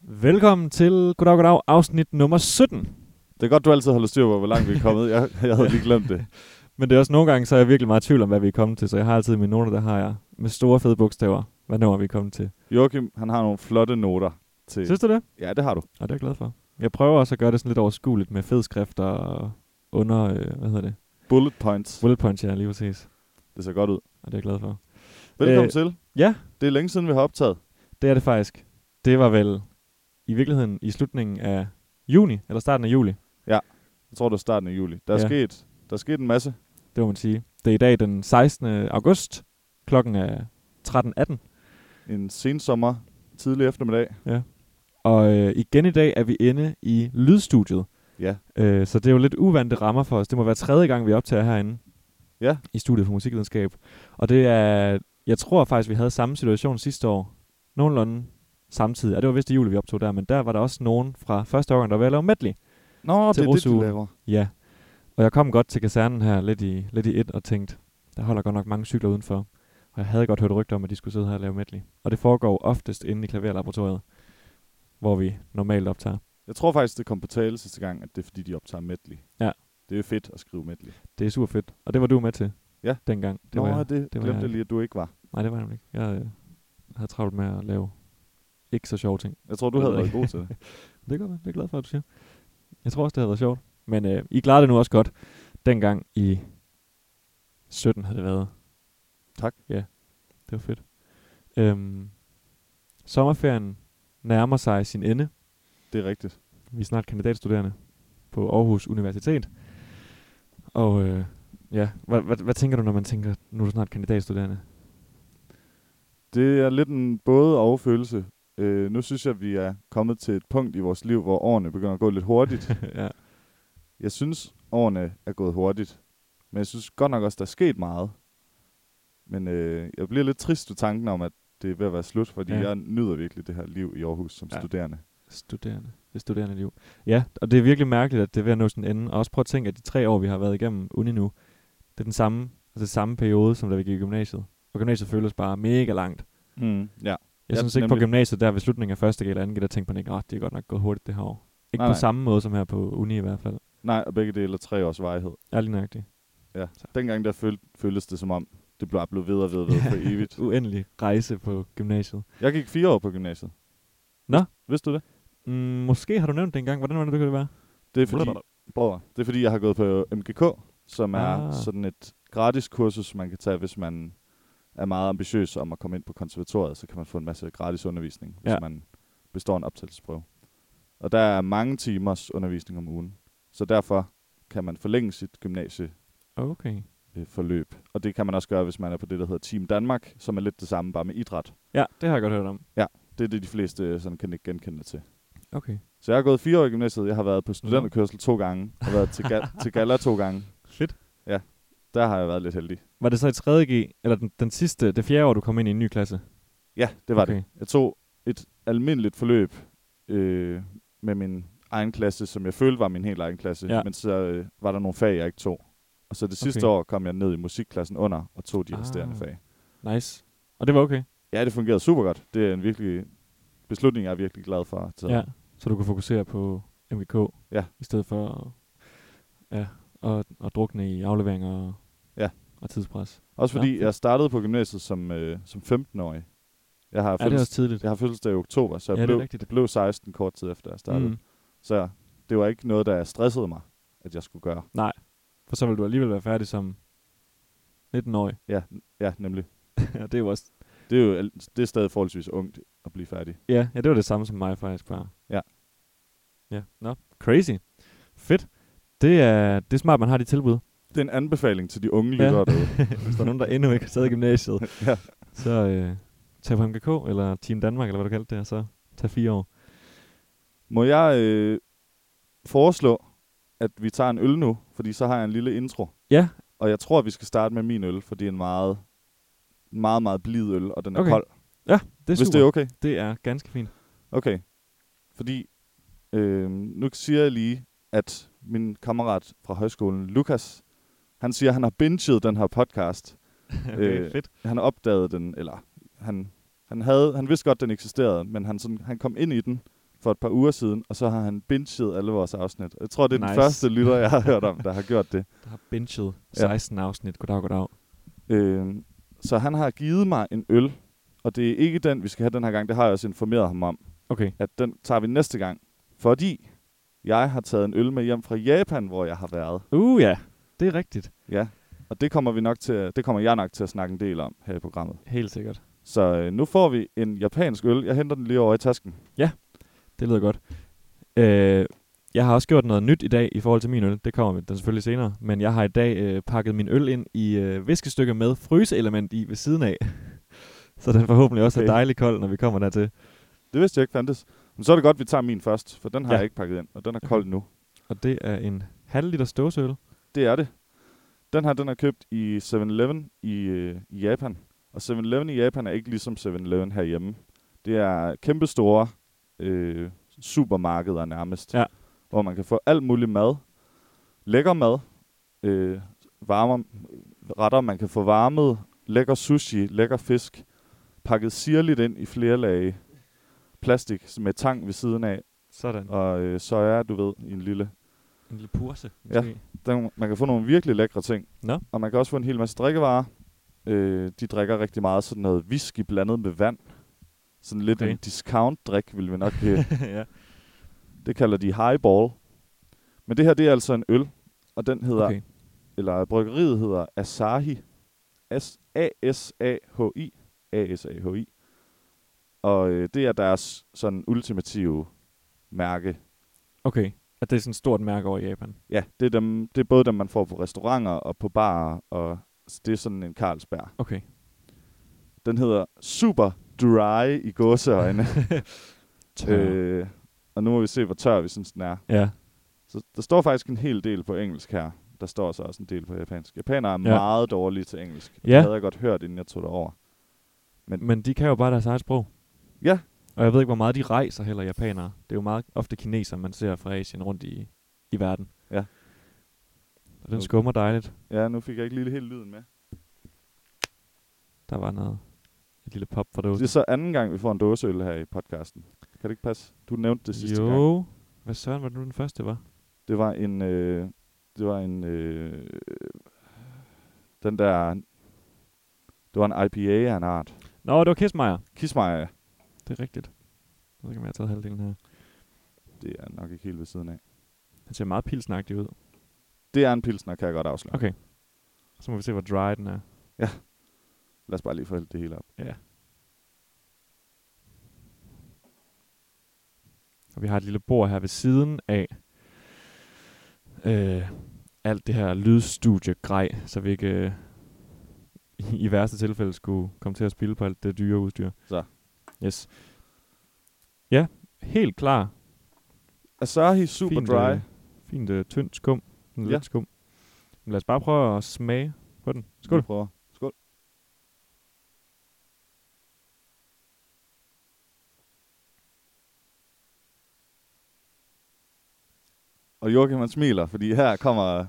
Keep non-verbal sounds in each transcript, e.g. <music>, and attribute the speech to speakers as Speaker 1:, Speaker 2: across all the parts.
Speaker 1: Velkommen til Goddag Goddag, afsnit nummer 17.
Speaker 2: Det er godt, du altid holder styr på, hvor
Speaker 1: <laughs>
Speaker 2: langt vi er kommet. Jeg, jeg havde lige glemt det.
Speaker 1: Men det er også nogle gange, så er jeg virkelig meget i tvivl om, hvad vi er kommet til, så jeg har altid i mine noter, der har jeg med store fede bogstaver, hvad nummer vi er kommet til.
Speaker 2: Joachim, han har nogle flotte noter til...
Speaker 1: Synes du det?
Speaker 2: Ja, det har du.
Speaker 1: Og det er jeg glad for. Jeg prøver også at gøre det sådan lidt overskueligt med fed skrift og under, øh, hvad hedder det,
Speaker 2: Bullet points.
Speaker 1: bullet points, ja, lige præcis.
Speaker 2: Det ser godt ud.
Speaker 1: Og det er jeg glad for.
Speaker 2: Velkommen
Speaker 1: Øh.
Speaker 2: øh, til.
Speaker 1: Ja,
Speaker 2: Det er længe siden, vi har optaget.
Speaker 1: det er det faktisk. Det var vel i virkeligheden i slutningen af juni, eller starten af juli,
Speaker 2: Jeg tror, det er starten af juli. Der er,
Speaker 1: Ja.
Speaker 2: ja. sket, der er sket en masse.
Speaker 1: det må man sige. Det er i dag den 16. august, klokken er 13.18.
Speaker 2: En sensommer, tidlig eftermiddag.
Speaker 1: Og øh, igen i dag er vi inde i lydstudiet.
Speaker 2: Ja.
Speaker 1: Øh, så det er jo lidt uvante rammer for os. Det må være tredje gang, vi optager herinde.
Speaker 2: Ja.
Speaker 1: I studiet for musikvidenskab. Og det er... Jeg tror faktisk, vi havde samme situation sidste år. Nogenlunde samtidig. Ja, det var vist i juli, vi optog der, men der var der også nogen fra første årgang, der var ved at lave medley.
Speaker 2: Nå,
Speaker 1: Til
Speaker 2: det er det,
Speaker 1: Rusugen.
Speaker 2: du laver.
Speaker 1: Ja. Og jeg kom godt til kasernen her lidt i, lidt i et og tænkte, der holder godt nok mange cykler udenfor. Og jeg havde godt hørt rygter om, at de skulle sidde her og lave medley. Og det foregår oftest inde i klaverlaboratoriet, hvor vi normalt optager.
Speaker 2: Jeg tror faktisk, det kom på tale sidste gang, at det er, fordi de optager medley.
Speaker 1: Ja.
Speaker 2: Det er jo fedt at skrive medley.
Speaker 1: Det er super fedt. Og det var du med til.
Speaker 2: Ja.
Speaker 1: Dengang. Det
Speaker 2: Det Nå,
Speaker 1: var jeg.
Speaker 2: det, det
Speaker 1: var
Speaker 2: glemte
Speaker 1: jeg.
Speaker 2: jeg lige, at du ikke var.
Speaker 1: Nej, det var jeg nemlig ikke. Jeg øh, havde travlt med at lave ikke så sjove ting.
Speaker 2: Jeg tror, du
Speaker 1: Jeg ved
Speaker 2: havde været
Speaker 1: ikke.
Speaker 2: god til det.
Speaker 1: Det gør jeg. Det er jeg glad for, at du siger. Jeg tror også, det havde været sjovt. Men øh, I klarede det nu også godt. Dengang i 17 havde det været.
Speaker 2: Tak.
Speaker 1: Ja, det var fedt. Øhm, sommerferien nærmer sig sin ende.
Speaker 2: Det er rigtigt.
Speaker 1: Vi er snart kandidatstuderende på Aarhus Universitet. Og øh, ja, hvad, hvad, hvad tænker du, når man tænker, nu er du snart kandidatstuderende?
Speaker 2: Det er lidt en både og følelse. Øh, nu synes jeg, at vi er kommet til et punkt i vores liv, hvor årene begynder at gå lidt hurtigt.
Speaker 1: ja.
Speaker 2: Jeg synes, årene er gået hurtigt. Men jeg synes godt nok også, der er sket meget. Men øh, jeg bliver lidt trist ved tanken om, at det er ved at være slut, fordi
Speaker 1: Ja.
Speaker 2: ja. jeg nyder virkelig det her liv i Aarhus som
Speaker 1: Ja.
Speaker 2: ja. studerende.
Speaker 1: Studerende. Det studerende liv. Ja, og det er virkelig mærkeligt, at det er ved at nå sin ende. Og også prøv at tænke, at de tre år, vi har været igennem uni nu, det er den samme, altså samme periode, som da vi gik i gymnasiet. Og gymnasiet føles bare mega langt.
Speaker 2: Mm. Ja.
Speaker 1: Jeg
Speaker 2: Ja,
Speaker 1: synes ikke på
Speaker 2: nemlig.
Speaker 1: gymnasiet, der ved slutningen af første G eller anden G, der tænkte man ikke, at det er godt nok gået hurtigt det her år. Ikke nej,
Speaker 2: Nej,
Speaker 1: på
Speaker 2: nej.
Speaker 1: samme måde som her på uni i hvert fald.
Speaker 2: Nej, og begge dele er tre års varighed.
Speaker 1: Jeg er lige nøjagtig.
Speaker 2: Dengang der føl- føltes det som om, det bare blev ved og ved og <laughs> ved for evigt.
Speaker 1: <laughs> Uendelig rejse på gymnasiet.
Speaker 2: Jeg gik fire år på gymnasiet.
Speaker 1: Nå.
Speaker 2: Vidste du det?
Speaker 1: Mm, måske har du nævnt det engang. Hvordan var det, det kunne det være?
Speaker 2: Det er fordi, Brødre. Det er fordi, jeg har gået på MGK, som er
Speaker 1: Ah.
Speaker 2: sådan et gratis kursus, man kan tage, hvis man er meget ambitiøs om at komme ind på konservatoriet, så kan man få en masse gratis undervisning, hvis
Speaker 1: Ja.
Speaker 2: man består en optagelsesprøve. Og der er mange timers undervisning om ugen, så derfor kan man forlænge sit
Speaker 1: Okay.
Speaker 2: gymnasieforløb. Og det kan man også gøre, hvis man er på det, der hedder Team Danmark, som er lidt det samme, bare med idræt.
Speaker 1: Ja, det har jeg godt hørt om.
Speaker 2: Det er det, de fleste øh, sådan kan ikke genkende til.
Speaker 1: Okay.
Speaker 2: Så jeg har gået fire år i gymnasiet. Jeg har været på studenterkørsel to gange, og været til, ga- til gala to gange.
Speaker 1: Fedt.
Speaker 2: Der har jeg været lidt heldig.
Speaker 1: Var det så i 3. G, eller den, den sidste, det fjerde år, du kom ind i en ny klasse?
Speaker 2: Ja, det var okay.
Speaker 1: okay.
Speaker 2: det. Jeg tog et almindeligt forløb øh, med min egen klasse, som jeg følte var min helt egen klasse,
Speaker 1: Ja.
Speaker 2: ja. men så øh, var der nogle fag, jeg ikke tog. Og så det sidste
Speaker 1: Okay.
Speaker 2: okay. år kom jeg ned i musikklassen under og tog de
Speaker 1: Ah.
Speaker 2: resterende fag.
Speaker 1: Nice. Og det var okay?
Speaker 2: Ja, det fungerede super godt. Det er en virkelig beslutning, jeg er virkelig glad for. Så.
Speaker 1: Ja. Så du kunne fokusere på MGK?
Speaker 2: Ja.
Speaker 1: I stedet for at, ja, og, og drukne i afleveringer og,
Speaker 2: Ja.
Speaker 1: og tidspres.
Speaker 2: Også
Speaker 1: Nå,
Speaker 2: fordi
Speaker 1: fedt.
Speaker 2: jeg startede på gymnasiet som, øh, som 15-årig. Jeg har,
Speaker 1: Er det
Speaker 2: fødsels-
Speaker 1: også tidligt?
Speaker 2: jeg har fødselsdag i oktober, så jeg
Speaker 1: Ja, det er
Speaker 2: blev,
Speaker 1: rigtigt.
Speaker 2: blev 16 kort tid efter, jeg startede. Mm. Så det var ikke noget, der stressede mig, at jeg skulle gøre.
Speaker 1: For så ville du alligevel være færdig som 19-årig.
Speaker 2: Ja, n- <laughs> ja nemlig.
Speaker 1: ja, det er jo også...
Speaker 2: Det er jo al- det er stadig forholdsvis ungt at blive færdig.
Speaker 1: Ja, ja, det var det samme som mig faktisk bare.
Speaker 2: Ja.
Speaker 1: Ja, nå. Crazy. Fedt. Det er, det er smart, man har de tilbud.
Speaker 2: Det er en anbefaling til de unge
Speaker 1: Ja.
Speaker 2: lyttere derude.
Speaker 1: <laughs> Hvis der er nogen, der endnu ikke har taget gymnasiet,
Speaker 2: <laughs> Ja.
Speaker 1: så øh, tag på MGK, eller Team Danmark, eller hvad du kaldte det, og så tag fire år.
Speaker 2: Må jeg øh, foreslå, at vi tager en øl nu, fordi så har jeg en lille intro.
Speaker 1: Ja.
Speaker 2: Og jeg tror, at vi skal starte med min øl, for det er en meget, en meget, meget blid øl, og den er
Speaker 1: Okay.
Speaker 2: okay. kold.
Speaker 1: Det er
Speaker 2: Hvis
Speaker 1: super.
Speaker 2: det er okay.
Speaker 1: det er ganske fint. <laughs>
Speaker 2: Okay. Fordi øh, nu siger jeg lige, at min kammerat fra højskolen, Lukas, han siger, at han har binget den her podcast.
Speaker 1: okay,
Speaker 2: Øh,
Speaker 1: fedt.
Speaker 2: han opdagede den, eller han, han, havde, han vidste godt, den eksisterede, men han, sådan, han kom ind i den, for et par uger siden, og så har han binget alle vores afsnit. Jeg tror, det er nice. den
Speaker 1: Nice.
Speaker 2: første lytter, jeg har hørt om, der har gjort det.
Speaker 1: Der har benchet 16 ja. afsnit. Goddag, goddag.
Speaker 2: Øh, så han har givet mig en øl, og det er ikke den, vi skal have den her gang. Det har jeg også informeret ham om,
Speaker 1: Okay.
Speaker 2: at den tager vi næste gang. Fordi jeg har taget en øl med hjem fra Japan, hvor jeg har været.
Speaker 1: Uh ja, det er rigtigt.
Speaker 2: Ja, og det kommer, vi nok til, at- det kommer jeg nok til at snakke en del om her i programmet.
Speaker 1: Helt sikkert.
Speaker 2: Så øh, nu får vi en japansk øl. Jeg henter den lige over i tasken.
Speaker 1: Det lyder godt. Øh, jeg har også gjort noget nyt i dag i forhold til min øl. Det kommer den selvfølgelig senere. Men jeg har i dag øh, pakket min øl ind i øh, viskestykker med fryseelement i ved siden af. <laughs> Så den forhåbentlig også okay.
Speaker 2: Okay.
Speaker 1: er dejlig kold, når vi kommer dertil.
Speaker 2: Det vidste jeg ikke fandtes. Men så er det godt, at vi tager min først, for den har ja.
Speaker 1: Ja.
Speaker 2: jeg ikke pakket ind, og den er kold nu.
Speaker 1: Og det er en halv liter ståsøl.
Speaker 2: Det er det. Den her, den er købt i 7-Eleven i, øh, i Japan. Og 7-Eleven i Japan er ikke ligesom 7-Eleven herhjemme. Det er kæmpestore øh, supermarkeder nærmest,
Speaker 1: Ja.
Speaker 2: hvor man kan få alt muligt mad. Lækker mad, øh, varme, retter, man kan få varmet, lækker sushi, lækker fisk, pakket sirligt ind i flere lag plastik med tang ved siden af,
Speaker 1: Sådan.
Speaker 2: og øh, soja, du ved, i en lille
Speaker 1: En lille purse.
Speaker 2: måske. den, man kan få nogle virkelig lækre ting.
Speaker 1: Nå.
Speaker 2: Og man kan også få en hel masse drikkevarer. Øh, de drikker rigtig meget sådan noget whisky blandet med vand. Sådan lidt okay.
Speaker 1: Okay.
Speaker 2: en discount-drik, vil vi nok
Speaker 1: <laughs>
Speaker 2: øh,
Speaker 1: <laughs> ja.
Speaker 2: Det kalder de highball. Men det her, det er altså en øl. Og den hedder, okay.
Speaker 1: Okay.
Speaker 2: eller bryggeriet hedder Asahi. S- A-S-A-H-I. A-S-A-H-I. Og øh, det er deres sådan ultimative mærke
Speaker 1: okay. At det er sådan et stort mærke over i Japan.
Speaker 2: Ja, det er, dem, det er både dem, man får på restauranter og på barer, og s- det er sådan en Carlsberg.
Speaker 1: Okay.
Speaker 2: Den hedder Super Dry i
Speaker 1: <laughs>
Speaker 2: gåseøjne. øh, og nu må vi se, hvor tør vi synes, den er.
Speaker 1: Ja.
Speaker 2: Så der står faktisk en hel del på engelsk her. Der står så også en del på japansk. Japanere er ja.
Speaker 1: Ja.
Speaker 2: meget dårlige til engelsk. Ja.
Speaker 1: Ja.
Speaker 2: Det havde jeg godt hørt, inden jeg tog det over.
Speaker 1: Men de kan jo bare deres eget sprog.
Speaker 2: Ja.
Speaker 1: Og jeg ved ikke, hvor meget de rejser heller, japanere. Det er jo meget ofte kineser, man ser fra Asien rundt i, i verden.
Speaker 2: Ja.
Speaker 1: Og den skummer dejligt.
Speaker 2: Ja, nu fik jeg ikke lige helt lyden med.
Speaker 1: Der var noget, et lille pop for
Speaker 2: Det er
Speaker 1: dåsen.
Speaker 2: så anden gang, vi får en dåseøl her i podcasten. Kan det ikke passe? Du nævnte det sidste
Speaker 1: jo.
Speaker 2: gang.
Speaker 1: Hvad søren var det nu den første, var?
Speaker 2: Det var en... Øh, det var en... Øh, den der... Det var en IPA af en art.
Speaker 1: Nå, det var Kissmeyer.
Speaker 2: Kismaja,
Speaker 1: Det er rigtigt. Jeg ved ikke, om jeg har taget halvdelen her.
Speaker 2: det er nok ikke helt ved siden af.
Speaker 1: Den ser meget pilsnagtig ud.
Speaker 2: Det er en pilsner, kan jeg godt afsløre.
Speaker 1: Okay. Så må vi se, hvor dry den er.
Speaker 2: Lad os bare lige få hældt det hele op.
Speaker 1: Og vi har et lille bord her ved siden af øh, alt det her lydstudie-grej, så vi ikke øh, i, i værste tilfælde skulle komme til at spille på alt det dyre udstyr.
Speaker 2: Så.
Speaker 1: Yes. Ja, helt klar.
Speaker 2: Asahi Super
Speaker 1: fint,
Speaker 2: Dry.
Speaker 1: Øh, fint øh, tyndt skum. Sådan
Speaker 2: Ja.
Speaker 1: Lidt skum. Men lad os bare prøve at smage på den. Skål.
Speaker 2: Vi prøver. Skål. Og Joachim, han smiler, fordi her kommer,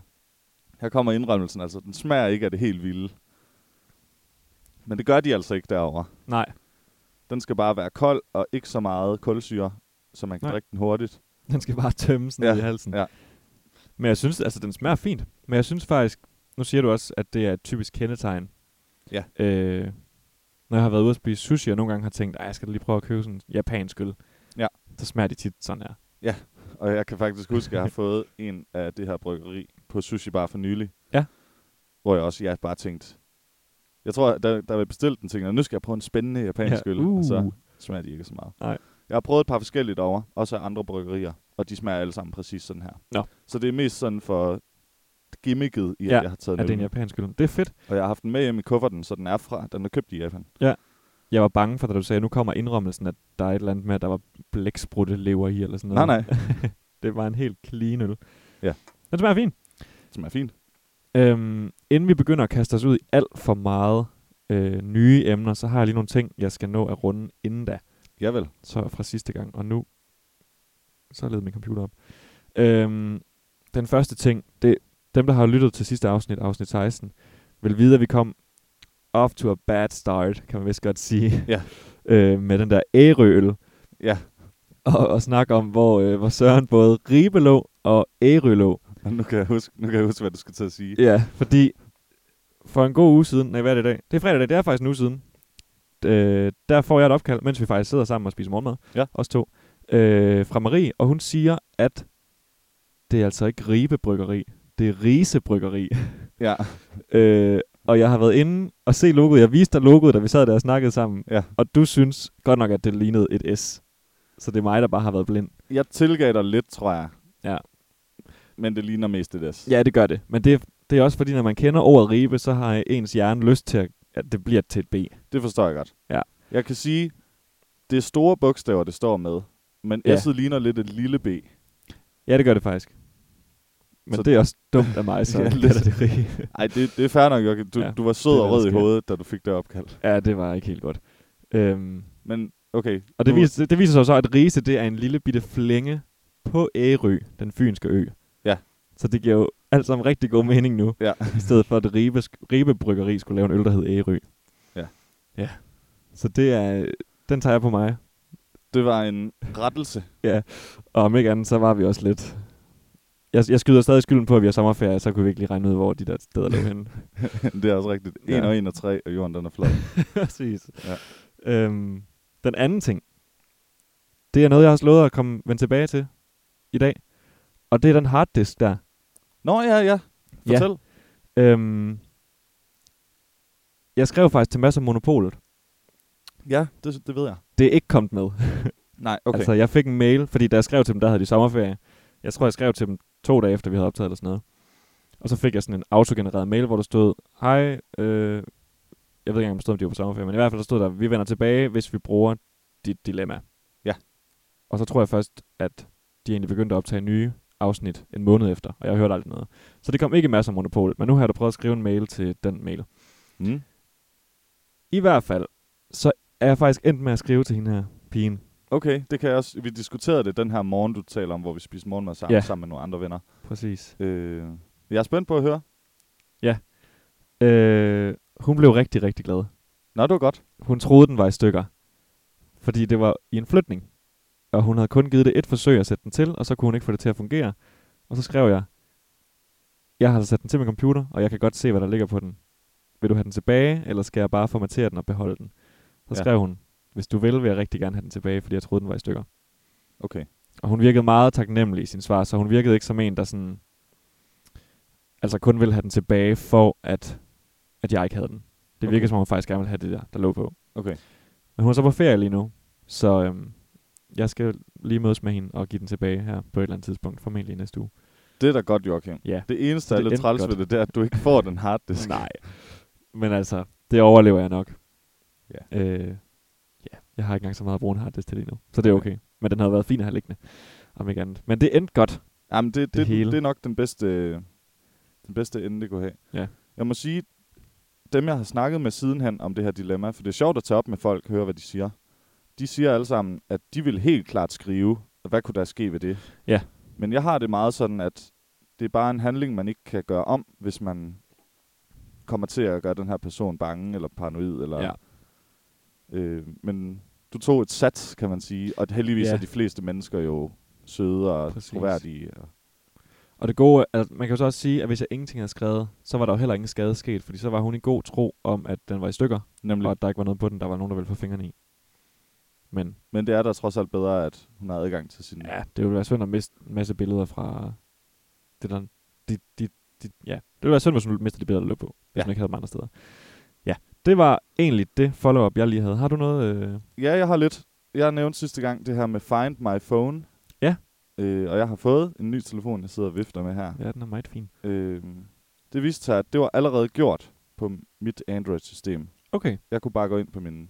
Speaker 2: her kommer indrømmelsen. Altså, den smager ikke af det helt vilde. Men det gør de altså ikke derovre.
Speaker 1: Nej.
Speaker 2: Den skal bare være kold og ikke så meget kulsyre, så man kan Nej.
Speaker 1: Nej.
Speaker 2: drikke den hurtigt.
Speaker 1: <laughs> Den skal bare tømmes ned
Speaker 2: Ja,
Speaker 1: i halsen.
Speaker 2: ja.
Speaker 1: Men jeg synes, altså den smager fint. Men jeg synes faktisk, nu siger du også, at det er et typisk kendetegn.
Speaker 2: Ja.
Speaker 1: Øh, når jeg har været ude at spise sushi, og nogle gange har tænkt, at jeg skal da lige prøve at købe sådan en japansk øl.
Speaker 2: Ja.
Speaker 1: Så smager de tit sådan her.
Speaker 2: Og jeg kan faktisk
Speaker 1: <laughs>
Speaker 2: huske, at jeg har fået en af det her bryggeri på Sushi Bar for nylig.
Speaker 1: Ja.
Speaker 2: Hvor jeg også jeg bare tænkte, jeg tror, da, da jeg bestilte den, tænkte jeg, nu skal jeg prøve en spændende japansk øl.
Speaker 1: Uh,
Speaker 2: Og så smager de ikke så meget.
Speaker 1: Nej.
Speaker 2: Jeg har prøvet et par forskellige over, også af andre bryggerier, og de smager alle sammen præcis sådan her.
Speaker 1: Nå.
Speaker 2: Så det er mest sådan for gimmicket i, at
Speaker 1: Ja,
Speaker 2: jeg har taget
Speaker 1: er det en
Speaker 2: den.
Speaker 1: japansk øl? Det er fedt.
Speaker 2: Og jeg har haft den med hjem i kufferten, så den er fra, den er købt i Japan.
Speaker 1: Jeg var bange for, da du sagde, at nu kommer indrømmelsen, at der er et eller andet med, at der var blæksprutte lever i, eller sådan
Speaker 2: Nej,
Speaker 1: noget.
Speaker 2: nej,
Speaker 1: Det var en helt clean øl.
Speaker 2: Ja.
Speaker 1: Den smager fint.
Speaker 2: den smager fint.
Speaker 1: Øhm, inden vi begynder at kaste os ud i alt for meget øh, nye emner, så har jeg lige nogle ting, jeg skal nå at runde inden da.
Speaker 2: Javel. <laughs>
Speaker 1: Så fra sidste gang, og nu så led min computer op. Øhm, den første ting, det dem, der har lyttet til sidste afsnit, afsnit 16, vil vide, at vi kom off to a <laughs> bad start, kan man vist godt sige,
Speaker 2: Ja.
Speaker 1: øh, med den der ærøl.
Speaker 2: Ja,
Speaker 1: og, og snakke om, hvor, øh, hvor Søren både Ribe lå og Ærø lå.
Speaker 2: Men nu kan jeg huske, nu kan jeg huske hvad du skal til at sige.
Speaker 1: Ja, fordi for en god uge siden, nej, hvad er det i dag? Det er fredag i dag, det er faktisk en uge siden. Øh, der får jeg et opkald, mens vi faktisk sidder sammen og spiser morgenmad.
Speaker 2: Ja.
Speaker 1: Os to. Øh, fra Marie, og hun siger, at det er altså ikke Ribe Bryggeri, det er Rise Bryggeri.
Speaker 2: Ja.
Speaker 1: <laughs> Øh, og jeg har været inde og se logoet. Jeg viste dig logoet, da vi sad der og snakkede sammen.
Speaker 2: Ja.
Speaker 1: Og du synes godt nok, at det lignede et S. Så det er mig, der bare har været blind.
Speaker 2: Jeg tilgav dig lidt, tror jeg.
Speaker 1: Ja.
Speaker 2: Men det ligner mest et S.
Speaker 1: Ja, det gør det. Men det, det er også fordi, når man kender ordet ribe, så har ens hjerne lyst til, at, at det bliver til et B.
Speaker 2: Det forstår jeg godt.
Speaker 1: Ja.
Speaker 2: Jeg kan sige, det er store bogstaver, det står med. Men
Speaker 1: Ja.
Speaker 2: ja. S'et ligner lidt et lille
Speaker 1: <laughs>
Speaker 2: B.
Speaker 1: Ja, det gør det faktisk. Men så
Speaker 2: Så-
Speaker 1: det er også dumt af
Speaker 2: <laughs>
Speaker 1: mig, så
Speaker 2: Ja,
Speaker 1: jeg
Speaker 2: lidt.
Speaker 1: kalder det ribe.
Speaker 2: Ej, det, det er fair nok, Joachim. Du,
Speaker 1: Ja,
Speaker 2: ja, du var sød
Speaker 1: det er,
Speaker 2: og
Speaker 1: hvad
Speaker 2: rød
Speaker 1: der
Speaker 2: i
Speaker 1: sker.
Speaker 2: hovedet, da du fik det opkald.
Speaker 1: Ja, det var ikke helt godt. Øhm,
Speaker 2: Men okay.
Speaker 1: og det
Speaker 2: nu-
Speaker 1: viser, det viser sig jo så, at Rise, det er en lille bitte flænge på Ærø, den fynske ø.
Speaker 2: Ja.
Speaker 1: Så det giver jo alt sammen rigtig god mening nu.
Speaker 2: Ja.
Speaker 1: I stedet for, at Ribe, sk- Ribe Bryggeri skulle lave en øl, der hed Ærø.
Speaker 2: Ja.
Speaker 1: Ja. Så det er, den tager jeg på mig.
Speaker 2: Det var en
Speaker 1: <laughs>
Speaker 2: rettelse.
Speaker 1: Og om ikke andet, så var vi også lidt... Jeg, jeg skyder stadig skylden på, at vi har sommerferie, så kunne vi ikke lige regne ud, hvor de der steder lå henne.
Speaker 2: det er også rigtigt. 1
Speaker 1: Ja.
Speaker 2: og 1 og 3, og jorden den er flad.
Speaker 1: <laughs> Præcis.
Speaker 2: Ja.
Speaker 1: Øhm, den anden ting, det er noget, jeg har slået at komme vende tilbage til i dag. Og det er den harddisk der.
Speaker 2: Nå ja, ja.
Speaker 1: Ja.
Speaker 2: Fortæl.
Speaker 1: Øhm, jeg skrev faktisk til masser om Monopolet.
Speaker 2: Ja, ja det, det ved jeg.
Speaker 1: Det er ikke kommet med.
Speaker 2: Nej, okay.
Speaker 1: Altså, jeg fik en mail, fordi da jeg skrev til dem, der havde de sommerferie. Jeg tror, jeg skrev til dem to dage efter, vi havde optaget eller sådan noget. Og så fik jeg sådan en autogenereret mail, hvor der stod, hej, øh, jeg ved ikke engang, om der stod, om de var på sommerferie, men i hvert fald der stod der, vi vender tilbage, hvis vi bruger dit dilemma.
Speaker 2: Ja.
Speaker 1: Og så tror jeg først, at de egentlig begyndte at optage nye afsnit en måned efter, og jeg hørte aldrig noget. Så det kom ikke masser af monopol, men nu har jeg da prøvet at skrive en mail til den mail.
Speaker 2: Mm.
Speaker 1: I hvert fald, så er jeg faktisk endt med at skrive til hende her pigen.
Speaker 2: Okay, det kan jeg også. Vi diskuterede det den her morgen, du taler om, hvor vi spiste morgenmad sammen,
Speaker 1: Ja.
Speaker 2: ja. sammen med nogle andre venner.
Speaker 1: Præcis.
Speaker 2: Øh, jeg er spændt på at høre.
Speaker 1: Øh, hun blev rigtig, rigtig glad.
Speaker 2: Nå, det var godt.
Speaker 1: Hun troede, den var i stykker. Fordi det var i en flytning. Og hun havde kun givet det et forsøg at sætte den til, og så kunne hun ikke få det til at fungere. Og så skrev jeg, jeg har altså sat den til min computer, og jeg kan godt se, hvad der ligger på den. Vil du have den tilbage, eller skal jeg bare formatere den og beholde den? Så
Speaker 2: Ja.
Speaker 1: skrev hun, hvis du vil, vil jeg rigtig gerne have den tilbage, fordi jeg troede, den var i stykker.
Speaker 2: Okay.
Speaker 1: Og hun virkede meget taknemmelig i sin svar, så hun virkede ikke som en, der sådan... Altså kun ville have den tilbage for, at, at jeg ikke havde den. Det virkede
Speaker 2: Okay.
Speaker 1: som om, hun faktisk gerne ville have det der, der lå på.
Speaker 2: Okay.
Speaker 1: Men hun er så på ferie lige nu, så øhm, jeg skal lige mødes med hende og give den tilbage her på et eller andet tidspunkt, formentlig i næste uge.
Speaker 2: Det er da godt, Joachim.
Speaker 1: Ja.
Speaker 2: Det eneste,
Speaker 1: Så
Speaker 2: der
Speaker 1: det
Speaker 2: er lidt
Speaker 1: endte
Speaker 2: træls
Speaker 1: godt.
Speaker 2: ved det, det er, at du ikke får den harddisk.
Speaker 1: Nej. Men altså, det overlever jeg nok.
Speaker 2: Ja.
Speaker 1: Øh, ja. Jeg har ikke engang så meget at bruge en harddisk til lige nu, så det er okay. Men den havde været fin at have liggende, om ikke andet. Men det endte godt.
Speaker 2: Jamen, det, det, det,
Speaker 1: hele.
Speaker 2: det er nok den bedste, den bedste ende, det kunne have.
Speaker 1: Ja.
Speaker 2: Jeg må sige, dem jeg har snakket med sidenhen om det her dilemma, for det er sjovt at tage op med folk høre, hvad de siger. De siger alle sammen, at de vil helt klart skrive, hvad kunne der ske ved det.
Speaker 1: Ja.
Speaker 2: Men jeg har det meget sådan, at det er bare en handling, man ikke kan gøre om, hvis man kommer til at gøre den her person bange eller paranoid. Eller,
Speaker 1: Ja.
Speaker 2: øh, men du tog et sats, kan man sige, og heldigvis
Speaker 1: Ja.
Speaker 2: er de fleste mennesker jo søde og
Speaker 1: Præcis.
Speaker 2: troværdige. Og
Speaker 1: Og det gode, er- altså, man kan jo så også sige, at hvis jeg ingenting havde skrevet, så var der jo heller ingen skade sket, fordi så var hun i god tro om, at den var i stykker,
Speaker 2: Nemlig.
Speaker 1: og at der ikke var noget på den, der var nogen, der ville få fingrene i. Men
Speaker 2: Men det er da trods alt bedre, at hun har adgang til sin...
Speaker 1: ja, det ville være synd at miste en masse billeder fra det der... De, de, de, ja, det ville være synd, hvis hun mistede de billeder, der lå på, hvis
Speaker 2: Ja.
Speaker 1: hun ikke havde dem andre steder. Ja, det var egentlig det follow-up, jeg lige havde. Har du noget... Øh...
Speaker 2: ja, jeg har lidt... Jeg nævnte sidste gang det her med Find My Phone.
Speaker 1: Ja.
Speaker 2: Øh, og jeg har fået en ny telefon, jeg sidder og vifter med her.
Speaker 1: Ja, den er meget fin.
Speaker 2: Øh, det viste sig, at det var allerede gjort på mit Android-system.
Speaker 1: Okay.
Speaker 2: Jeg kunne bare gå ind på min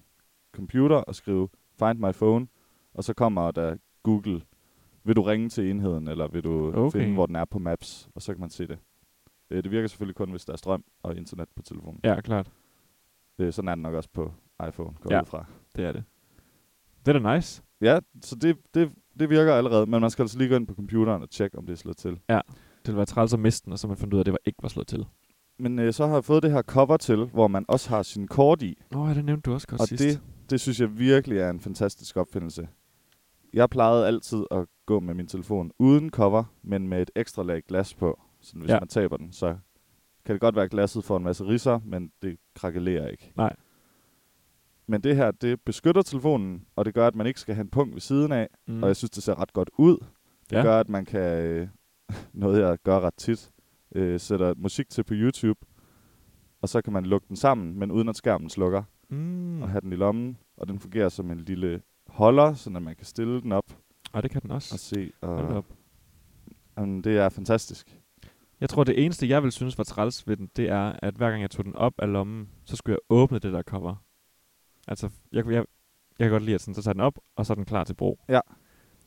Speaker 2: computer og skrive Find My Phone, og så kommer der Google, vil du ringe til enheden, eller vil du
Speaker 1: Okay.
Speaker 2: okay. finde, hvor den er på Maps, og så kan man se det. Øh, det virker selvfølgelig kun, hvis der er strøm og internet på telefonen.
Speaker 1: Ja, klart.
Speaker 2: Øh, sådan er den nok også på iPhone, går
Speaker 1: Ja.
Speaker 2: ja. ud fra.
Speaker 1: Det er det. Det er da nice.
Speaker 2: Ja, så det, det, det virker allerede, men man skal altså lige gå ind på computeren og tjekke, om det er slået til.
Speaker 1: Det ville være træls at miste den, og så man fandt ud af, at det var ikke var slået til.
Speaker 2: Men øh, så har jeg fået det her cover til, hvor man også har sin kort i,
Speaker 1: Nå, ja, det nævnte du også godt
Speaker 2: og
Speaker 1: sidst.
Speaker 2: det, det synes jeg virkelig er en fantastisk opfindelse. jeg plejede altid at gå med min telefon uden cover, men med et ekstra lag glas på. Så hvis
Speaker 1: Ja.
Speaker 2: ja. man taber den, så kan det godt være, at glasset får en masse risser, men det krakelerer ikke.
Speaker 1: Nej.
Speaker 2: Men det her, det beskytter telefonen, og det gør, at man ikke skal have en punkt ved siden af,
Speaker 1: Mm.
Speaker 2: mm. og jeg synes, det ser ret godt ud. Det
Speaker 1: Ja.
Speaker 2: ja. gør, at man kan, øh, <laughs> noget jeg gør ret tit, øh, sætter musik til på YouTube, og så kan man lukke den sammen, men uden at skærmen slukker
Speaker 1: Mm.
Speaker 2: og have den i lommen, og den fungerer som en lille holder, sådan at man kan stille den op
Speaker 1: Og det kan den
Speaker 2: og
Speaker 1: også.
Speaker 2: se.
Speaker 1: Hold da
Speaker 2: Og,
Speaker 1: op.
Speaker 2: jamen, det er fantastisk.
Speaker 1: Jeg tror, det eneste, jeg ville synes var træls ved den, det er, at hver gang jeg tog den op af lommen, så skulle jeg åbne det der cover. Altså, jeg, jeg, jeg kan godt lide, at sådan, så tager den op, og så er den klar til brug.
Speaker 2: Ja.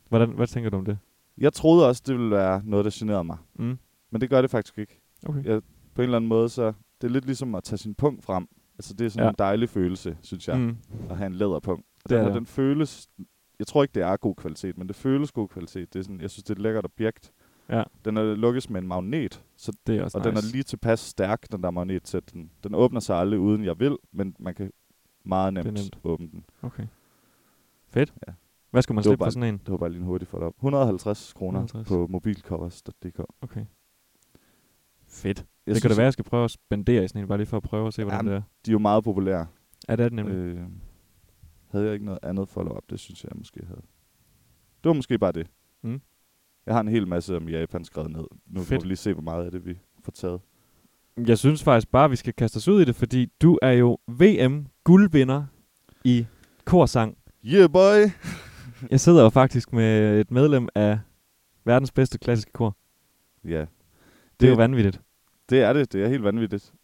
Speaker 1: Hvordan, hvad tænker du om det?
Speaker 2: Jeg troede også, det ville være noget, der generede mig,
Speaker 1: Mm.
Speaker 2: men det gør det faktisk ikke.
Speaker 1: Okay.
Speaker 2: Ja, På en eller anden måde, så det er lidt ligesom at tage sin punkt frem. Altså, det er sådan
Speaker 1: Ja.
Speaker 2: ja. en dejlig følelse, synes jeg, mm.
Speaker 1: Mm.
Speaker 2: at have en læderpunkt. Og
Speaker 1: Det er
Speaker 2: den, her,
Speaker 1: det.
Speaker 2: den føles, jeg tror ikke, det er god kvalitet, men det føles god kvalitet. Det er sådan, jeg synes, det er et lækkert objekt.
Speaker 1: Ja.
Speaker 2: Den er lukkes med en magnet, så
Speaker 1: Det er også
Speaker 2: Og
Speaker 1: nice.
Speaker 2: den er lige tilpas stærk, den der magnet til den. Den åbner sig aldrig uden jeg vil, men man kan meget nemt,
Speaker 1: er nemt.
Speaker 2: åbne den.
Speaker 1: Okay. Fedt.
Speaker 2: Ja.
Speaker 1: Hvad skulle man
Speaker 2: Det var
Speaker 1: slippe for
Speaker 2: bare-
Speaker 1: sådan en?
Speaker 2: Det var bare lige en hurtig follow op. 150 kroner
Speaker 1: 150.
Speaker 2: på mobilcovers.dk.
Speaker 1: Okay. Fedt.
Speaker 2: Jeg
Speaker 1: det kan det være, jeg skal prøve at spendere i sådan en, bare lige for at prøve at se, hvordan
Speaker 2: Jamen,
Speaker 1: det er.
Speaker 2: De er jo meget populære.
Speaker 1: Er det nemlig? Øh.
Speaker 2: Øh, havde jeg ikke noget andet follow up, det synes jeg, jeg måske havde. Det var måske bare det.
Speaker 1: Mm.
Speaker 2: Jeg har en hel masse om Japan skrevet ned. Nu
Speaker 1: Fedt.
Speaker 2: får vi lige se, hvor meget af det vi får taget.
Speaker 1: Jeg synes faktisk bare, vi skal kaste os ud i det, fordi du er jo VM-guldvinder i korsang.
Speaker 2: Yeah, boy!
Speaker 1: Jeg sidder jo faktisk med et medlem af verdens bedste klassiske kor.
Speaker 2: Ja,
Speaker 1: Det, det er jo
Speaker 2: Det-
Speaker 1: vanvittigt.
Speaker 2: Det er det. Det er helt vanvittigt.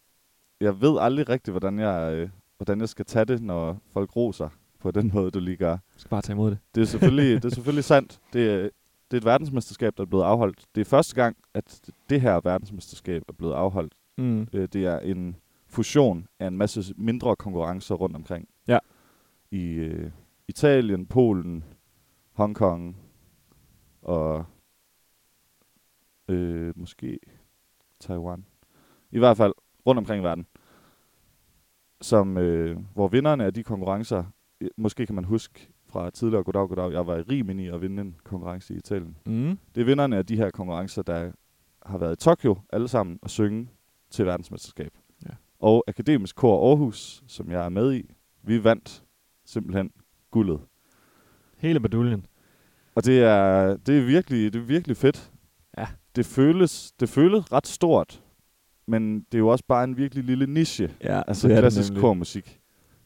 Speaker 2: Jeg ved aldrig rigtigt, hvordan jeg, øh, hvordan jeg skal tage det, når folk roser på den <laughs> måde, du lige gør.
Speaker 1: Jeg skal bare tage imod det.
Speaker 2: Det er selvfølgelig, det er selvfølgelig sandt. Det er, det er et verdensmesterskab, der er blevet afholdt. Det er første gang, at det her verdensmesterskab er blevet afholdt.
Speaker 1: Mm.
Speaker 2: Øh, Det er en fusion af en masse mindre konkurrencer rundt omkring.
Speaker 1: Ja.
Speaker 2: I øh, Italien, Polen, Hongkong og øh, måske Taiwan. I hvert fald rundt omkring i verden. Som, øh, hvor vinderne af de konkurrencer, øh, måske kan man huske fra tidligere Goddag Goddag, jeg var i Rimini og vinde en konkurrence i Italien.
Speaker 1: Mm.
Speaker 2: Det er vinderne af de her konkurrencer, der har været i Tokyo alle sammen og synge til verdensmesterskab.
Speaker 1: Ja.
Speaker 2: Og Akademisk Kor Aarhus, som jeg er med i, vi vandt simpelthen guldet.
Speaker 1: Hele baduljen.
Speaker 2: Og det er, det er, virkelig, det er virkelig fedt.
Speaker 1: Ja.
Speaker 2: Det føles, det føles ret stort, men det er jo også bare en virkelig lille niche.
Speaker 1: Ja,
Speaker 2: Altså det klassisk kormusik.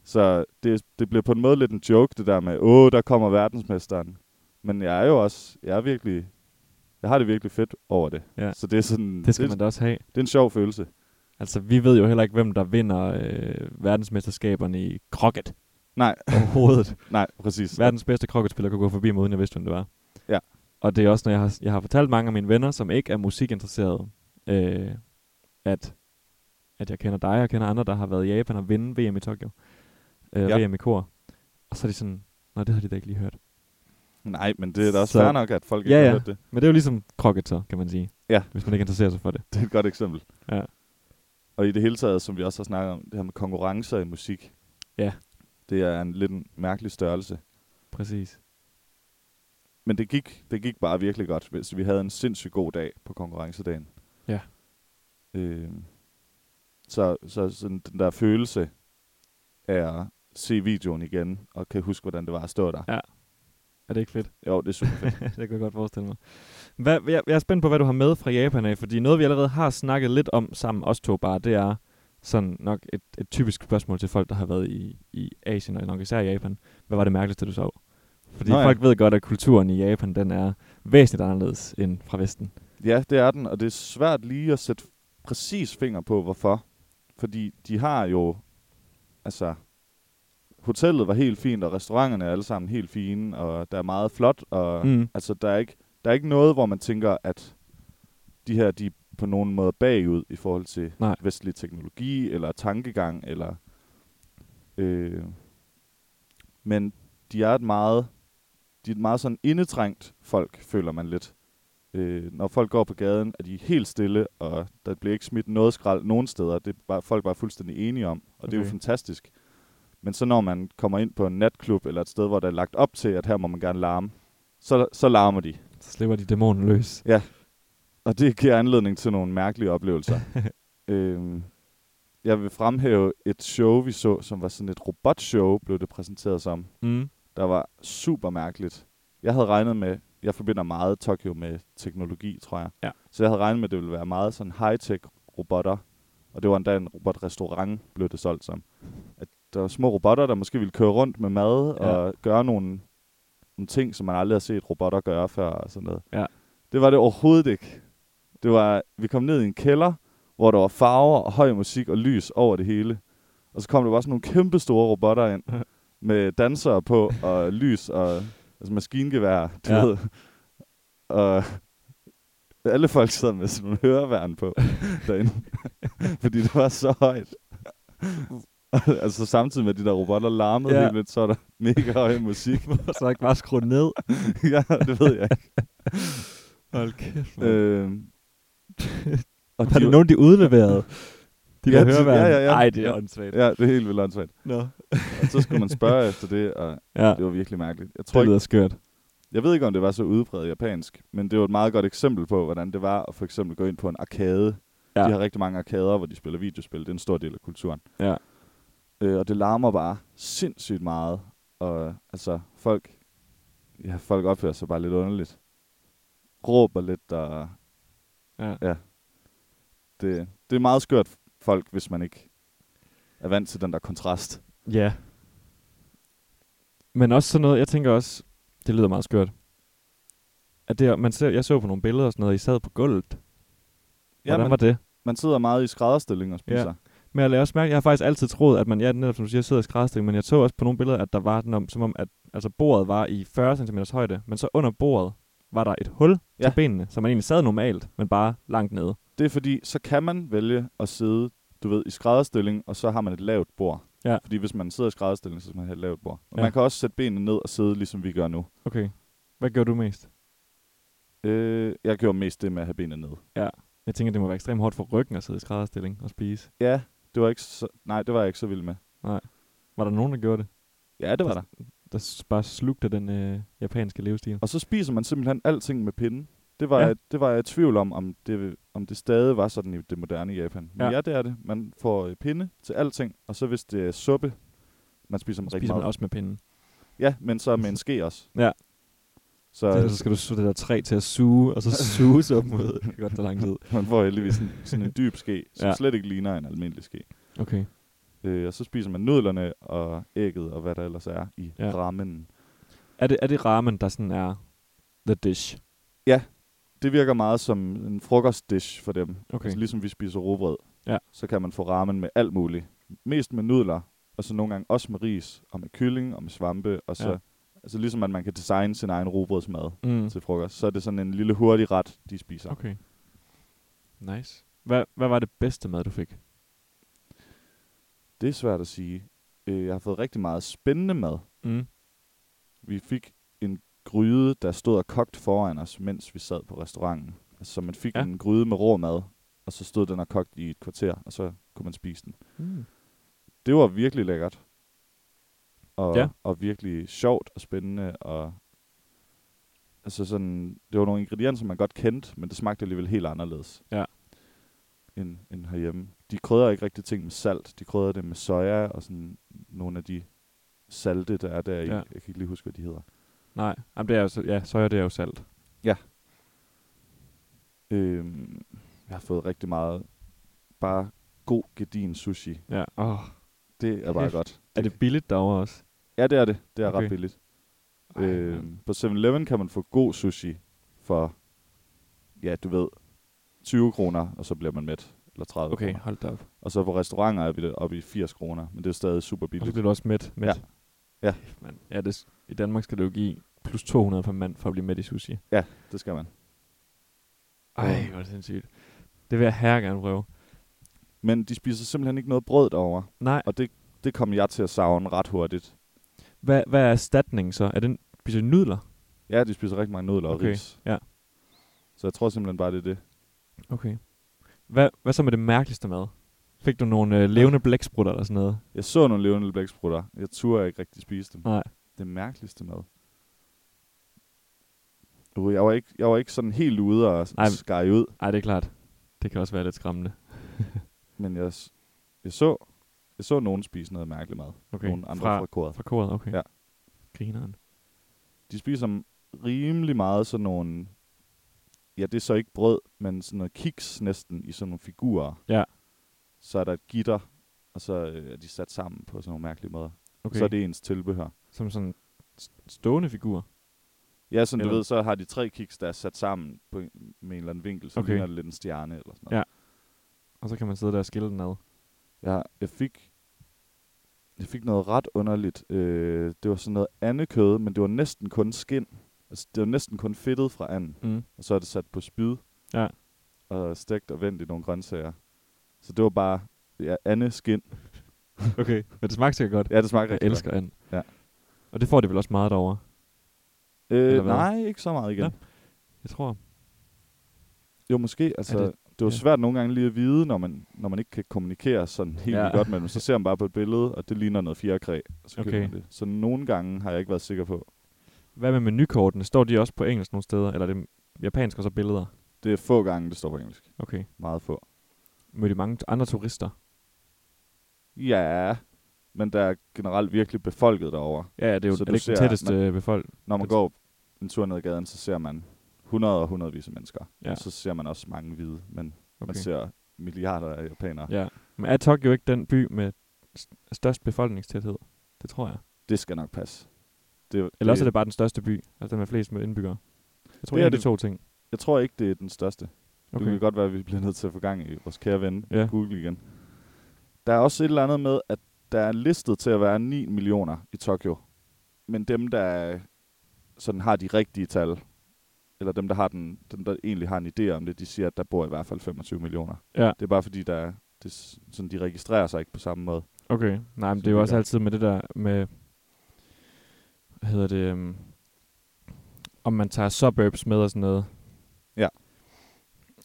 Speaker 2: Så det, det bliver på en måde lidt en joke, det der med, åh, der kommer verdensmesteren. Men jeg er jo også, jeg er virkelig, jeg har det virkelig fedt over det.
Speaker 1: Ja.
Speaker 2: Så det er sådan,
Speaker 1: Det skal
Speaker 2: det,
Speaker 1: man da også have.
Speaker 2: det er en sjov følelse.
Speaker 1: Altså, vi ved jo heller ikke, hvem der vinder øh, verdensmesterskaberne i krokket
Speaker 2: Nej,
Speaker 1: overhovedet.
Speaker 2: nej, præcis.
Speaker 1: Verdens bedste kroketspiller kunne gå forbi mig, uden jeg vidste, hvem det var.
Speaker 2: Ja.
Speaker 1: Og det er også, når jeg har, jeg har fortalt mange af mine venner, som ikke er musikinteresserede, øh, at, at jeg kender dig, og jeg kender andre, der har været i Japan og vinde VM i Tokyo. Øh, ja.
Speaker 2: Ja.
Speaker 1: VM i kor. Og så er de sådan, nej, det har de da ikke lige hørt.
Speaker 2: Nej, men det er da også
Speaker 1: Så-
Speaker 2: fair nok, at folk ikke
Speaker 1: Ja,
Speaker 2: har
Speaker 1: ja.
Speaker 2: hørt det.
Speaker 1: Men det er jo ligesom krokket så, kan man sige.
Speaker 2: Ja.
Speaker 1: Hvis man ikke interesserer sig for det.
Speaker 2: Det er et godt eksempel.
Speaker 1: Ja.
Speaker 2: Og i det hele taget, som vi også har snakket om, det her med konkurrencer i musik.
Speaker 1: Ja.
Speaker 2: Det er en lidt en mærkelig størrelse.
Speaker 1: Præcis.
Speaker 2: Men det gik, det gik bare virkelig godt, hvis vi havde en sindssygt god dag på konkurrencedagen.
Speaker 1: Ja.
Speaker 2: Øh, så så sådan den der følelse af at se videoen igen, og kan huske, hvordan det var at stå der.
Speaker 1: Er det ikke fedt?
Speaker 2: Jo, det er
Speaker 1: <laughs>
Speaker 2: super fedt.
Speaker 1: det kan jeg godt forestille mig. Hvad, jeg, jeg er spændt på, hvad du har med fra Japan af, fordi noget, vi allerede har snakket lidt om sammen, os to bare, det er sådan nok et, et typisk spørgsmål til folk, der har været i, i Asien, og nok især i Japan. Hvad var det mærkeligste, du så? Fordi
Speaker 2: Nå ja.
Speaker 1: folk ved godt, at kulturen i Japan, den er væsentligt anderledes end fra Vesten.
Speaker 2: ja, det er den, og det er svært lige at sætte præcis finger på, hvorfor. Fordi de har jo, altså, hotellet var helt fint, og restauranterne er alle sammen helt fine, og der er meget flot, og
Speaker 1: Mm.
Speaker 2: Altså, der er, ikke, der er ikke noget, hvor man tænker, at de her de er på nogen måde bagud i forhold til
Speaker 1: Nej.
Speaker 2: vestlig teknologi, eller tankegang, eller... Øh, men de er et meget, de er et meget sådan indetrængt folk, føler man lidt. Øh, når folk går på gaden, er de helt stille, og der bliver ikke smidt noget skrald nogen steder. Det er bare, folk bare fuldstændig enige om, og okay. det er jo
Speaker 1: Okay.
Speaker 2: fantastisk. Men så når man kommer ind på en natklub, eller et sted, hvor der er lagt op til, at her må man gerne larme, så, så larmer de.
Speaker 1: Så slipper de dæmonen løs.
Speaker 2: Og det giver anledning til nogle mærkelige oplevelser. øhm, jeg vil fremhæve et show, vi så, som var sådan et robotshow, blev det præsenteret som.
Speaker 1: Mm.
Speaker 2: Der var super mærkeligt. Jeg havde regnet med, jeg forbinder meget Tokyo med teknologi, tror jeg.
Speaker 1: Ja.
Speaker 2: Så jeg havde regnet med, at det ville være meget sådan high-tech robotter. Og det var endda en robotrestaurant, blev det solgt som. At der var små robotter, der måske ville køre rundt med mad
Speaker 1: Ja.
Speaker 2: ja. og gøre nogle, nogle ting, som man aldrig har set robotter gøre før og sådan noget.
Speaker 1: Ja.
Speaker 2: Det var det overhovedet ikke. Det var, vi kom ned i en kælder, hvor der var farver og høj musik og lys over det hele. Og så kom der bare sådan nogle kæmpe store robotter ind, med dansere på, og lys, og altså maskingevær, du
Speaker 1: Ja.
Speaker 2: ja. ved. Og alle folk sad med sådan nogle høreværn på derinde, <laughs> fordi det var så højt. altså samtidig med, at de der robotter larmede
Speaker 1: Ja.
Speaker 2: ja. helt lidt, så var der mega høj musik.
Speaker 1: <laughs> så er ikke bare skruet ned.
Speaker 2: <laughs> ja, det ved jeg ikke.
Speaker 1: Hold kæft, øh,
Speaker 2: øhm, og
Speaker 1: Var det nogen, de udleverede? De
Speaker 2: Ja,
Speaker 1: der
Speaker 2: de-
Speaker 1: høreværn?
Speaker 2: ja, ja, ja.
Speaker 1: Ej, det er
Speaker 2: Ja.
Speaker 1: åndssvagt.
Speaker 2: Ja, det er helt vildt åndssvagt.
Speaker 1: Nå.
Speaker 2: Og så skulle man spørge efter det, og
Speaker 1: Ja,
Speaker 2: det var virkelig mærkeligt. Jeg tror
Speaker 1: det
Speaker 2: ikke,
Speaker 1: lyder skørt.
Speaker 2: Jeg ved ikke, om det var så udbredt japansk, men det var et meget godt eksempel på, hvordan det var at for eksempel gå ind på en arkade.
Speaker 1: Ja.
Speaker 2: Ja. De har rigtig mange arkader, hvor de spiller videospil. Det er en stor del af kulturen.
Speaker 1: Ja.
Speaker 2: Øh, og det larmer bare sindssygt meget. Og altså, folk, ja, folk opfører sig bare lidt underligt. Råber lidt, og
Speaker 1: Ja.
Speaker 2: det, det er meget skørt folk, hvis man ikke er vant til den der kontrast.
Speaker 1: Ja. Men også sådan noget, jeg tænker også, det lyder meget skørt. At det, man ser, jeg så på nogle billeder og sådan noget, I sad på gulvet.
Speaker 2: Ja,
Speaker 1: Hvordan
Speaker 2: man,
Speaker 1: var det?
Speaker 2: man sidder meget i skrædderstilling og spiser.
Speaker 1: Men jeg lader også mærke, jeg har faktisk altid troet, at man, ja, netop som du siger, sidder i skrædderstilling, men jeg så også på nogle billeder, at der var den om, som om, at altså bordet var i 40 cm højde, men så under bordet var der et hul ja.
Speaker 2: Ja.
Speaker 1: til benene, så man egentlig sad normalt, men bare langt nede.
Speaker 2: Det er fordi, så kan man vælge at sidde, du ved, i skrædderstilling, og så har man et lavt bord.
Speaker 1: Ja.
Speaker 2: Fordi hvis man sidder i skrædderstilling, så skal man have et lavt bord. Og
Speaker 1: Ja.
Speaker 2: ja. man kan også sætte benene ned og sidde, ligesom vi gør nu.
Speaker 1: Okay. Hvad gjorde du mest?
Speaker 2: Øh, jeg gjorde mest det med at have benene ned.
Speaker 1: Jeg tænker, det må være ekstremt hårdt for ryggen at sidde i skrædderstilling og spise.
Speaker 2: Ja, det var ikke så, nej, det var jeg ikke så vild med.
Speaker 1: Var der nogen, der gjorde det?
Speaker 2: Ja, det var der.
Speaker 1: Der s- bare slugte den øh, japanske levestil.
Speaker 2: Og så spiser man simpelthen alting med pinden. Det var,
Speaker 1: Ja.
Speaker 2: ja. jeg, det var jeg i tvivl om, om det, om det stadig var sådan i det moderne Japan. Men
Speaker 1: Ja.
Speaker 2: ja, ja det er det. Man får øh, pinde til alting, og så hvis det er suppe, man spiser med rigtig
Speaker 1: Spiser man
Speaker 2: meget.
Speaker 1: også med pinden.
Speaker 2: Ja, men
Speaker 1: <laughs>
Speaker 2: så med en ske også.
Speaker 1: Ja.
Speaker 2: Så, øh,
Speaker 1: Så, så skal du suge det der træ til at suge, <laughs> og så suge sig op mod. Det kan godt tage lang tid.
Speaker 2: Man får heldigvis en, sådan en dyb ske, som
Speaker 1: Ja.
Speaker 2: ja. slet ikke ligner en almindelig ske.
Speaker 1: Okay.
Speaker 2: Øh, og så spiser man nudlerne og ægget og hvad der ellers er i
Speaker 1: Ja.
Speaker 2: ja. rammen.
Speaker 1: Er det, er det ramen, der sådan er the dish?
Speaker 2: Det virker meget som en frokostdish for dem. Okay.
Speaker 1: Okay.
Speaker 2: Altså, ligesom vi spiser robrød,
Speaker 1: Ja.
Speaker 2: så kan man få ramen med alt muligt. Mest med nudler, og så nogle gange også med ris, og med kylling, og med svampe, og så...
Speaker 1: Ja.
Speaker 2: Ja. Altså ligesom at man kan designe sin egen robrødsmad
Speaker 1: Mm.
Speaker 2: mm. til frokost, så er det sådan en lille hurtig ret, de spiser.
Speaker 1: Okay. Nice. Hvad, hvad var det bedste mad, du fik?
Speaker 2: Det er svært at sige. Øh, jeg har fået rigtig meget spændende mad.
Speaker 1: Mm.
Speaker 2: Vi fik en gryde, der stod og kogt foran os, mens vi sad på restauranten. Altså, så man fik
Speaker 1: Ja.
Speaker 2: ja. en gryde med rå mad, og så stod den og kogt i et kvarter, og så kunne man spise den.
Speaker 1: Mm.
Speaker 2: Det var virkelig lækkert. Og,
Speaker 1: Ja.
Speaker 2: og virkelig sjovt og spændende. Og altså sådan, det var nogle ingredienser, man godt kendte, men det smagte alligevel helt anderledes.
Speaker 1: Ja.
Speaker 2: End, end herhjemme. De krydder ikke rigtig ting med salt. De krydder det med soja og sådan nogle af de salte, der er der i.
Speaker 1: Ja.
Speaker 2: Ja. Jeg kan ikke lige huske, hvad de hedder.
Speaker 1: Nej, Jamen, det er jo, så- ja, soja det er jo salt.
Speaker 2: Øhm, jeg har fået rigtig meget bare god gedin sushi.
Speaker 1: Ja. Oh.
Speaker 2: Det er
Speaker 1: <laughs>
Speaker 2: bare
Speaker 1: Kæft.
Speaker 2: godt.
Speaker 1: Er det billigt derovre også? Øh,
Speaker 2: Ja, det er det. Det er okay.
Speaker 1: Okay.
Speaker 2: ret billigt.
Speaker 1: Ej, mand.
Speaker 2: Øhm, på 7-Eleven kan man få god sushi for, ja, du ved, 20 kroner, og så bliver man mæt. Eller 30
Speaker 1: Okay,
Speaker 2: kroner.
Speaker 1: hold da op.
Speaker 2: Og så på restauranter er vi det oppe i 80 kroner, men det er stadig super
Speaker 1: Og så
Speaker 2: billigt.
Speaker 1: bliver du også mæt. mæt.
Speaker 2: Ja. Ja.
Speaker 1: Kæft, mand. ja det, s- I Danmark skal du jo give plus 200 per mand for at blive mæt i sushi.
Speaker 2: Det skal man.
Speaker 1: Ej, hvor er det sindssygt. Det vil jeg herre gerne prøve.
Speaker 2: Men de spiser simpelthen ikke noget brød derovre,
Speaker 1: Nej,
Speaker 2: og det, det kom jeg til at savne ret hurtigt.
Speaker 1: hvad, hvad er erstatningen så? Er den spiser de nudler?
Speaker 2: Ja, de spiser rigtig mange nudler og
Speaker 1: Okay,
Speaker 2: ris.
Speaker 1: ja.
Speaker 2: Så jeg tror simpelthen bare, det er det.
Speaker 1: Okay. Hvad, hvad så med det mærkeligste mad? Fik du nogle øh, levende blæksprutter eller sådan noget?
Speaker 2: Jeg så nogle levende blæksprutter. Jeg turde ikke rigtig spise dem.
Speaker 1: Nej.
Speaker 2: Det mærkeligste mad. uge. Jeg var ikke, jeg var ikke sådan helt ude og
Speaker 1: Ej.
Speaker 2: skære ud,
Speaker 1: Ej, det er klart. Det kan også være lidt skræmmende.
Speaker 2: men jeg, s- jeg så, jeg så nogen spise noget mærkeligt mad.
Speaker 1: Okay.
Speaker 2: Nogle andre
Speaker 1: fra,
Speaker 2: fra koret.
Speaker 1: fra koret, okay.
Speaker 2: Ja.
Speaker 1: Grineren.
Speaker 2: De spiser rimelig meget sådan nogle... Ja, det er så ikke brød, men sådan noget kiks næsten i sådan nogle figurer.
Speaker 1: Ja.
Speaker 2: Så er der et gitter, og så øh, er de sat sammen på sådan nogle mærkelige måder.
Speaker 1: Okay.
Speaker 2: Så er det ens tilbehør.
Speaker 1: Som sådan st- stående figur.
Speaker 2: Ja, sådan du
Speaker 1: Eller-
Speaker 2: ved, så har de tre kiks, der er sat sammen på en, med en eller anden vinkel, så
Speaker 1: Okay.
Speaker 2: okay. ligner det lidt en stjerne eller sådan
Speaker 1: Ja.
Speaker 2: noget.
Speaker 1: Og så kan man sidde der og skille den ad.
Speaker 2: Ja. Jeg, jeg fik... Jeg fik noget ret underligt. Øh, det var sådan noget andekød, men det var næsten kun skin. Altså, det var næsten kun fedtet fra anden.
Speaker 1: Mm.
Speaker 2: og så er det sat på spyd.
Speaker 1: Ja.
Speaker 2: Og stegt og vendt i nogle grøntsager. Så det var bare ja, andet skin.
Speaker 1: <laughs> Okay. Men det smagte sikkert godt.
Speaker 2: Ja, det smagte
Speaker 1: Jeg
Speaker 2: rigtig
Speaker 1: elsker and.
Speaker 2: Ja.
Speaker 1: Og det får det vel også meget derovre.
Speaker 2: godt. Øh,
Speaker 1: Eller hvad?
Speaker 2: nej, ikke så meget igen.
Speaker 1: Nå. Jeg tror,
Speaker 2: Jo, måske. Altså,
Speaker 1: Er
Speaker 2: det,
Speaker 1: det-
Speaker 2: det var
Speaker 1: ja.
Speaker 2: svært nogle gange lige at vide, når man, når man ikke kan kommunikere sådan helt
Speaker 1: Ja.
Speaker 2: ja. godt med dem. Så ser man bare på et billede, og det ligner noget fjerkræ. og Så, køber
Speaker 1: Okay.
Speaker 2: man det. så nogle gange har jeg ikke været sikker på.
Speaker 1: Hvad med menukortene? Står de også på engelsk nogle steder? Eller er det japansk og så billeder?
Speaker 2: Det er få gange, det står på engelsk.
Speaker 1: Okay.
Speaker 2: Meget få.
Speaker 1: Mødte I mange t- andre turister?
Speaker 2: Ja, men der er generelt virkelig befolket derovre.
Speaker 1: Ja, det er jo
Speaker 2: Så
Speaker 1: er
Speaker 2: du
Speaker 1: det ikke den
Speaker 2: ser-
Speaker 1: tætteste man... befolk.
Speaker 2: Når man
Speaker 1: Den-
Speaker 2: går en tur ned ad gaden, så ser man 100 og hundredvis af mennesker.
Speaker 1: Ja.
Speaker 2: Ja. Og så ser man også mange hvide, men okay.
Speaker 1: Okay.
Speaker 2: man ser milliarder af japanere. Ja.
Speaker 1: Ja. Men er Tokyo ikke den by med st- størst befolkningstæthed? Det tror jeg.
Speaker 2: Det skal nok passe. Det,
Speaker 1: Eller også er
Speaker 2: det,
Speaker 1: det bare den største by. Altså den med flest med indbyggere. Jeg tror,
Speaker 2: Det
Speaker 1: det
Speaker 2: er
Speaker 1: er de
Speaker 2: det-
Speaker 1: to ting.
Speaker 2: jeg tror ikke, det er den største. Okay. Det
Speaker 1: Okay.
Speaker 2: kan godt være, at vi bliver nødt til at få gang i vores kære ven,
Speaker 1: Ja.
Speaker 2: ja. Google igen. Der er også et eller andet med, at der er listet til at være 9 millioner i Tokyo. Men dem, der sådan har de rigtige tal, eller dem, der, har den, dem, der egentlig har en idé om det, de siger, at der bor i hvert fald 25 millioner.
Speaker 1: Ja.
Speaker 2: Det er bare fordi, der er, det, er s- sådan, de registrerer sig ikke på samme måde.
Speaker 1: Okay. Nej, men
Speaker 2: Så
Speaker 1: det er jo
Speaker 2: det
Speaker 1: også
Speaker 2: gør-
Speaker 1: altid med det der med... Hvad hedder det? Um, om man tager suburbs med og sådan noget.
Speaker 2: Ja.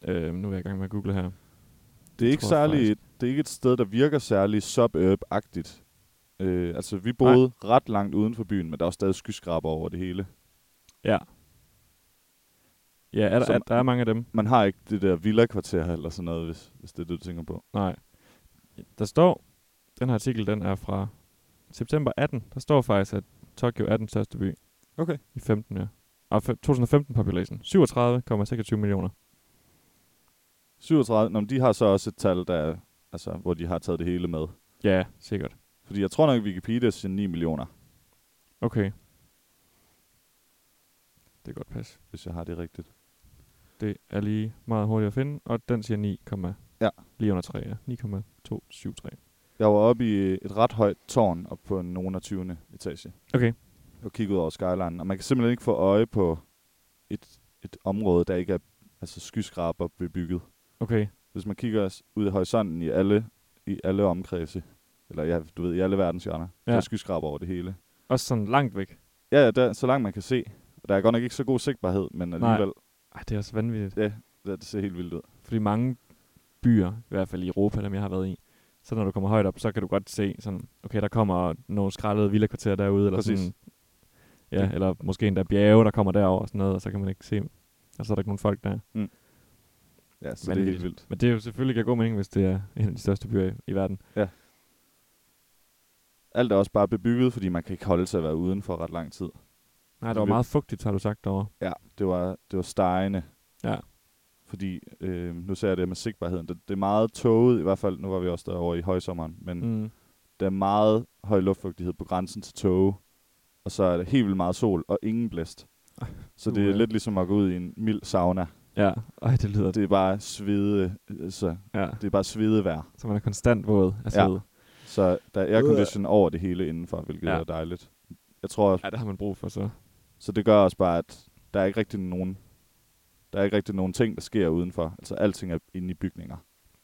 Speaker 1: Øhm, nu er jeg i gang med at google her.
Speaker 2: Det er, ikke
Speaker 1: tror jeg
Speaker 2: særlig, det er ikke et sted, der virker særlig suburb-agtigt. Øh, altså, vi boede Nej. ret langt uden for byen, men der var stadig skyskraber over det hele.
Speaker 1: Ja. Ja, er der,
Speaker 2: Som-
Speaker 1: er, der er mange af dem.
Speaker 2: Man har ikke det der villa-kvarter eller sådan noget, hvis, hvis det er det, du tænker på.
Speaker 1: Nej. Der står, den her artikel, den er fra september 18. Der står faktisk, at Tokyo er den største by
Speaker 2: Okay.
Speaker 1: i 15, ja. Og f- 2015 population, 37,26 millioner.
Speaker 2: 37, Nå, men de har så også et tal, der, er- altså, hvor de har taget det hele med.
Speaker 1: Ja, sikkert.
Speaker 2: Fordi jeg tror nok, at Wikipedia siger 9 millioner,
Speaker 1: Okay. Det kan godt passe.
Speaker 2: hvis jeg har det rigtigt.
Speaker 1: Det er lige meget hurtigt at finde, og den siger 9,
Speaker 2: Ja.
Speaker 1: lige under 3, ja. 9,273.
Speaker 2: Jeg var oppe i et ret højt tårn op på nogen af 20. etage
Speaker 1: Okay.
Speaker 2: og kiggede ud over skyline, og man kan simpelthen ikke få øje på et, et område, der ikke er altså skyskraber bebygget.
Speaker 1: Okay.
Speaker 2: hvis man kigger s- ud i horisonten i alle, i alle omkredse, eller ja, du ved, i alle verdenshjørner,
Speaker 1: Ja.
Speaker 2: ja. der er skyskraber over det hele.
Speaker 1: Også sådan langt væk.
Speaker 2: Ja, ja, der, så langt man kan se. Og der er godt nok ikke så god sigtbarhed, men alligevel,
Speaker 1: Ej, det er også vanvittigt.
Speaker 2: ja, det, det ser helt vildt ud.
Speaker 1: Fordi mange byer, i hvert fald i Europa, dem jeg har været i, så når du kommer højt op, så kan du godt se sådan, okay, der kommer nogle skrællede villakvarterer derude, eller
Speaker 2: Præcis.
Speaker 1: sådan, ja, eller måske endda bjerge, der kommer derover og sådan noget, og så kan man ikke se, og så er der ikke nogen folk der.
Speaker 2: Ja, så det er
Speaker 1: Vanvittigt.
Speaker 2: helt vildt.
Speaker 1: Men det er jo selvfølgelig giver god mening, hvis det er en af de største byer i, i verden.
Speaker 2: Alt er også bare bebygget, fordi man kan ikke holde sig at være uden for ret lang tid.
Speaker 1: Nej, det var meget fugtigt, har du sagt derovre.
Speaker 2: Ja, det var, det var stegende.
Speaker 1: Ja.
Speaker 2: Fordi, øh, nu ser jeg det med sigtbarheden, det, det er meget tåget i hvert fald, nu var vi også derovre i højsommeren, men mm.
Speaker 1: Mm.
Speaker 2: der er meget høj luftfugtighed på grænsen til tåge, og så er der helt vildt meget sol og ingen blæst. <laughs> Så det er
Speaker 1: Uha.
Speaker 2: lidt ligesom at gå ud i en mild sauna.
Speaker 1: Ja, ej, det lyder det.
Speaker 2: Det er bare svede, altså,
Speaker 1: Ja,
Speaker 2: det er bare svedevejr.
Speaker 1: så man er konstant våd af sved.
Speaker 2: Så der er aircondition over det hele indenfor, hvilket
Speaker 1: Ja.
Speaker 2: ja. er dejligt. Jeg tror, også-
Speaker 1: Ja, det har man brug for så.
Speaker 2: så det gør også bare, at der er ikke rigtig nogen, der er ikke rigtig nogen ting, der sker udenfor. Altså alting er inde i bygninger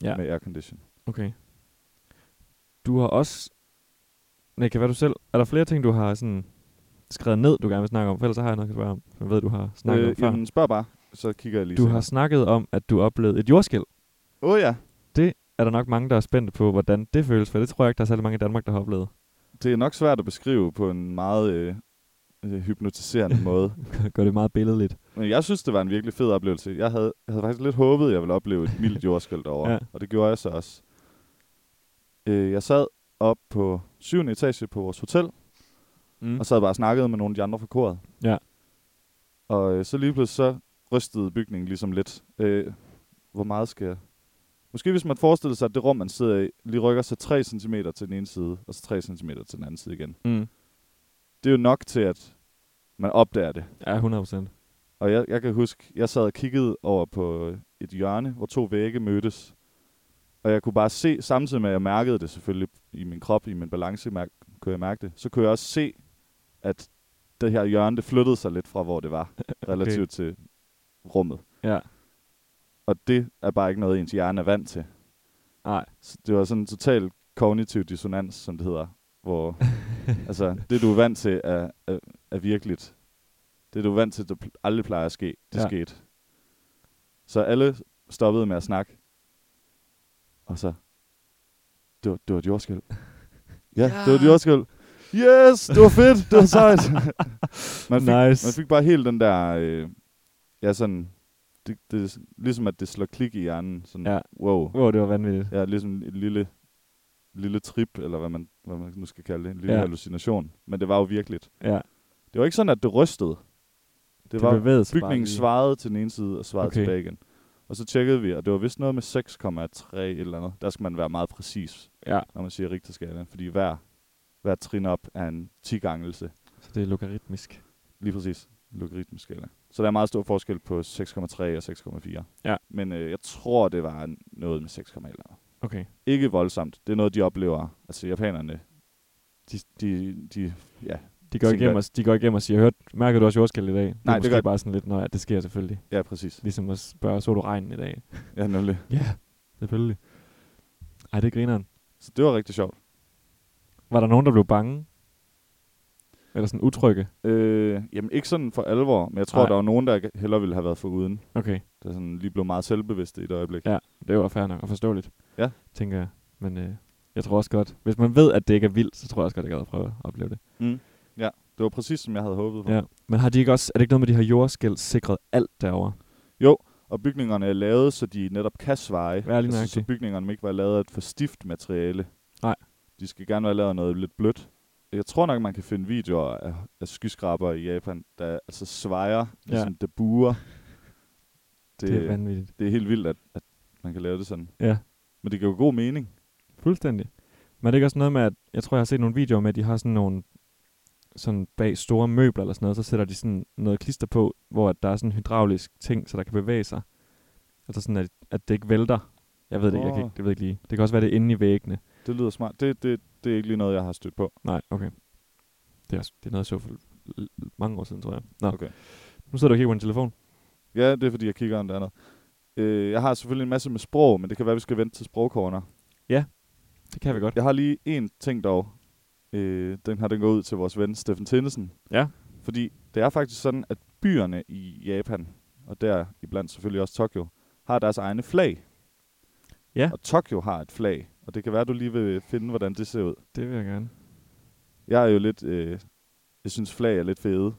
Speaker 1: Ja.
Speaker 2: ja. med aircondition.
Speaker 1: Okay. Du har også... Nej, kan være du selv... Er der flere ting, du har sådan skrevet ned, du gerne vil snakke om? For ellers så har jeg noget, jeg kan spørge om. som Jeg ved, du har snakket øh, om
Speaker 2: Øh,
Speaker 1: før.
Speaker 2: jamen, spørg bare, så kigger jeg lige.
Speaker 1: du har snakket om, at du oplevede et jordskæl.
Speaker 2: Åh oh, ja,
Speaker 1: Er der nok mange, der er spændte på, hvordan det føles? For det tror jeg ikke, der er særlig mange i Danmark, der har oplevet.
Speaker 2: det er nok svært at beskrive på en meget øh, øh,
Speaker 1: <laughs>
Speaker 2: hypnotiserende måde.
Speaker 1: Gør det meget billedligt.
Speaker 2: Men jeg synes, det var en virkelig fed oplevelse. Jeg havde, jeg havde faktisk lidt håbet, at jeg ville opleve et mildt jordskæld derovre.
Speaker 1: <laughs> Ja.
Speaker 2: ja. Og det gjorde jeg så også. Øh, jeg sad op på 7. etage på vores hotel, mm.
Speaker 1: Mm.
Speaker 2: og sad bare og snakkede med nogle af de andre fra koret.
Speaker 1: Ja.
Speaker 2: Og øh, så lige pludselig så rystede bygningen ligesom lidt. Øh, hvor meget skal jeg? Måske hvis man forestiller sig, at det rum, man sidder i, lige rykker sig 3 cm til den ene side, og så 3 cm til den anden side igen.
Speaker 1: Mm.
Speaker 2: Det er jo nok til, at man opdager det.
Speaker 1: Ja, 100 procent.
Speaker 2: Og jeg, jeg kan huske, jeg sad og kiggede over på øh, et hjørne, hvor to vægge mødtes. Og jeg kunne bare se, samtidig med at jeg mærkede det selvfølgelig i min krop, i min balance, mærk, kunne jeg mærke det, så kunne jeg også se, at det her hjørne, det flyttede sig lidt fra, hvor det var, relativt til rummet.
Speaker 1: Ja.
Speaker 2: Og det er bare ikke noget, ens hjerne er vant til.
Speaker 1: Nej.
Speaker 2: Så det var sådan en total kognitiv dissonans, som det hedder, hvor
Speaker 1: <laughs>
Speaker 2: altså, det, du er vant til, er, er, er virkeligt. Det, du er vant til, der pl- aldrig plejer at ske, det
Speaker 1: Ja.
Speaker 2: ja. skete. Så alle stoppede med at snakke. Og så, det var, det var et jordskæld.
Speaker 1: <laughs>
Speaker 2: Ja, ja, det var et jordskæld. Yes, det var fedt, det var
Speaker 1: <laughs>
Speaker 2: sejt. man, fik,
Speaker 1: nice.
Speaker 2: man fik bare helt den der, øh, ja sådan, det, det, er ligesom at det slår klik i hjernen. Sådan,
Speaker 1: Ja.
Speaker 2: ja. wow.
Speaker 1: Wow, det var vanvittigt.
Speaker 2: Ja, ligesom et lille, lille trip, eller hvad man, hvad man nu skal kalde det. En lille
Speaker 1: Ja.
Speaker 2: ja. hallucination. Men det var jo virkeligt.
Speaker 1: Ja.
Speaker 2: Det var ikke sådan, at det rystede. Det,
Speaker 1: Det,
Speaker 2: var,
Speaker 1: bevægede sig
Speaker 2: bygningen
Speaker 1: bare lige.
Speaker 2: svarede til den ene side og svarede
Speaker 1: Okay.
Speaker 2: okay. tilbage igen. Og så tjekkede vi, og det var vist noget med 6,3 et eller andet. Der skal man være meget præcis,
Speaker 1: Ja,
Speaker 2: når man siger rigterskalaen, fordi hver, hver trin op er en 10-gangelse.
Speaker 1: så det er logaritmisk.
Speaker 2: Lige præcis. Logaritmisk skala. Så der er meget stor forskel på 6,3 og 6,4.
Speaker 1: Ja.
Speaker 2: Men øh, jeg tror, det var noget med 6,1 eller andet
Speaker 1: Okay.
Speaker 2: ikke voldsomt. Det er noget, de oplever. Altså japanerne, de, de, de ja,
Speaker 1: De går,
Speaker 2: Tænker
Speaker 1: igennem
Speaker 2: jeg.
Speaker 1: os, de går igennem og siger, hørte, mærker du også jordskæld i dag?
Speaker 2: Nej,
Speaker 1: det
Speaker 2: det
Speaker 1: er
Speaker 2: gør
Speaker 1: måske
Speaker 2: jeg-
Speaker 1: bare sådan lidt, når det sker selvfølgelig.
Speaker 2: ja, præcis.
Speaker 1: Ligesom at spørge, så du regnen i dag?
Speaker 2: Ja, nemlig.
Speaker 1: Ja, yeah, selvfølgelig. Ej, det er grineren.
Speaker 2: Så det var rigtig sjovt.
Speaker 1: Var der nogen, der blev bange? Eller sådan utrygge?
Speaker 2: Øh, jamen ikke sådan for alvor, men jeg tror,
Speaker 1: Nej.
Speaker 2: Nej. der var nogen, der hellere ville have været for uden.
Speaker 1: Okay,
Speaker 2: Der sådan lige blev meget selvbevidste i et øjeblik.
Speaker 1: ja, det var fair nok og forståeligt.
Speaker 2: Ja.
Speaker 1: Tænker jeg. Men øh, jeg tror også godt, hvis man ved, at det ikke er vildt, så tror jeg også godt, jeg gad at prøve at opleve det.
Speaker 2: Mm. Ja, det var præcis, som jeg havde håbet på.
Speaker 1: Ja. Men har de ikke også, er det ikke noget med, de har jordskæld sikret alt derovre?
Speaker 2: Jo, og bygningerne er lavet, så de netop kan sveje.
Speaker 1: Ja, lige
Speaker 2: så
Speaker 1: nøjagtigt.
Speaker 2: bygningerne ikke var lavet af et for stift materiale.
Speaker 1: Nej.
Speaker 2: De skal gerne være lavet af noget lidt blødt. Jeg tror nok, man kan finde videoer af, af skyskraber i Japan, der altså svejer,
Speaker 1: Ja.
Speaker 2: ligesom der buer.
Speaker 1: Det, det er vanvittigt.
Speaker 2: det er helt vildt, at, at man kan lave det sådan.
Speaker 1: Ja.
Speaker 2: Men det giver jo god mening.
Speaker 1: Fuldstændig. Men er det ikke også noget med, at jeg tror, jeg har set nogle videoer med, at de har sådan nogle sådan bag store møbler eller sådan noget, så sætter de sådan noget klister på, hvor at der er sådan en hydraulisk ting, så der kan bevæge sig. Altså sådan, at, at det ikke vælter. Jeg ved det ikke, jeg kan
Speaker 2: Åh.
Speaker 1: ikke, det ved jeg ikke lige. Det kan også være, det er inde i væggene.
Speaker 2: Det lyder smart. Det, det, det er ikke lige noget, jeg har stødt på.
Speaker 1: Nej, okay. Det er, også, det er noget, jeg så for l- l- mange år siden, tror jeg. Nå,
Speaker 2: Okay.
Speaker 1: nu sidder du og kigger på din telefon.
Speaker 2: Ja, det er fordi, jeg kigger om det andet. Øh, jeg har selvfølgelig en masse med sprog, men det kan være, vi skal vente til sprogcorner.
Speaker 1: Det kan vi godt.
Speaker 2: Jeg har lige en ting dog. Øh, den har den gået ud til vores ven Steffen Tennesen.
Speaker 1: Ja.
Speaker 2: Fordi det er faktisk sådan, at byerne i Japan, og der iblandt selvfølgelig også Tokyo, har deres egne flag.
Speaker 1: Ja.
Speaker 2: Og Tokyo har et flag, og det kan være, du lige vil finde, hvordan det ser ud.
Speaker 1: Det vil jeg gerne.
Speaker 2: Jeg er jo lidt... Øh, jeg synes, flag er lidt fede.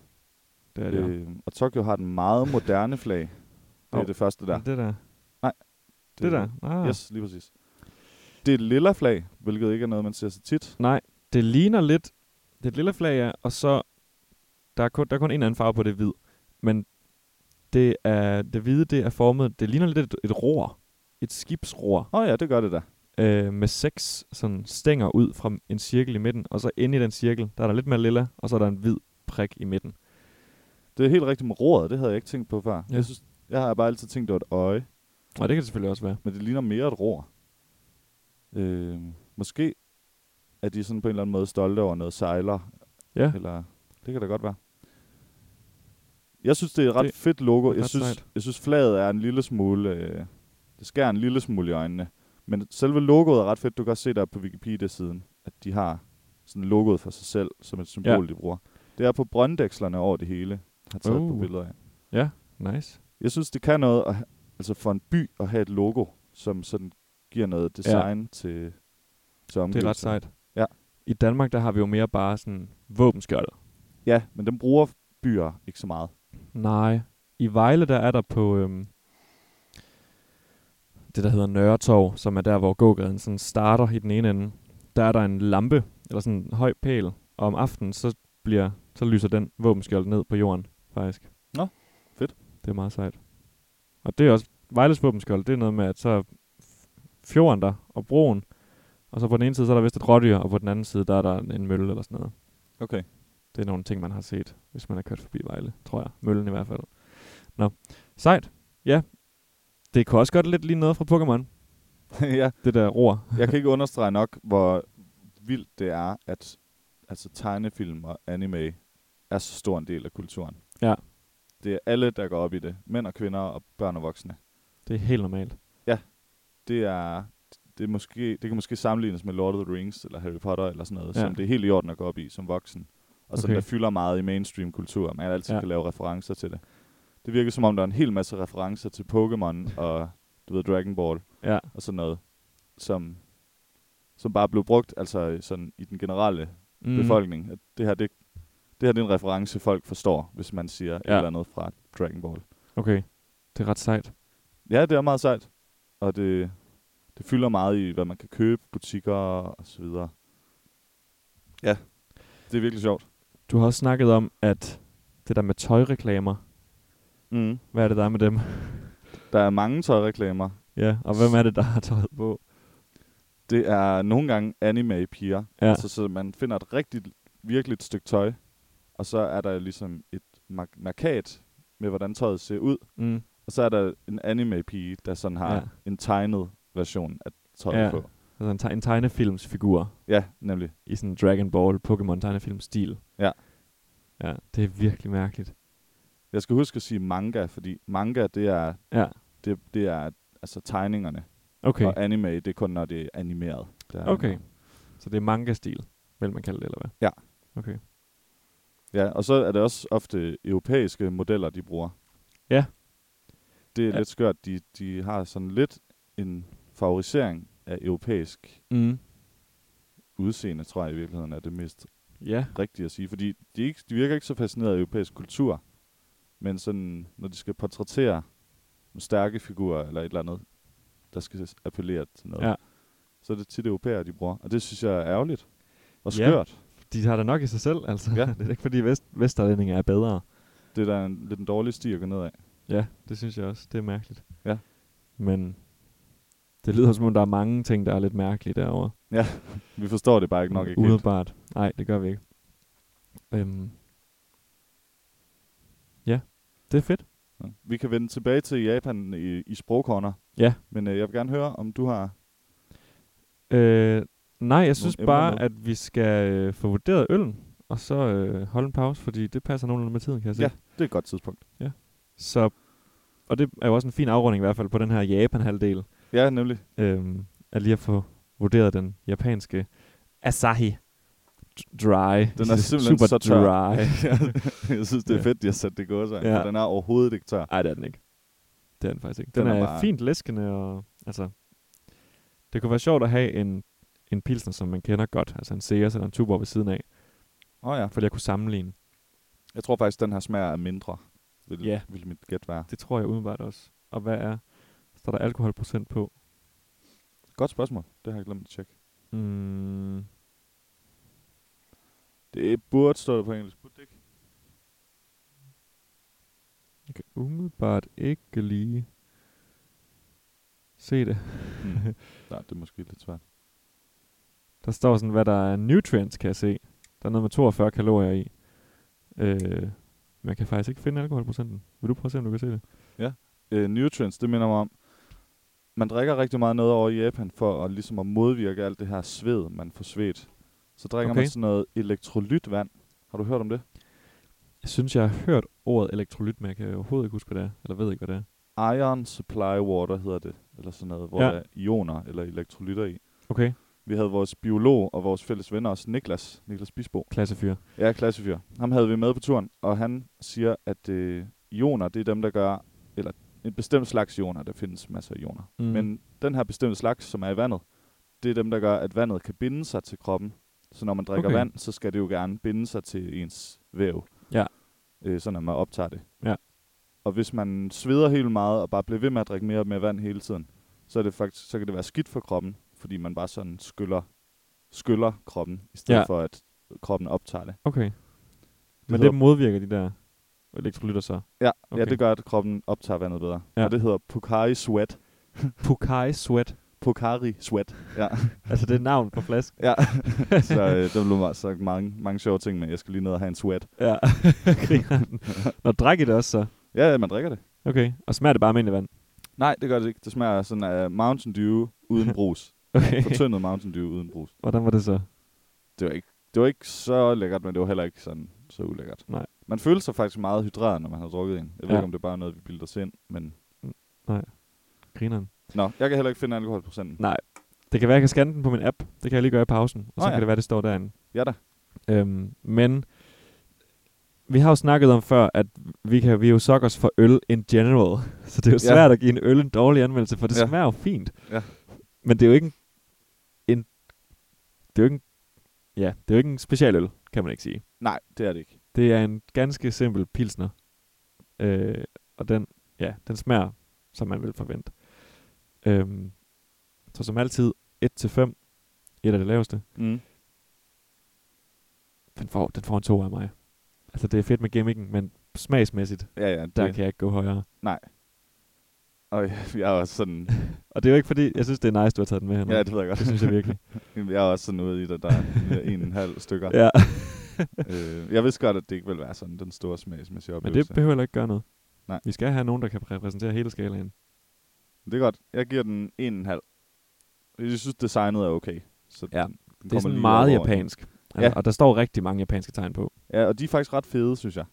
Speaker 1: Det er det. Øh,
Speaker 2: Øh, og Tokyo har den meget moderne flag. Det er
Speaker 1: Hov.
Speaker 2: det første der.
Speaker 1: der. Det der.
Speaker 2: Nej,
Speaker 1: Det, det der. Ah.
Speaker 2: Yes, lige præcis. Det er et lilla flag, hvilket ikke er noget, man ser så tit.
Speaker 1: Nej, det ligner lidt, det er et lille flag, ja, og så, der er kun, der er kun en anden farve på det er hvid, men det, er, det hvide, det er formet, det ligner lidt et, et ror, et skibsror,
Speaker 2: Åh oh ja, det gør det da.
Speaker 1: øh, med seks sådan stænger ud fra en cirkel i midten, og så inde i den cirkel, der er der lidt mere lilla, og så er der en hvid prik i midten.
Speaker 2: Det er helt rigtigt med roret, det havde jeg ikke tænkt på før.
Speaker 1: Ja.
Speaker 2: Jeg, synes, jeg har bare altid tænkt, det var et øje,
Speaker 1: Og det kan det selvfølgelig også være.
Speaker 2: men det ligner mere et ror. Øh, måske er de sådan på en eller anden måde stolte over noget sejler,
Speaker 1: Ja,
Speaker 2: eller det kan da godt være. Jeg synes, det er et ret
Speaker 1: Det
Speaker 2: det fedt logo.
Speaker 1: er
Speaker 2: Jeg
Speaker 1: ret
Speaker 2: synes,
Speaker 1: sejt.
Speaker 2: jeg synes, flaget er en lille smule... Øh, det skærer en lille smule i øjnene. Men selve logoet er ret fedt. Du kan også se der på Wikipedia-siden, at de har sådan logoet for sig selv, som et symbol, de bruger. Det er på brønddækslerne over det hele, har taget uh. på
Speaker 1: Uh.
Speaker 2: billeder af.
Speaker 1: nice.
Speaker 2: Jeg synes, det kan noget, at, ha- altså for en by at have et logo, som sådan giver noget design ja. til, til
Speaker 1: Det er ret
Speaker 2: omgivelserne.
Speaker 1: sejt.
Speaker 2: Ja.
Speaker 1: I Danmark, der har vi jo mere bare sådan våbenskjoldet.
Speaker 2: Ja, men den bruger byer ikke så meget.
Speaker 1: Nej. I Vejle, der er der på øhm, det, der hedder Nørretorv, som er der, hvor gågaden sådan starter i den ene ende. Der er der en lampe, eller sådan en høj pæl, og om aftenen, så, bliver, så lyser den våbenskjold ned på jorden, faktisk.
Speaker 2: Nå, fedt.
Speaker 1: Det er meget sejt. Og det er også, Vejles våbenskjold, det er noget med, at så er fjorden der, og broen, og så på den ene side, så er der vist et rådyr, og på den anden side, der er der en mølle eller sådan noget.
Speaker 2: Okay.
Speaker 1: Det er nogle ting, man har set, hvis man har kørt forbi Vejle, tror jeg. Møllen i hvert fald. Nå, sejt. Ja, det kunne også godt lidt lige noget fra Pokémon,
Speaker 2: <laughs> ja,
Speaker 1: det der roer.
Speaker 2: jeg kan ikke understrege nok, hvor vildt det er, at altså, tegnefilm og anime er så stor en del af kulturen.
Speaker 1: Ja.
Speaker 2: Det er alle, der går op i det. Mænd og kvinder og børn og voksne.
Speaker 1: Det er helt normalt.
Speaker 2: Det er... Det, er måske, det kan måske sammenlignes med Lord of the Rings eller Harry Potter eller sådan noget,
Speaker 1: Ja.
Speaker 2: ja. som det er helt i orden at gå op i som voksen. Og så
Speaker 1: Okay.
Speaker 2: okay. der fylder meget i mainstream kultur. Man altid
Speaker 1: Ja.
Speaker 2: ja. kan lave referencer til det. Det virker som om, der er en hel masse referencer til Pokémon og du ved, Dragon Ball.
Speaker 1: Ja,
Speaker 2: og sådan noget, som, som bare blev brugt altså sådan i den generelle mm. befolkning. At det her, det, det her det er en reference, folk forstår, hvis man siger ja.
Speaker 1: Ja.
Speaker 2: et eller andet fra Dragon Ball.
Speaker 1: Okay, det er ret sejt.
Speaker 2: Ja, det er meget sejt, og det, det fylder meget i, hvad man kan købe, butikker og så videre. Ja, det er virkelig sjovt.
Speaker 1: Du har også snakket om, at det der med tøjreklamer,
Speaker 2: Mm.
Speaker 1: hvad er det, der er med dem?
Speaker 2: Der er mange tøjreklamer.
Speaker 1: <laughs> ja, og hvem er det, der har tøjet på?
Speaker 2: Det er nogle gange anime-piger,
Speaker 1: Ja,
Speaker 2: Altså, så man finder et rigtigt, virkeligt stykke tøj, og så er der ligesom et mark- markat med, hvordan tøjet ser ud,
Speaker 1: mm.
Speaker 2: og så er der en anime-pige, der sådan har
Speaker 1: Ja.
Speaker 2: ja. en tegnet version af tøjet
Speaker 1: Ja.
Speaker 2: ja. på.
Speaker 1: altså en, te- en tegnefilmsfigur
Speaker 2: Ja, nemlig.
Speaker 1: i sådan en Dragon Ball, Pokémon tegnefilmstil.
Speaker 2: Ja.
Speaker 1: Ja, det er virkelig mærkeligt.
Speaker 2: Jeg skal huske at sige manga, fordi manga, det er,
Speaker 1: Ja,
Speaker 2: det, det er altså tegningerne,
Speaker 1: okay.
Speaker 2: okay. og anime, det er kun, når det er animeret. Der er
Speaker 1: Okay. Så det er manga-stil, vil man kalde det, eller hvad?
Speaker 2: Ja.
Speaker 1: Okay.
Speaker 2: Ja, og så er det også ofte europæiske modeller, de bruger.
Speaker 1: Ja.
Speaker 2: Det er
Speaker 1: Ja.
Speaker 2: ja. lidt skørt. De, de har sådan lidt en favorisering af europæisk
Speaker 1: Mm.
Speaker 2: udseende, tror jeg i virkeligheden er det mest
Speaker 1: Ja,
Speaker 2: rigtige at sige. Fordi de, er ikke, de virker ikke så fascineret af europæisk kultur, men sådan, når de skal portrættere nogle stærke figurer eller et eller andet, der skal s- appellere til noget,
Speaker 1: Ja.
Speaker 2: så er det tit europæer, de bruger. Og det synes jeg er ærgerligt og
Speaker 1: Ja.
Speaker 2: skørt.
Speaker 1: de har det nok i sig selv, altså.
Speaker 2: Ja.
Speaker 1: <laughs> det er ikke fordi vest- vesterlændinge er bedre.
Speaker 2: Det er da en, lidt en dårlig sti at gå ned af.
Speaker 1: Ja, det synes jeg også. Det er mærkeligt.
Speaker 2: Ja.
Speaker 1: Men det lyder som om, der er mange ting, der er lidt mærkelige derovre.
Speaker 2: Vi forstår det bare ikke nok ikke helt.
Speaker 1: Udebart. Nej, det gør vi ikke. Øhm. Ja, det er fedt.
Speaker 2: Ja. Vi kan vende tilbage til Japan i, i sprogcorner.
Speaker 1: Ja.
Speaker 2: Men øh, jeg vil gerne høre, om du har...
Speaker 1: Øh, nej, jeg synes
Speaker 2: emner
Speaker 1: bare,
Speaker 2: med?
Speaker 1: at vi skal øh, få vurderet øllen, og så øh, holde en pause, fordi det passer nogenlunde med tiden, kan jeg se.
Speaker 2: Ja, det er et godt tidspunkt.
Speaker 1: Så, og det er jo også en fin afrunding i hvert fald på den her Japan-halvdel, <laughs>
Speaker 2: Ja, nemlig.
Speaker 1: øhm, at lige at få vurderet den japanske Asahi D- Dry.
Speaker 2: Den er simpelthen
Speaker 1: Super
Speaker 2: så tør.
Speaker 1: dry.
Speaker 2: <laughs> jeg synes, det er
Speaker 1: Ja.
Speaker 2: fedt, de har sat det gode sig.
Speaker 1: Ja.
Speaker 2: Ja. Den er overhovedet ikke tør.
Speaker 1: Nej, det er den ikke. Det er den faktisk ikke. Den,
Speaker 2: Den
Speaker 1: den
Speaker 2: er
Speaker 1: er, er
Speaker 2: bare-
Speaker 1: fint læskende, og altså, det kunne være sjovt at have en, en pilsner, som man kender godt, altså en Sears eller en Tuborg ved siden af,
Speaker 2: Åh oh, ja.
Speaker 1: fordi jeg kunne sammenligne.
Speaker 2: Jeg tror faktisk, den her smager er mindre, vil,
Speaker 1: Ja.
Speaker 2: yeah. vil mit gæt være.
Speaker 1: Det tror jeg udenbart også. Og hvad er, står der alkoholprocent på?
Speaker 2: Godt spørgsmål. Det har jeg glemt at tjekke. Hmm.
Speaker 1: Mm,
Speaker 2: Det burde stå der på engelsk. Burde det ikke?
Speaker 1: Jeg kan umiddelbart ikke lige se det.
Speaker 2: <laughs> Mm. Nej, det er måske lidt svært.
Speaker 1: Der står sådan, hvad der er nutrients, kan jeg se. Der er noget med 42 kalorier i. Øh, man kan faktisk ikke finde alkoholprocenten. Vil du prøve at se, om du kan se det?
Speaker 2: Øh, nutrients, det minder mig om, man drikker rigtig meget noget over i Japan for at, ligesom at modvirke alt det her sved, man får svedt. Så drikker okay.
Speaker 1: Okay.
Speaker 2: man sådan noget elektrolytvand. Har du hørt om det?
Speaker 1: Jeg synes, jeg har hørt ordet elektrolyt, men jeg kan overhovedet ikke huske, hvad det er. Eller ved ikke, hvad det er.
Speaker 2: Iron Supply Water hedder det, eller sådan noget, hvor
Speaker 1: Ja.
Speaker 2: ja. der er ioner eller elektrolytter i.
Speaker 1: Okay.
Speaker 2: Vi havde vores biolog og vores fælles venner også, Niklas, Niklas Bisbo.
Speaker 1: Klassefyr.
Speaker 2: Ja, klassefyr. Ham havde vi med på turen, og han siger, at øh, ioner, det er dem, der gør, eller en bestemt slags ioner, der findes masser af ioner.
Speaker 1: Mm.
Speaker 2: Mm. Men den her bestemte slags, som er i vandet, det er dem, der gør, at vandet kan binde sig til kroppen. Så når man drikker
Speaker 1: Okay.
Speaker 2: okay. vand, så skal det jo gerne binde sig til ens væv.
Speaker 1: Ja.
Speaker 2: Øh, sådan at man optager det.
Speaker 1: Ja.
Speaker 2: Og hvis man sveder helt meget og bare bliver ved med at drikke mere og mere vand hele tiden, så, er det faktisk, så kan det være skidt for kroppen, fordi man bare sådan skyller, skyller kroppen, i stedet
Speaker 1: Ja.
Speaker 2: ja. for at kroppen optager det.
Speaker 1: Okay.
Speaker 2: det
Speaker 1: Men
Speaker 2: hedder-
Speaker 1: det modvirker de der elektrolytter så.
Speaker 2: Ja, okay. ja,
Speaker 1: Okay.
Speaker 2: det gør, at kroppen optager vandet bedre.
Speaker 1: Ja.
Speaker 2: Ja. Og det hedder Pocari Sweat.
Speaker 1: Pukai Sweat.
Speaker 2: Pocari Sweat. Ja,
Speaker 1: Altså det er navn på flaske.
Speaker 2: ja. <laughs> så øh, der blev meget sagt mange, mange sjove ting, men jeg skal lige ned og have en sweat.
Speaker 1: Ja. <laughs> Grineren. Nå, drak I det også så?
Speaker 2: Ja, ja, man drikker det.
Speaker 1: Okay. Og smager det bare almindelig vand?
Speaker 2: Nej, det gør det ikke. Det smager sådan af Mountain Dew uden <laughs> brus.
Speaker 1: Okay.
Speaker 2: Fortyndet Mountain Dew uden brus.
Speaker 1: Hvordan var det så?
Speaker 2: Det var, ikke, det var ikke så lækkert, men det var heller ikke sådan så ulækkert.
Speaker 1: Nej.
Speaker 2: Man følte sig faktisk meget hydreret, når man har drukket en. Jeg ved
Speaker 1: Ja.
Speaker 2: ikke, om det er bare noget, vi bilder os ind, men...
Speaker 1: Grineren.
Speaker 2: Nå, jeg kan heller ikke finde alkoholprocenten.
Speaker 1: Nej. Det kan være, jeg kan scanne den på min app. Det kan jeg lige gøre i pausen. Og så
Speaker 2: Nå
Speaker 1: oh, ja.
Speaker 2: ja.
Speaker 1: kan det være, det står derinde.
Speaker 2: Ja da.
Speaker 1: Øhm, men vi har jo snakket om før, at vi, kan, vi er jo suckers for øl in general. <laughs> Så det er jo
Speaker 2: Ja.
Speaker 1: svært ja. at give en øl en dårlig anmeldelse, for det ja.
Speaker 2: Ja.
Speaker 1: smager jo fint.
Speaker 2: Ja.
Speaker 1: Men det er jo ikke en, en, det er jo ikke en, ja, det er jo ikke en special øl, kan man ikke sige.
Speaker 2: Nej, det er det ikke.
Speaker 1: Det er en ganske simpel pilsner. Øh, og den, ja, den smager, som man vil forvente. Øhm, så som altid, 1-5. Et af det laveste
Speaker 2: Mm.
Speaker 1: den får, den får en to af mig. Altså, det er fedt med gimmicken, men smagsmæssigt,
Speaker 2: Ja, ja. Det,
Speaker 1: der kan jeg ikke gå højere.
Speaker 2: Og jeg- <laughs> jeg er også sådan...
Speaker 1: Og det er jo ikke fordi, jeg synes, det er nice, du har taget den med her nu.
Speaker 2: ja, det ved jeg godt.
Speaker 1: det synes jeg
Speaker 2: <laughs>
Speaker 1: virkelig.
Speaker 2: jeg er også sådan ude i det, der
Speaker 1: <laughs>
Speaker 2: er en og en halv stykker.
Speaker 1: ja.
Speaker 2: Øh, jeg vidste godt, at det ikke ville være sådan den store smagsmæssige
Speaker 1: Men
Speaker 2: oplevelse.
Speaker 1: det behøver heller ikke gøre noget.
Speaker 2: Nej.
Speaker 1: Vi skal have nogen, der kan repræsentere hele skalaen.
Speaker 2: det er godt. Jeg giver den en og en halv. Jeg synes, designet er okay. Så
Speaker 1: Ja,
Speaker 2: den, den
Speaker 1: Det er
Speaker 2: kommer
Speaker 1: sådan
Speaker 2: lige
Speaker 1: meget
Speaker 2: over.
Speaker 1: japansk. Altså, ja.
Speaker 2: Ja.
Speaker 1: Og der står rigtig mange japanske tegn på.
Speaker 2: Ja, og de er faktisk ret fede, synes jeg.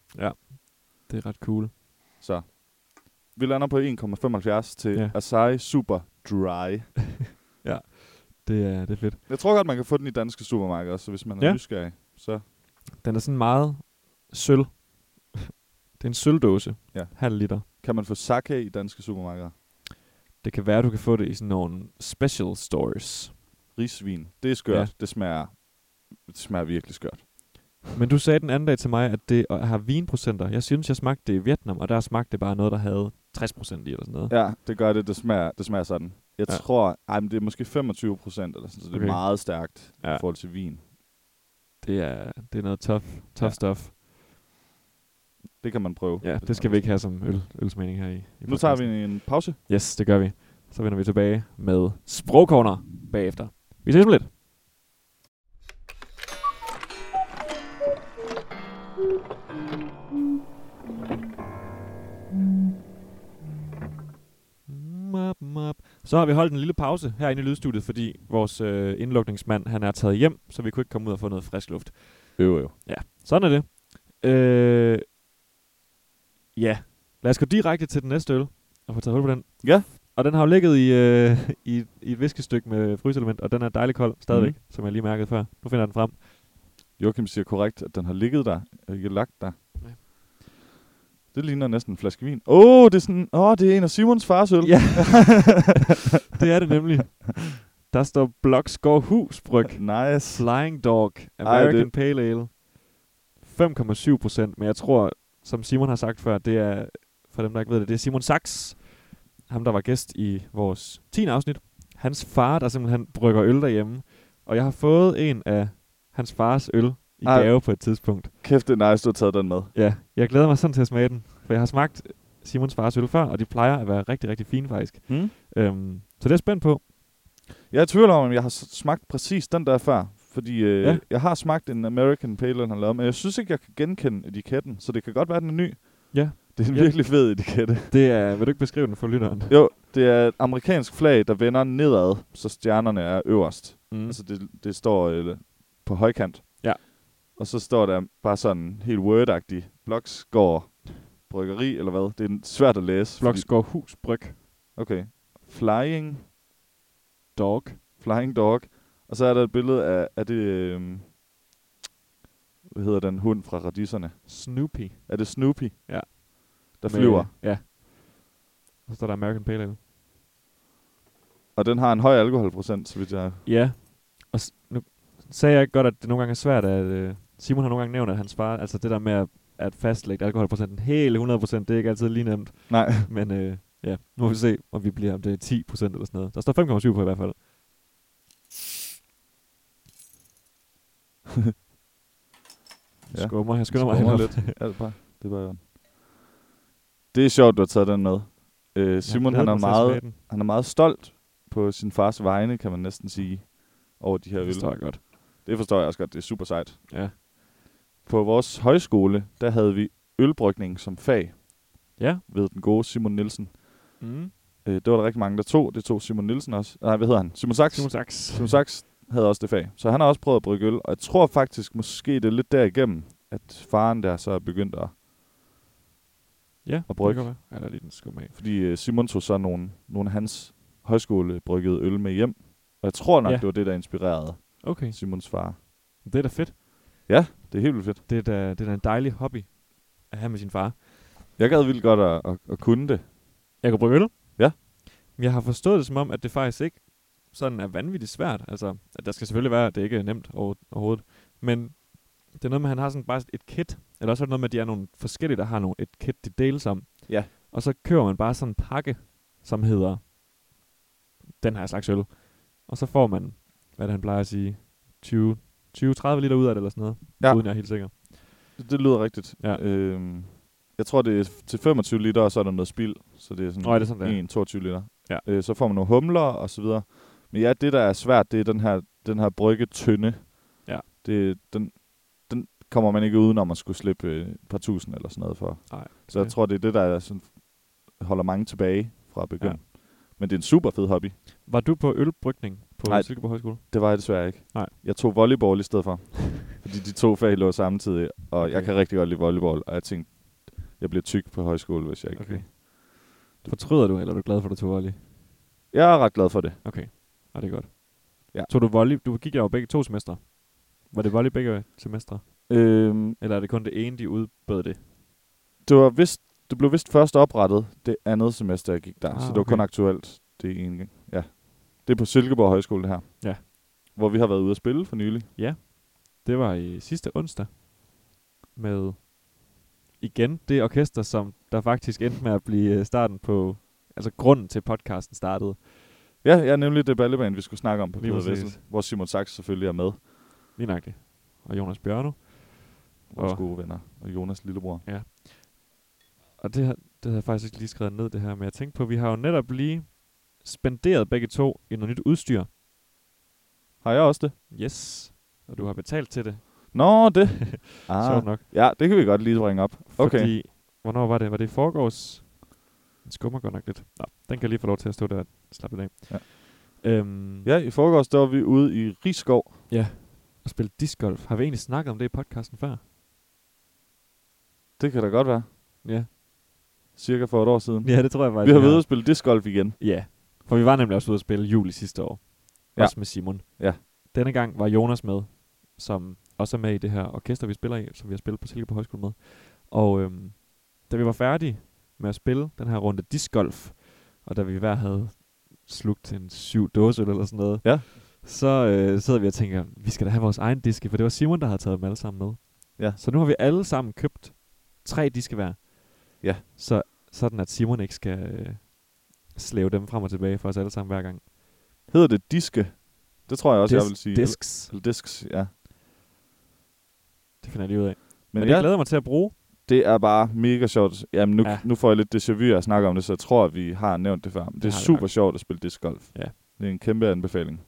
Speaker 1: Det er ret cool.
Speaker 2: Så vi lander på 1,75 til
Speaker 1: Ja.
Speaker 2: ja. Asahi Super Dry.
Speaker 1: Det er, det er fedt.
Speaker 2: Jeg tror godt, man kan få den i danske supermarkeder, så hvis man er
Speaker 1: Ja.
Speaker 2: ja. nysgerrig, så
Speaker 1: Den er sådan meget sølv. det er en sølvdåse.
Speaker 2: Ja.
Speaker 1: Halv liter.
Speaker 2: kan man få sake i danske supermarkeder.
Speaker 1: Det kan være, du kan få det i sådan nogle special stores.
Speaker 2: Risvin, det er skørt.
Speaker 1: Ja.
Speaker 2: Ja. Det, smager, det smager virkelig skørt.
Speaker 1: Men du sagde den anden dag til mig, at det har vinprocenter. Jeg synes, jeg smagte det i Vietnam, og der smagte det bare noget, der havde 60% i eller sådan noget.
Speaker 2: Ja, det gør det. Det smager, det smager sådan. Jeg
Speaker 1: Ja.
Speaker 2: ja. tror, ej, men det er måske 25 procent, eller sådan, så det
Speaker 1: Okay.
Speaker 2: er meget stærkt
Speaker 1: Ja.
Speaker 2: ja. i forhold til vin.
Speaker 1: Det er, det er noget tough, tough ja.
Speaker 2: Ja.
Speaker 1: stuff.
Speaker 2: Det kan man prøve.
Speaker 1: Ja,
Speaker 2: hvis
Speaker 1: det
Speaker 2: man
Speaker 1: skal
Speaker 2: har
Speaker 1: vi
Speaker 2: lyst.
Speaker 1: ikke have som øl, ølsmening her i, i
Speaker 2: Nu
Speaker 1: podcasten.
Speaker 2: tager vi en pause.
Speaker 1: Yes, det gør vi. Så vender vi tilbage med sprogcorner bagefter. Vi ses om lidt. Mop, mop. Så har vi holdt en lille pause herinde i lydstudiet, fordi vores øh, indlukningsmand han er taget hjem, så vi kunne ikke komme ud og få noget frisk luft.
Speaker 2: Øv, øv.
Speaker 1: Sådan er det. Øh, ja, lad os gå direkte til den næste øl og få taget hul på den.
Speaker 2: Ja.
Speaker 1: Og den har jo ligget i, øh, i, i et viskestykke med fryselement, og den er dejlig kold stadigvæk,
Speaker 2: Mhm.
Speaker 1: mm. som jeg lige mærkede før. Nu finder jeg den frem.
Speaker 2: Joachim siger korrekt, at den har ligget der, og ikke lagt der.
Speaker 1: Nej.
Speaker 2: Nej. Det ligner næsten en flaske vin. Åh, oh, det er sådan, åh, oh, det er en af Simons fars øl.
Speaker 1: Ja, <laughs> det er det nemlig. Der står Bloksgård Hus Bryg.
Speaker 2: Nice.
Speaker 1: Flying Dog American Ej,
Speaker 2: det-
Speaker 1: Pale Ale. 5,7 procent, men jeg tror, som Simon har sagt før, det er, for dem der ikke ved det, det er Simon Sachs, ham der var gæst i vores 10. afsnit. Hans far, der simpelthen brygger øl derhjemme, og jeg har fået en af hans fars øl i Ej.
Speaker 2: Ej.
Speaker 1: gave på et tidspunkt.
Speaker 2: Kæft, det er nice, du har taget den med.
Speaker 1: Ja, jeg glæder mig sådan til at smage den, for jeg har smagt Simons fars øl før, og de plejer at være rigtig, rigtig fine faktisk.
Speaker 2: Hmm?
Speaker 1: Øhm, så det er jeg spændt på.
Speaker 2: Jeg er i tvivl om, om jeg har s- smagt præcis den der før. Fordi øh,
Speaker 1: Ja.
Speaker 2: ja. jeg har smagt en American Pale Ale, han har lavet, men jeg synes ikke, jeg kan genkende etiketten, så det kan godt være, den er ny.
Speaker 1: Ja.
Speaker 2: Det er en
Speaker 1: Ja.
Speaker 2: virkelig fed etikette.
Speaker 1: Det er, vil du ikke beskrive den for lytteren?
Speaker 2: Jo, det er et amerikansk flag, der vender nedad, så stjernerne er øverst.
Speaker 1: Mm.
Speaker 2: Altså, det, det står øh, på højkant.
Speaker 1: Ja.
Speaker 2: Og så står der bare sådan helt word-agtig. Bloksgård Bryggeri, eller hvad? Det er svært at læse. fordi-
Speaker 1: Bloksgård Hus Bryg
Speaker 2: Okay. Flying,
Speaker 1: Dog.
Speaker 2: flying Dog. Og så er der et billede af, er det... Øh, hvad hedder den hund fra radisserne?
Speaker 1: Snoopy.
Speaker 2: Er det Snoopy?
Speaker 1: Ja.
Speaker 2: Der flyver.
Speaker 1: Ja. Og så står der American Pale Ale.
Speaker 2: Og den har en høj alkoholprocent, så vidt jeg...
Speaker 1: Ja. Og s- nu sagde jeg ikke godt, at det nogle gange er svært at, øh, Simon har nogle gange nævnt, at hans far, altså det der med at, at fastlægge alkoholprocenten hele 100%, det er ikke altid lige nemt. <laughs>
Speaker 2: Nej,
Speaker 1: Men øh, ja, nu må vi se, om vi bliver, om det er 10% eller sådan noget. Der står 5,7 på i hvert fald.
Speaker 2: Ja.
Speaker 1: ja. Skummer, jeg skynder mig.
Speaker 2: Skummer
Speaker 1: herop.
Speaker 2: lidt. alt bare. Det var Det er sjovt, du har taget den med. Øh, Simon,
Speaker 1: Jeg
Speaker 2: han
Speaker 1: glæder mig
Speaker 2: er,
Speaker 1: til at smage
Speaker 2: meget,
Speaker 1: den.
Speaker 2: han er meget stolt på sin fars vegne, kan man næsten sige, over de her
Speaker 1: Det
Speaker 2: øl.
Speaker 1: forstår jeg godt.
Speaker 2: Det forstår jeg også godt. Det er super sejt.
Speaker 1: Ja.
Speaker 2: På vores højskole, der havde vi ølbrygning som fag
Speaker 1: Ja.
Speaker 2: ved den gode Simon Nielsen.
Speaker 1: Mm.
Speaker 2: Øh, det var der rigtig mange, der tog. Det tog Simon Nielsen også. Nej, hvad hedder han? Simon Sachs.
Speaker 1: Simon Sachs.
Speaker 2: Simon Sachs havde også det fag. Så han har også prøvet at brygge øl, og jeg tror faktisk måske det er lidt derigennem, at faren der så er begyndt at...
Speaker 1: Ja,
Speaker 2: og bryg.
Speaker 1: det kan godt være. Ja, der er lige den skum af.
Speaker 2: Fordi øh, Simon tog så nogle, nogle af hans højskolebryggede øl med hjem. Og jeg tror nok,
Speaker 1: Ja.
Speaker 2: det var det, der inspirerede
Speaker 1: Okay,
Speaker 2: Simons far.
Speaker 1: det er da fedt.
Speaker 2: Det er helt vildt fedt.
Speaker 1: Det er da, det er da en dejlig hobby at have med sin far.
Speaker 2: Jeg gad vildt godt at, at, at kunne det.
Speaker 1: Jeg kan brygge øl.
Speaker 2: Ja.
Speaker 1: Men Jeg har forstået det som om, at det faktisk ikke sådan er vanvittigt svært. Altså, at der skal selvfølgelig være, at det ikke er nemt over, overhovedet. Men det er noget med, at han har sådan bare et kit. Eller også er det noget med, at de er nogle forskellige, der har nogle, et kit, de deles om.
Speaker 2: Ja.
Speaker 1: Og så køber man bare sådan en pakke, som hedder den her slags øl. Og så får man, hvad det, han plejer at sige, 20-30 liter ud af det eller sådan noget.
Speaker 2: Ja.
Speaker 1: Uden jeg er helt sikker.
Speaker 2: Det, det lyder rigtigt.
Speaker 1: Ja.
Speaker 2: Øhm, jeg tror, det er til 25 liter, og så er der noget spild. Så det er sådan,
Speaker 1: Nå, er det sådan, det er?
Speaker 2: 1, 22 liter.
Speaker 1: Ja.
Speaker 2: Øh, så får man nogle humler og så videre. Men ja, det der er svært, det er den her, den her brygge tynde.
Speaker 1: Ja.
Speaker 2: Det, den, den kommer man ikke udenom at skulle slippe øh, et par tusind eller sådan noget for.
Speaker 1: Nej.
Speaker 2: Så jeg tror, det er det, der er sådan, holder mange tilbage fra at begynde. Ja. Men det er en super fed hobby.
Speaker 1: Var du på ølbrygning på
Speaker 2: Nej.
Speaker 1: Silkeborg Højskole?
Speaker 2: Det var jeg desværre ikke.
Speaker 1: Nej.
Speaker 2: Jeg tog volleyball i stedet
Speaker 1: <laughs>
Speaker 2: for. fordi de to fag lå samtidig, og okay. jeg
Speaker 1: Okay.
Speaker 2: kan rigtig godt lide volleyball, og jeg tænkte, jeg bliver tyk på højskole, hvis jeg ikke...
Speaker 1: Okay. Fortryder du, eller er du glad for, at du tog volley?
Speaker 2: Jeg er ret glad for det.
Speaker 1: Okay. Ah, det er godt.
Speaker 2: Ja.
Speaker 1: Tog du volley? Du gik jo begge to semestre. Var det volley begge semestre?
Speaker 2: Øhm,
Speaker 1: Eller er det kun det ene, de udbød det?
Speaker 2: det, var vist, det blev vist først oprettet det andet semester, jeg gik der, ah,
Speaker 1: Ah,
Speaker 2: så det var
Speaker 1: okay.
Speaker 2: kun aktuelt det ene gang. Ja. Det er på Silkeborg Højskole, det her.
Speaker 1: Ja.
Speaker 2: Hvor vi har været ude at spille for nylig.
Speaker 1: Det var i sidste onsdag. Med igen det orkester, som der faktisk endte med at blive øh, starten på... Altså grunden til podcasten startede.
Speaker 2: Ja, ja nemlig det ballebane, vi skulle snakke om på
Speaker 1: Lige
Speaker 2: Peder
Speaker 1: præcis.
Speaker 2: Vessel, hvor Simon Sachs selvfølgelig er med.
Speaker 1: Lige nøjagtigt. Og Jonas Bjørno.
Speaker 2: Vores
Speaker 1: Og-
Speaker 2: gode venner og Jonas lillebror.
Speaker 1: Og det, her, det havde jeg faktisk ikke lige skrevet ned, det her. Men jeg tænkte på, vi har jo netop lige spenderet begge to i noget nyt udstyr.
Speaker 2: Har jeg også det?
Speaker 1: Yes. Og du har betalt til det.
Speaker 2: Nå, det.
Speaker 1: <laughs> Ah. Sjovt nok.
Speaker 2: Ja, det kan vi godt lige bringe op. Okay.
Speaker 1: Okay. Fordi, hvornår var det? Var det i forgårs? Den skummer godt nok lidt. Nå, den kan lige få lov til at stå der og slappe lidt af. Ja. Øhm,
Speaker 2: Ja, i forgårs, der var vi ude i Rigskov.
Speaker 1: Og spille discgolf. Har vi egentlig snakket om det i podcasten før?
Speaker 2: Det kan da godt være.
Speaker 1: Ja.
Speaker 2: Cirka for et år siden.
Speaker 1: Ja, det tror jeg
Speaker 2: Vi
Speaker 1: faktisk.
Speaker 2: har været ude at spille discgolf igen.
Speaker 1: Ja. For vi var nemlig også ude at spille juli sidste år.
Speaker 2: Ja.
Speaker 1: Ja. Også med Simon.
Speaker 2: Ja.
Speaker 1: Denne gang var Jonas med, som også er med i det her orkester, vi spiller i, som vi har spillet på Silkeborg Højskole med. Og øhm, da vi var færdige med at spille den her runde discgolf, og da vi hver havde slugt en syv dåse eller sådan noget,
Speaker 2: Ja.
Speaker 1: så øh, sidder vi og tænker, vi skal da have vores egen diske, for det var Simon, der havde taget dem alle sammen med.
Speaker 2: Ja.
Speaker 1: Så nu har vi alle sammen købt tre diske hver.
Speaker 2: Ja.
Speaker 1: Så, sådan at Simon ikke skal øh, slæve dem frem og tilbage for os alle sammen hver gang.
Speaker 2: Hedder det diske? Det tror jeg også,
Speaker 1: Dis-
Speaker 2: jeg vil sige.
Speaker 1: Disks.
Speaker 2: Eller disks, ja.
Speaker 1: Det finder jeg lige ud af.
Speaker 2: Men,
Speaker 1: Men,
Speaker 2: Men
Speaker 1: jeg
Speaker 2: ja,
Speaker 1: glæder mig til at bruge.
Speaker 2: det er bare mega sjovt. Jamen, nu, ja.
Speaker 1: Ja.
Speaker 2: nu får jeg lidt déjà vu af at snakke om det, så jeg tror, at vi har nævnt det før. Men det, det
Speaker 1: Det
Speaker 2: er
Speaker 1: har vi
Speaker 2: super
Speaker 1: nok.
Speaker 2: sjovt at spille discgolf.
Speaker 1: Ja.
Speaker 2: Det er en kæmpe anbefaling.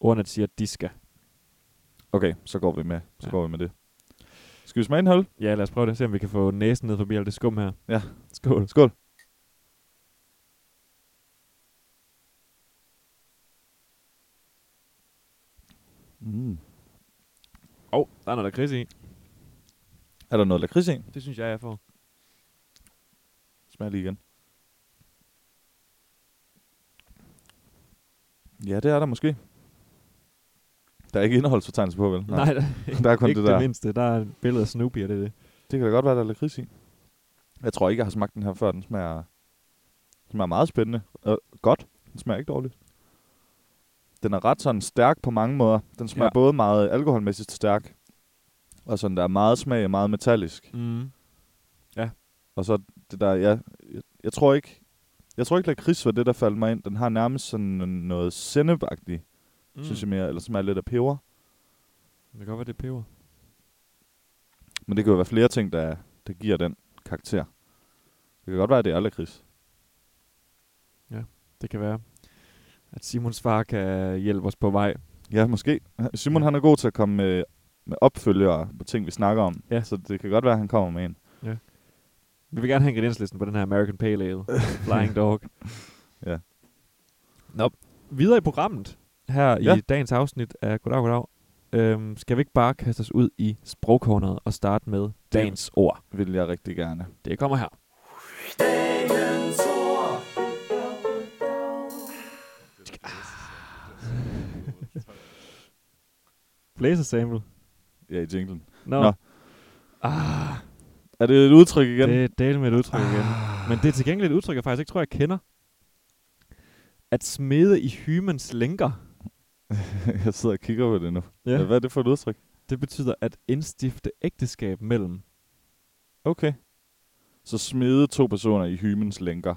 Speaker 1: Ordnet siger diska.
Speaker 2: Okay, så går vi med. Så ja.
Speaker 1: Ja.
Speaker 2: går vi med det. Skal vi smage en hul?
Speaker 1: Ja, lad os prøve det. Se om vi kan få næsen ned forbi alt det skum her.
Speaker 2: Ja.
Speaker 1: Skål.
Speaker 2: Skål. Mm.
Speaker 1: Åh, oh, der er noget lakrids i.
Speaker 2: Er der noget lakrids i? en?
Speaker 1: Det synes jeg, jeg får.
Speaker 2: Smag lige igen. Ja, det er der måske. Der er ikke indholdsfortegnelse på, vel?
Speaker 1: Nej, Nej
Speaker 2: <laughs> Der er kun
Speaker 1: ikke
Speaker 2: det der.
Speaker 1: det mindste. Der er et billede af Snoopy, og det er det.
Speaker 2: Det kan da godt være, der er lakrids i. Jeg tror ikke, jeg har smagt den her før. Den smager, den smager meget spændende. Og godt. Den smager ikke dårligt. Den er ret sådan stærk på mange måder. Den smager ja.
Speaker 1: Ja.
Speaker 2: både meget alkoholmæssigt stærk, Og sådan, der er meget smag og meget metallisk.
Speaker 1: Mm.
Speaker 2: Og så det der, ja, jeg, jeg tror ikke, jeg tror ikke, lakrids var det, der faldt mig ind. Den har nærmest sådan en- noget sennepagtigt, mm. synes jeg mere, eller smager lidt af peber.
Speaker 1: Det kan godt være, det er peber.
Speaker 2: Men det kan jo være flere ting, der, der giver den karakter. Det kan godt være, at det er lakrids.
Speaker 1: Det kan være, at Simons far kan hjælpe os på vej.
Speaker 2: Ja, måske. Simon han er god til at komme med, med opfølgere på ting, vi snakker om.
Speaker 1: Ja.
Speaker 2: Så det kan godt være, at han kommer med en.
Speaker 1: Vi vil gerne have ingredienslisten på den her American Pale
Speaker 2: <laughs>
Speaker 1: Ale. Flying Dog.
Speaker 2: Ja.
Speaker 1: Nå, videre i programmet her ja.
Speaker 2: Ja.
Speaker 1: i dagens afsnit af Goddag, Goddag. Øhm, skal vi ikke bare kaste os ud i sprogkornet og starte med dagens ord?
Speaker 2: Vil jeg rigtig gerne.
Speaker 1: Det kommer her. Ah. <laughs> Blazer sample.
Speaker 2: Ja, i jinglen.
Speaker 1: Nå.
Speaker 2: Nå.
Speaker 1: Ah,
Speaker 2: Er det et udtryk igen? Ah.
Speaker 1: det er del med et udtryk igen. Men det er til gengæld et udtryk, jeg faktisk ikke tror, jeg kender. At smede i hymens lænker.
Speaker 2: <laughs> jeg sidder og kigger på det nu. Ja.
Speaker 1: Ja.
Speaker 2: Hvad er det for et udtryk?
Speaker 1: Det betyder at indstifte ægteskab mellem.
Speaker 2: Okay. Så smide to personer i hymens lænker.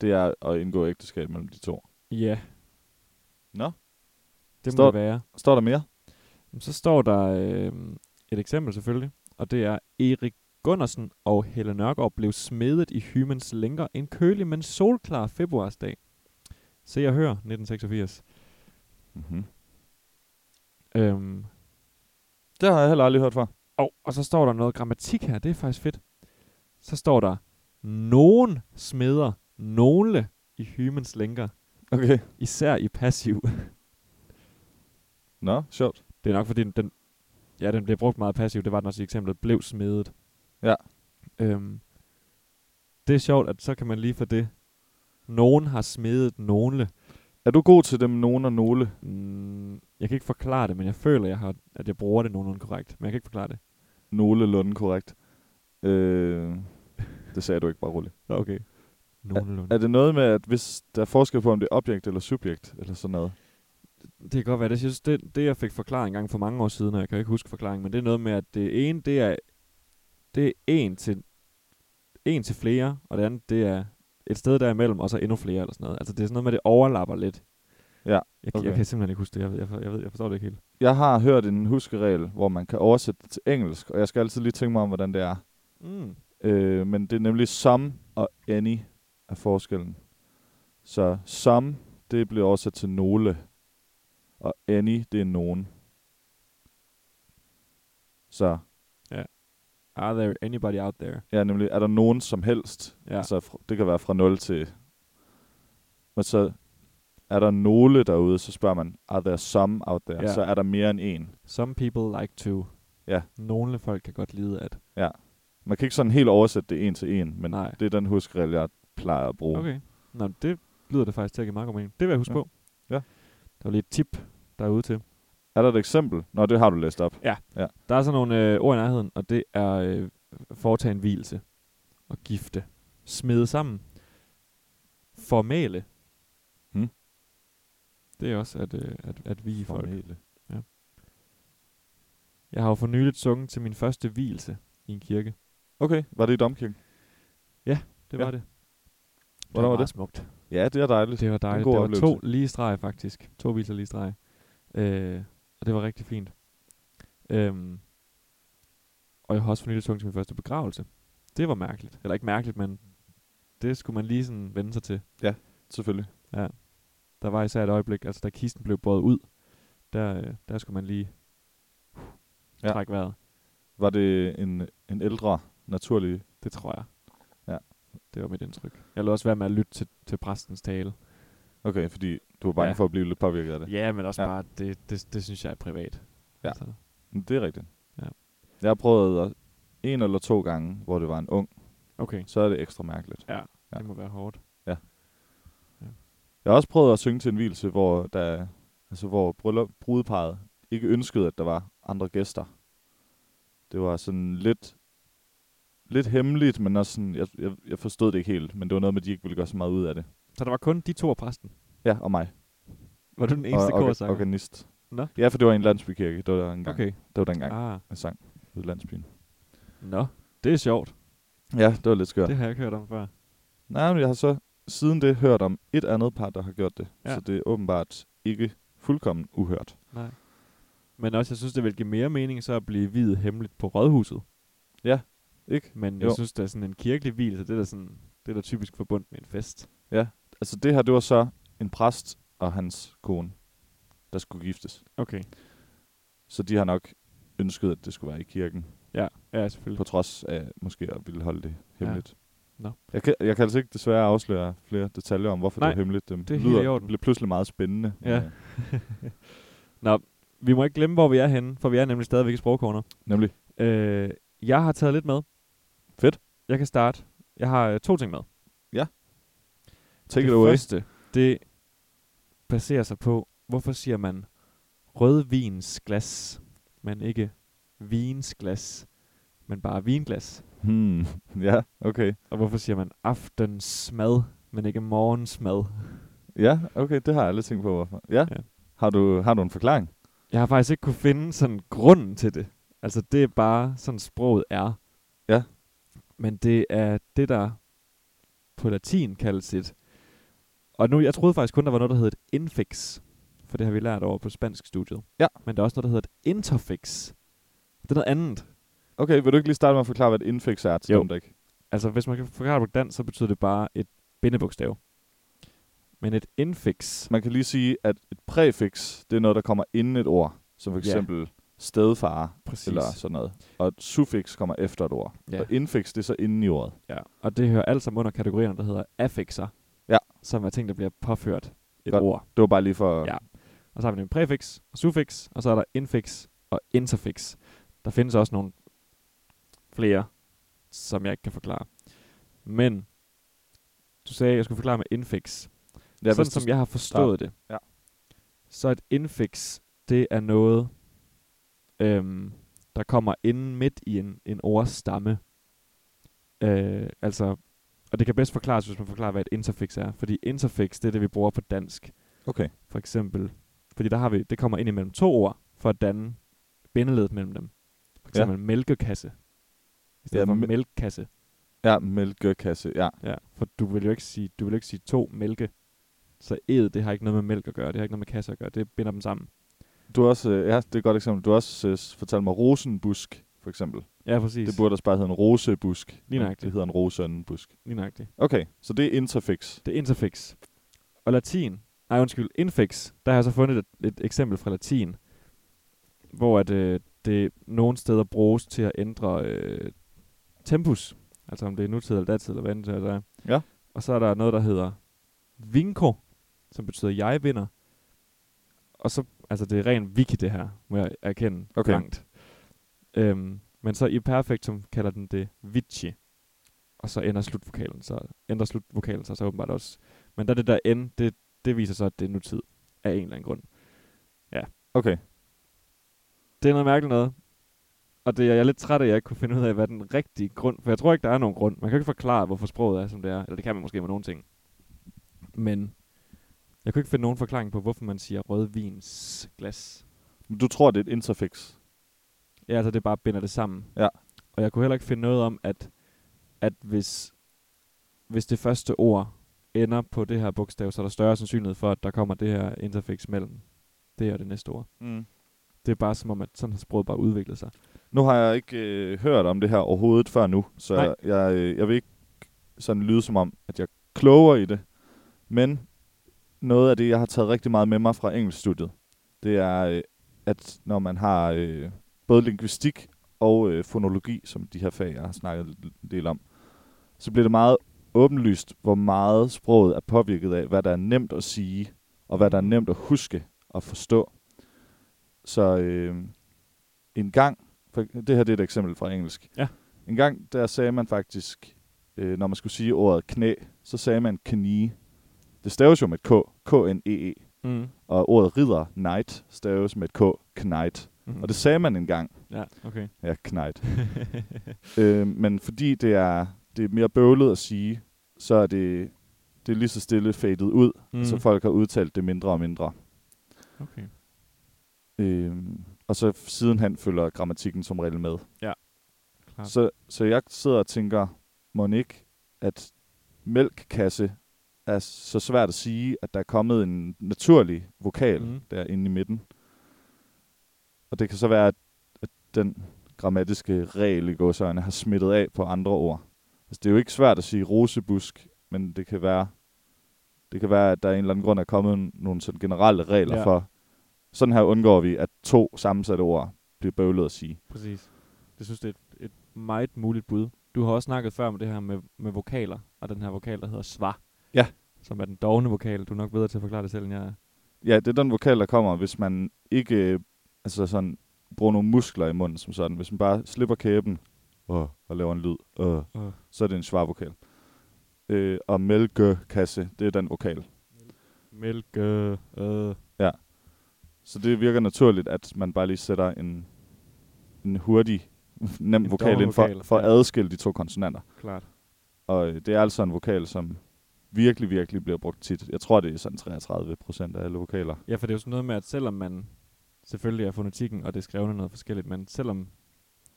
Speaker 2: Det er at indgå ægteskab mellem de to.
Speaker 1: Ja.
Speaker 2: Nå.
Speaker 1: Det må
Speaker 2: Står-
Speaker 1: det være.
Speaker 2: Står der mere?
Speaker 1: Så står der øh, et eksempel selvfølgelig, og det er Erik Gunnarsen og Helle Nørgaard blev smedet i hymens lænker en kølig, men solklar februarsdag. Se og hør, 1986.
Speaker 2: Mm-hmm.
Speaker 1: Øhm,
Speaker 2: Det har jeg heller aldrig hørt fra.
Speaker 1: og, og så står der noget grammatik her, det er faktisk fedt. Så står der, nogen smeder nogle i hymens lænker,
Speaker 2: Okay.
Speaker 1: især i passiv. <laughs>
Speaker 2: Nå, sjovt.
Speaker 1: Det er nok fordi, den, ja, den blev brugt meget passivt. Det var den også i eksemplet, blev smedet.
Speaker 2: Ja.
Speaker 1: Øhm, det er sjovt, at så kan man lige få det. Nogen har smedet nogle.
Speaker 2: Er du god til dem nogen og nogle?
Speaker 1: Mm, jeg kan ikke forklare det, men jeg føler, jeg har, at jeg bruger det nogenlunde korrekt. Men jeg kan ikke forklare det.
Speaker 2: Nogenlunde korrekt. Øh, det sagde du ikke bare roligt.
Speaker 1: Nå, okay. Nogenlunde.
Speaker 2: Er det noget med, at hvis der er forskel på, om det er objekt eller subjekt, eller sådan noget?
Speaker 1: Det kan godt være. Det, jeg synes, det, det, jeg fik forklaret en gang for mange år siden, og jeg kan ikke huske forklaringen, men det er noget med, at det ene, det er, det er en til, en til flere, og det andet, det er et sted derimellem, og så endnu flere eller sådan noget. Altså, det er sådan noget med, at det overlapper lidt.
Speaker 2: Ja,
Speaker 1: Jeg, okay. jeg
Speaker 2: okay.
Speaker 1: kan simpelthen ikke huske det. Jeg, ved- jeg, for- jeg, ved, jeg forstår det ikke helt.
Speaker 2: Jeg har hørt en huskeregel, hvor man kan oversætte det til engelsk, og jeg skal altid lige tænke mig om, hvordan det er.
Speaker 1: Mm.
Speaker 2: Øh, men det er nemlig some og any er forskellen. Så some, det bliver oversat til nogle, og any, det er nogen. Så
Speaker 1: Are there anybody out there?
Speaker 2: ja, nemlig, er der nogen som helst?
Speaker 1: Ja.
Speaker 2: Altså, fr- det kan være fra 0 til... Men så er der nogle derude, så spørger man, are there some out there?
Speaker 1: Ja.
Speaker 2: Så er der mere end en.
Speaker 1: Some people like to.
Speaker 2: Ja.
Speaker 1: Nogle folk kan godt lide at.
Speaker 2: Man kan ikke sådan helt oversætte det en til en, men
Speaker 1: Nej.
Speaker 2: Nej. det er den huskeregel, jeg plejer at bruge.
Speaker 1: Okay. Nå, det lyder det faktisk til at give meget god mening. Det vil jeg huske
Speaker 2: Ja.
Speaker 1: på.
Speaker 2: Ja.
Speaker 1: Der var lige et tip derude til.
Speaker 2: Er der et eksempel? Nå, det har du læst op.
Speaker 1: Der er sådan nogle øh, ord i nærheden, og det er øh, foretage en hvilelse og gifte. Smede sammen. Formale.
Speaker 2: Hmm.
Speaker 1: Det er også at, øh, at, at vi folk.
Speaker 2: Formelle.
Speaker 1: Jeg har jo for nyligt sunget til min første hvilelse i en kirke.
Speaker 2: Okay, var det i domkirken?
Speaker 1: Det
Speaker 2: Ja.
Speaker 1: var det.
Speaker 2: Hvordan var
Speaker 1: meget
Speaker 2: det?
Speaker 1: smukt.
Speaker 2: Ja, det er dejligt.
Speaker 1: Det var dejligt.
Speaker 2: god
Speaker 1: Det var to
Speaker 2: oplevelse.
Speaker 1: lige streg faktisk. To hvilelser lige streg. Øh, og det var rigtig fint. Øhm, og jeg har også for nylig sunget til min første begravelse. Det var mærkeligt. Eller ikke mærkeligt, men det skulle man lige sådan vende sig til.
Speaker 2: Selvfølgelig.
Speaker 1: Der var især et øjeblik, altså da kisten blev båret ud, der, øh, der skulle man lige ja.
Speaker 2: Ja.
Speaker 1: trække vejret.
Speaker 2: Var det en, en ældre, naturlig...
Speaker 1: Det tror jeg.
Speaker 2: Ja.
Speaker 1: Det var mit indtryk. Jeg lod også være med at lytte til, til præstens tale.
Speaker 2: Okay, fordi du var bange
Speaker 1: Ja.
Speaker 2: ja. for at blive lidt påvirket af det.
Speaker 1: Ja, men også ja.
Speaker 2: Ja.
Speaker 1: bare, det, det, det synes jeg er privat.
Speaker 2: Ja.
Speaker 1: Altså,
Speaker 2: Men Det er rigtigt.
Speaker 1: Ja.
Speaker 2: Jeg har prøvet at- en eller to gange, hvor det var en ung,
Speaker 1: okay,
Speaker 2: så er det ekstra mærkeligt.
Speaker 1: ja.
Speaker 2: Ja.
Speaker 1: det må være hårdt.
Speaker 2: Jeg har også prøvet at synge til en hvilse, hvor, der, altså hvor bryllup, brudeparet ikke ønskede, at der var andre gæster. Det var sådan lidt, lidt hemmeligt, men også sådan, jeg, jeg, jeg forstod det ikke helt, men det var noget med, at de ikke ville gøre så meget ud af det.
Speaker 1: Så der var kun de to og præsten.
Speaker 2: Ja, og mig.
Speaker 1: Var du den eneste
Speaker 2: og,
Speaker 1: korsanger?
Speaker 2: organist.
Speaker 1: Nå.
Speaker 2: Ja, for det var i en landsbykirke. Det var der engang.
Speaker 1: Okay.
Speaker 2: Det var dengang,
Speaker 1: Ah.
Speaker 2: jeg sang ude i landsbyen.
Speaker 1: Nå. Det er sjovt.
Speaker 2: Ja, det var lidt skørt.
Speaker 1: Det har jeg ikke hørt om før.
Speaker 2: Nej, men jeg har så siden det hørt om et andet par, der har gjort det.
Speaker 1: Ja.
Speaker 2: Ja. Så det er åbenbart ikke fuldkommen uhørt.
Speaker 1: Nej. Men også, jeg synes, det vil give mere mening så at blive videt hemmeligt på rådhuset.
Speaker 2: Ikke?
Speaker 1: Men jeg
Speaker 2: Jo.
Speaker 1: synes, der er sådan en kirkelig vielse, det er da sådan, det er da typisk forbundet med en fest.
Speaker 2: Altså det her, det var så en præst og hans kone, der skulle giftes.
Speaker 1: Okay.
Speaker 2: Så de har nok ønsket, at det skulle være i kirken.
Speaker 1: Ja, ja selvfølgelig.
Speaker 2: På trods af måske at ville holde det hemmeligt.
Speaker 1: Nå.
Speaker 2: Jeg, kan, jeg kan altså ikke desværre afsløre flere detaljer om, hvorfor
Speaker 1: Nej,
Speaker 2: det er hemmeligt. Det,
Speaker 1: er helt i orden.
Speaker 2: blev pludselig meget spændende. men,
Speaker 1: Ja.
Speaker 2: øh,
Speaker 1: Vi må ikke glemme, hvor vi er henne, for vi er nemlig stadigvæk i sprogkorner.
Speaker 2: Nemlig.
Speaker 1: Øh, jeg har taget lidt med.
Speaker 2: Fedt.
Speaker 1: Jeg kan starte. Jeg har øh, to ting med.
Speaker 2: Take
Speaker 1: det
Speaker 2: it away.
Speaker 1: første, det baserer sig på, hvorfor siger man rødvinsglas, men ikke vinsglas, men bare vinglas.
Speaker 2: Hmm. Ja, okay.
Speaker 1: Og hvorfor siger man aftensmad, men ikke morgensmad?
Speaker 2: Ja, okay. Det har jeg aldrig tænkt på, hvorfor. Ja.
Speaker 1: Ja.
Speaker 2: ja. Har, du, har du en forklaring?
Speaker 1: Jeg har faktisk ikke kunne finde sådan grunden til det. Altså, det er bare sådan sproget er.
Speaker 2: Ja.
Speaker 1: Men det er det, der på latin kaldes et... Og nu, jeg troede faktisk kun, der var noget, der hed et infix. For det har vi lært over på spansk studiet.
Speaker 2: Ja.
Speaker 1: Men der er også noget, der hedder et interfix. Det er noget andet.
Speaker 2: Okay, vil du ikke lige starte med at forklare, hvad et infix er til
Speaker 1: Jo.
Speaker 2: dem, der ikke?
Speaker 1: Altså, hvis man kan forklare det på dansk, så betyder det bare et bindebogstav. Men et infix...
Speaker 2: Man kan lige sige, at et præfix, det er noget, der kommer inden et ord. Som for
Speaker 1: Ja.
Speaker 2: eksempel ja. stedfar
Speaker 1: Præcis.
Speaker 2: eller sådan noget. Og et suffix kommer efter et ord.
Speaker 1: Ja.
Speaker 2: Ja. Og infix, det er så inden i ordet.
Speaker 1: Ja, og det hører alt sammen under kategorierne, der hedder affixer.
Speaker 2: Ja.
Speaker 1: Som er ting, der bliver påført et
Speaker 2: Godt.
Speaker 1: ord.
Speaker 2: Det var bare lige for...
Speaker 1: Ja. Og så har vi en præfix og suffix, og så er der infix og interfix. Der findes også nogle flere, som jeg ikke kan forklare. Men du sagde, at jeg skulle forklare med infix. Ja,
Speaker 2: hvis
Speaker 1: Sådan
Speaker 2: du-
Speaker 1: som jeg har forstået det.
Speaker 2: Ja.
Speaker 1: Så et infix, det er noget, øhm, der kommer inden midt i en, en ordstamme. Øh, altså, og det kan bedst forklares, hvis man forklarer, hvad et interfix er. Fordi interfix, det er det, vi bruger på dansk.
Speaker 2: Okay.
Speaker 1: For eksempel, fordi der har vi, det kommer ind imellem to ord, for at danne bindeledet mellem dem. For
Speaker 2: Ja.
Speaker 1: eksempel ja. mælkekasse. I stedet ja,
Speaker 2: Ja,
Speaker 1: for
Speaker 2: mæ-
Speaker 1: mælkkasse.
Speaker 2: Ja, mælkekasse. Ja.
Speaker 1: Ja, for du vil jo ikke sige, du vil jo ikke sige to mælke. Så æd, det har ikke noget med mælk at gøre, det har ikke noget med kasse at gøre, det binder dem sammen.
Speaker 2: Du har også, øh, ja, det er et godt eksempel. Du har også øh, s- fortalt mig rosenbusk, for eksempel.
Speaker 1: Ja, præcis.
Speaker 2: Det burde også bare hedde en rosebusk.
Speaker 1: Lige
Speaker 2: men
Speaker 1: nøjagtigt.
Speaker 2: Det hedder en rosenbusk.
Speaker 1: Lige nøjagtigt.
Speaker 2: Okay, så det er interfix.
Speaker 1: Det er interfix. Og latin, nej undskyld, infix, der har jeg så fundet et, et eksempel fra latin, hvor at, øh, det nogle steder bruges til at ændre øh, tempus, altså om det er nutid eller datid eller hvad det er.
Speaker 2: Ja.
Speaker 1: Og så er der noget, der hedder vinko, som betyder jeg vinder. Og så, altså det er ren wiki det her, må jeg erkende
Speaker 2: Okay.
Speaker 1: langt. Øhm, men så i perfektum kalder den det vici. Og så ender slutvokalen, så ændrer slutvokalen sig så åbenbart også. Men der er det der n, det, det viser så, at det er nutid af en eller anden grund.
Speaker 2: Okay.
Speaker 1: Det er noget mærkeligt noget. Og det er jeg er lidt træt af, at jeg ikke kunne finde ud af, hvad den rigtige grund... For jeg tror ikke, der er nogen grund. Man kan jo ikke forklare, hvorfor sproget er, som det er. Eller det kan man måske med nogle ting. Men jeg kunne ikke finde nogen forklaring på, hvorfor man siger rødvinsglas.
Speaker 2: Men Du tror, det er et interfix.
Speaker 1: Ja, altså det bare binder det sammen.
Speaker 2: Ja.
Speaker 1: Og jeg kunne heller ikke finde noget om, at, at hvis, hvis det første ord ender på det her bogstav, så er der større sandsynlighed for, at der kommer det her interfix mellem det og det næste ord.
Speaker 2: Mm.
Speaker 1: Det er bare som om, at sådan har sproget bare udviklet sig.
Speaker 2: Nu har jeg ikke øh, hørt om det her overhovedet før nu, så
Speaker 1: Nej.
Speaker 2: jeg, øh, jeg vil ikke sådan lyde som om, at jeg er klogere i det. Men noget af det, jeg har taget rigtig meget med mig fra engelskstudiet, det er, øh, at når man har øh, både linguistik og øh, fonologi, som de her fag, jeg har snakket en del om, så bliver det meget åbenlyst, hvor meget sproget er påvirket af, hvad der er nemt at sige, og hvad der er nemt at huske og forstå. Så øh, en gang, for det her det er et eksempel fra engelsk.
Speaker 1: Ja.
Speaker 2: En gang, der sagde man faktisk, øh, når man skulle sige ordet knæ, så sagde man knee. Det staves jo med et K, K-N-E-E.
Speaker 1: Mm.
Speaker 2: Og ordet ridder, knight, staves med et K, knight.
Speaker 1: Mm.
Speaker 2: Og det sagde man engang.
Speaker 1: Ja, okay.
Speaker 2: Ja, knight. øh, men fordi det er, det er mere bøvlet at sige, så er det, det er lige
Speaker 1: Mm.
Speaker 2: Altså, så stille fadet ud, mm. så folk har udtalt det mindre og mindre.
Speaker 1: okay.
Speaker 2: Øh, og så f- sidenhen følger grammatikken som regel med.
Speaker 1: Klart.
Speaker 2: Så, så jeg sidder og tænker, Monik, at mælkkasse er så svært at sige, at der er kommet en naturlig vokal
Speaker 1: Mhm.
Speaker 2: mm. derinde i midten. Og det kan så være, at, at den grammatiske regel i gåsøjne har smittet af på andre ord. Altså, det er jo ikke svært at sige rosebusk, men det kan være, det kan være, at der af en eller anden grund er kommet n- nogle sådan generelle regler
Speaker 1: Ja.
Speaker 2: ja. for, sådan her undgår vi, at to sammensatte ord bliver bøvlet at sige.
Speaker 1: Præcis. Det synes det er et, et meget muligt bud. Du har også snakket før om det her med, med vokaler, og den her vokal, der hedder sva.
Speaker 2: Ja.
Speaker 1: Som er den dogne vokal. Du er nok bedre til at forklare det selv, end jeg er.
Speaker 2: Ja, det er den vokal, der kommer, hvis man ikke øh, altså sådan, bruger nogle muskler i munden som sådan. Hvis man bare slipper kæben og, og laver en lyd, øh. og,
Speaker 1: Uh.
Speaker 2: så er det en svarvokal. Øh, og mælkekasse, det er den vokal.
Speaker 1: Mælk, øh, øh.
Speaker 2: Så det virker naturligt, at man bare lige sætter en, en hurtig, nem
Speaker 1: En
Speaker 2: en vokal ind for,
Speaker 1: dobbeltvokal,
Speaker 2: for at
Speaker 1: ja.
Speaker 2: adskille de to konsonanter.
Speaker 1: Klart.
Speaker 2: Og øh, det er altså en vokal, som virkelig, virkelig bliver brugt tit. Jeg tror, det er sådan 33 procent af alle vokaler.
Speaker 1: Ja, for det er jo sådan noget med, at selvom man selvfølgelig er fonetikken, og det er skrevne noget forskelligt, men selvom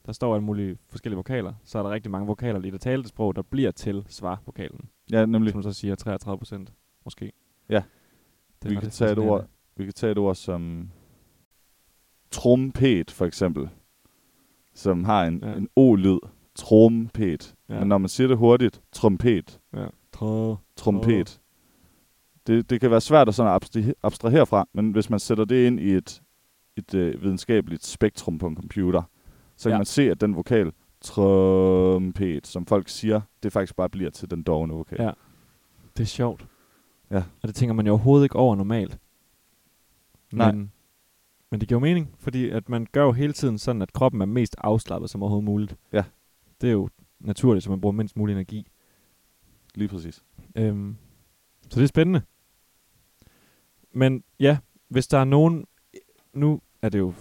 Speaker 1: der står alle mulige forskellige vokaler, så er der rigtig mange vokaler i det talte sprog, der bliver til svar-vokalen.
Speaker 2: Ja, nemlig.
Speaker 1: Som så siger 33 procent, måske.
Speaker 2: Ja.
Speaker 1: Det er
Speaker 2: vi
Speaker 1: ret
Speaker 2: kan tage et ord,
Speaker 1: fascinerende.
Speaker 2: vi kan tage et ord som trompet for eksempel, som har en,
Speaker 1: Ja.
Speaker 2: ja. en o-lyd, trompet.
Speaker 1: Ja.
Speaker 2: Ja. Men når man siger det hurtigt, trompet,
Speaker 1: Ja. Tro.
Speaker 2: trompet. Det, det kan være svært at sådan abstrahere, abstrahere fra, men hvis man sætter det ind i et, et øh, videnskabeligt spektrum på en computer, så kan
Speaker 1: Ja.
Speaker 2: ja. man se, at den vokal, trompet, som folk siger, det faktisk bare bliver til den dogne vokal.
Speaker 1: Ja. Det er sjovt.
Speaker 2: Ja.
Speaker 1: Og det tænker man jo overhovedet ikke over normalt.
Speaker 2: Nej.
Speaker 1: Men, men det giver jo mening, fordi at man gør jo hele tiden sådan, at kroppen er mest afslappet som overhovedet muligt.
Speaker 2: Ja.
Speaker 1: Det er jo naturligt, så man bruger mindst mulig energi.
Speaker 2: Lige præcis.
Speaker 1: Øhm, så det er spændende. Men ja, hvis der er nogen... Nu er det jo...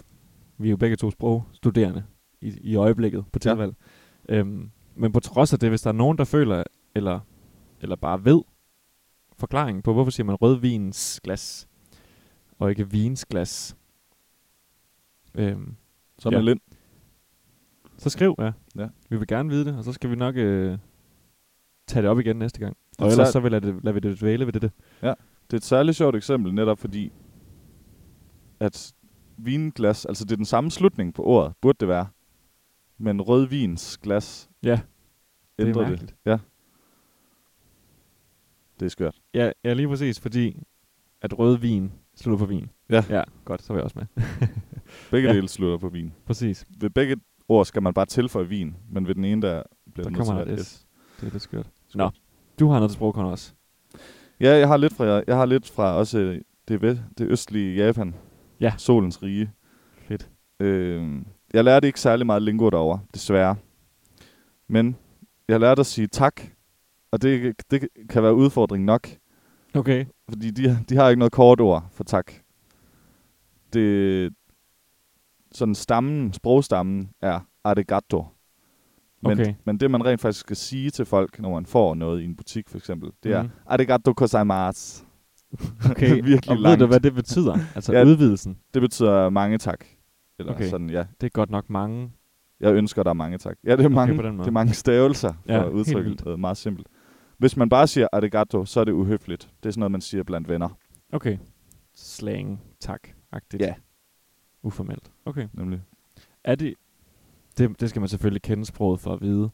Speaker 1: Vi er jo begge to sprogstuderende i, i øjeblikket på
Speaker 2: Ja.
Speaker 1: tilvalg. Ja. Øhm, men på trods af det, hvis der er nogen, der føler, eller, eller bare ved forklaringen på, hvorfor siger man rødvinsglas, og ikke vinsglas, øhm,
Speaker 2: Så er man
Speaker 1: Ja.
Speaker 2: Lind.
Speaker 1: så skriv, ja.
Speaker 2: Ja.
Speaker 1: Vi vil gerne vide det, og så skal vi nok øh, tage det op igen næste gang.
Speaker 2: Det
Speaker 1: Og ellers
Speaker 2: tager-
Speaker 1: så vil jeg det, lader vi det dvæle ved det.
Speaker 2: Det er et særligt sjovt eksempel, netop fordi, at vinglas, altså det er den samme slutning på ordet, burde det være, men rødvinsglas
Speaker 1: Ja, det er
Speaker 2: ændrer det.
Speaker 1: mærkeligt.
Speaker 2: Det er skørt.
Speaker 1: Ja, ja, lige præcis, fordi at rødvin slutter på vin.
Speaker 2: Ja.
Speaker 1: Ja, godt, så var jeg også med.
Speaker 2: Begge
Speaker 1: Ja.
Speaker 2: ja. dele slutter på vin.
Speaker 1: Præcis,
Speaker 2: Ved begge ord skal man bare tilføje vin, men ved den ene, der
Speaker 1: der
Speaker 2: bliver det nødt til
Speaker 1: kommer
Speaker 2: at
Speaker 1: der
Speaker 2: være
Speaker 1: et
Speaker 2: et
Speaker 1: S. Det er lidt skørt.
Speaker 2: S.
Speaker 1: Nå. Du har noget til sprogkon også.
Speaker 2: Ja, jeg har lidt fra, jeg har lidt fra også øh, det, ved, det østlige Japan.
Speaker 1: Ja.
Speaker 2: Solens rige.
Speaker 1: Fedt.
Speaker 2: Øh, jeg lærte ikke særlig meget lingo derovre, desværre. Men jeg lærte at sige tak, og det, det kan være udfordring nok,
Speaker 1: <laughs> Okay.
Speaker 2: fordi de, de har ikke noget kort ord for tak. Det, sådan stammen, sprogstammen er arigato. Men,
Speaker 1: Okay.
Speaker 2: men det, man rent faktisk skal sige til folk, når man får noget i en butik, for eksempel, det er
Speaker 1: Mhm.
Speaker 2: mm. arigato gozaimasu.
Speaker 1: okay.
Speaker 2: Virkelig
Speaker 1: og ved
Speaker 2: langt.
Speaker 1: du, hvad det <laughs> betyder? Altså ja.
Speaker 2: Ja.
Speaker 1: udvidelsen.
Speaker 2: Det betyder mange tak. Eller
Speaker 1: Okay.
Speaker 2: okay. sådan, ja.
Speaker 1: Det er godt nok mange.
Speaker 2: Jeg ønsker dig mange tak. Ja, det er mange,
Speaker 1: på den måde.
Speaker 2: det er mange stavelser for
Speaker 1: Ja,
Speaker 2: ja,
Speaker 1: helt vildt.
Speaker 2: udtrykket. Det er meget simpelt. Hvis man bare siger arigato, så er det uhøfligt. Det er sådan noget, man siger blandt venner,
Speaker 1: Okay. Slang, tak, agtigt.
Speaker 2: Ja.
Speaker 1: Uformelt. Okay.
Speaker 2: nemlig.
Speaker 1: Er de, det, det skal man selvfølgelig kende sproget for at vide,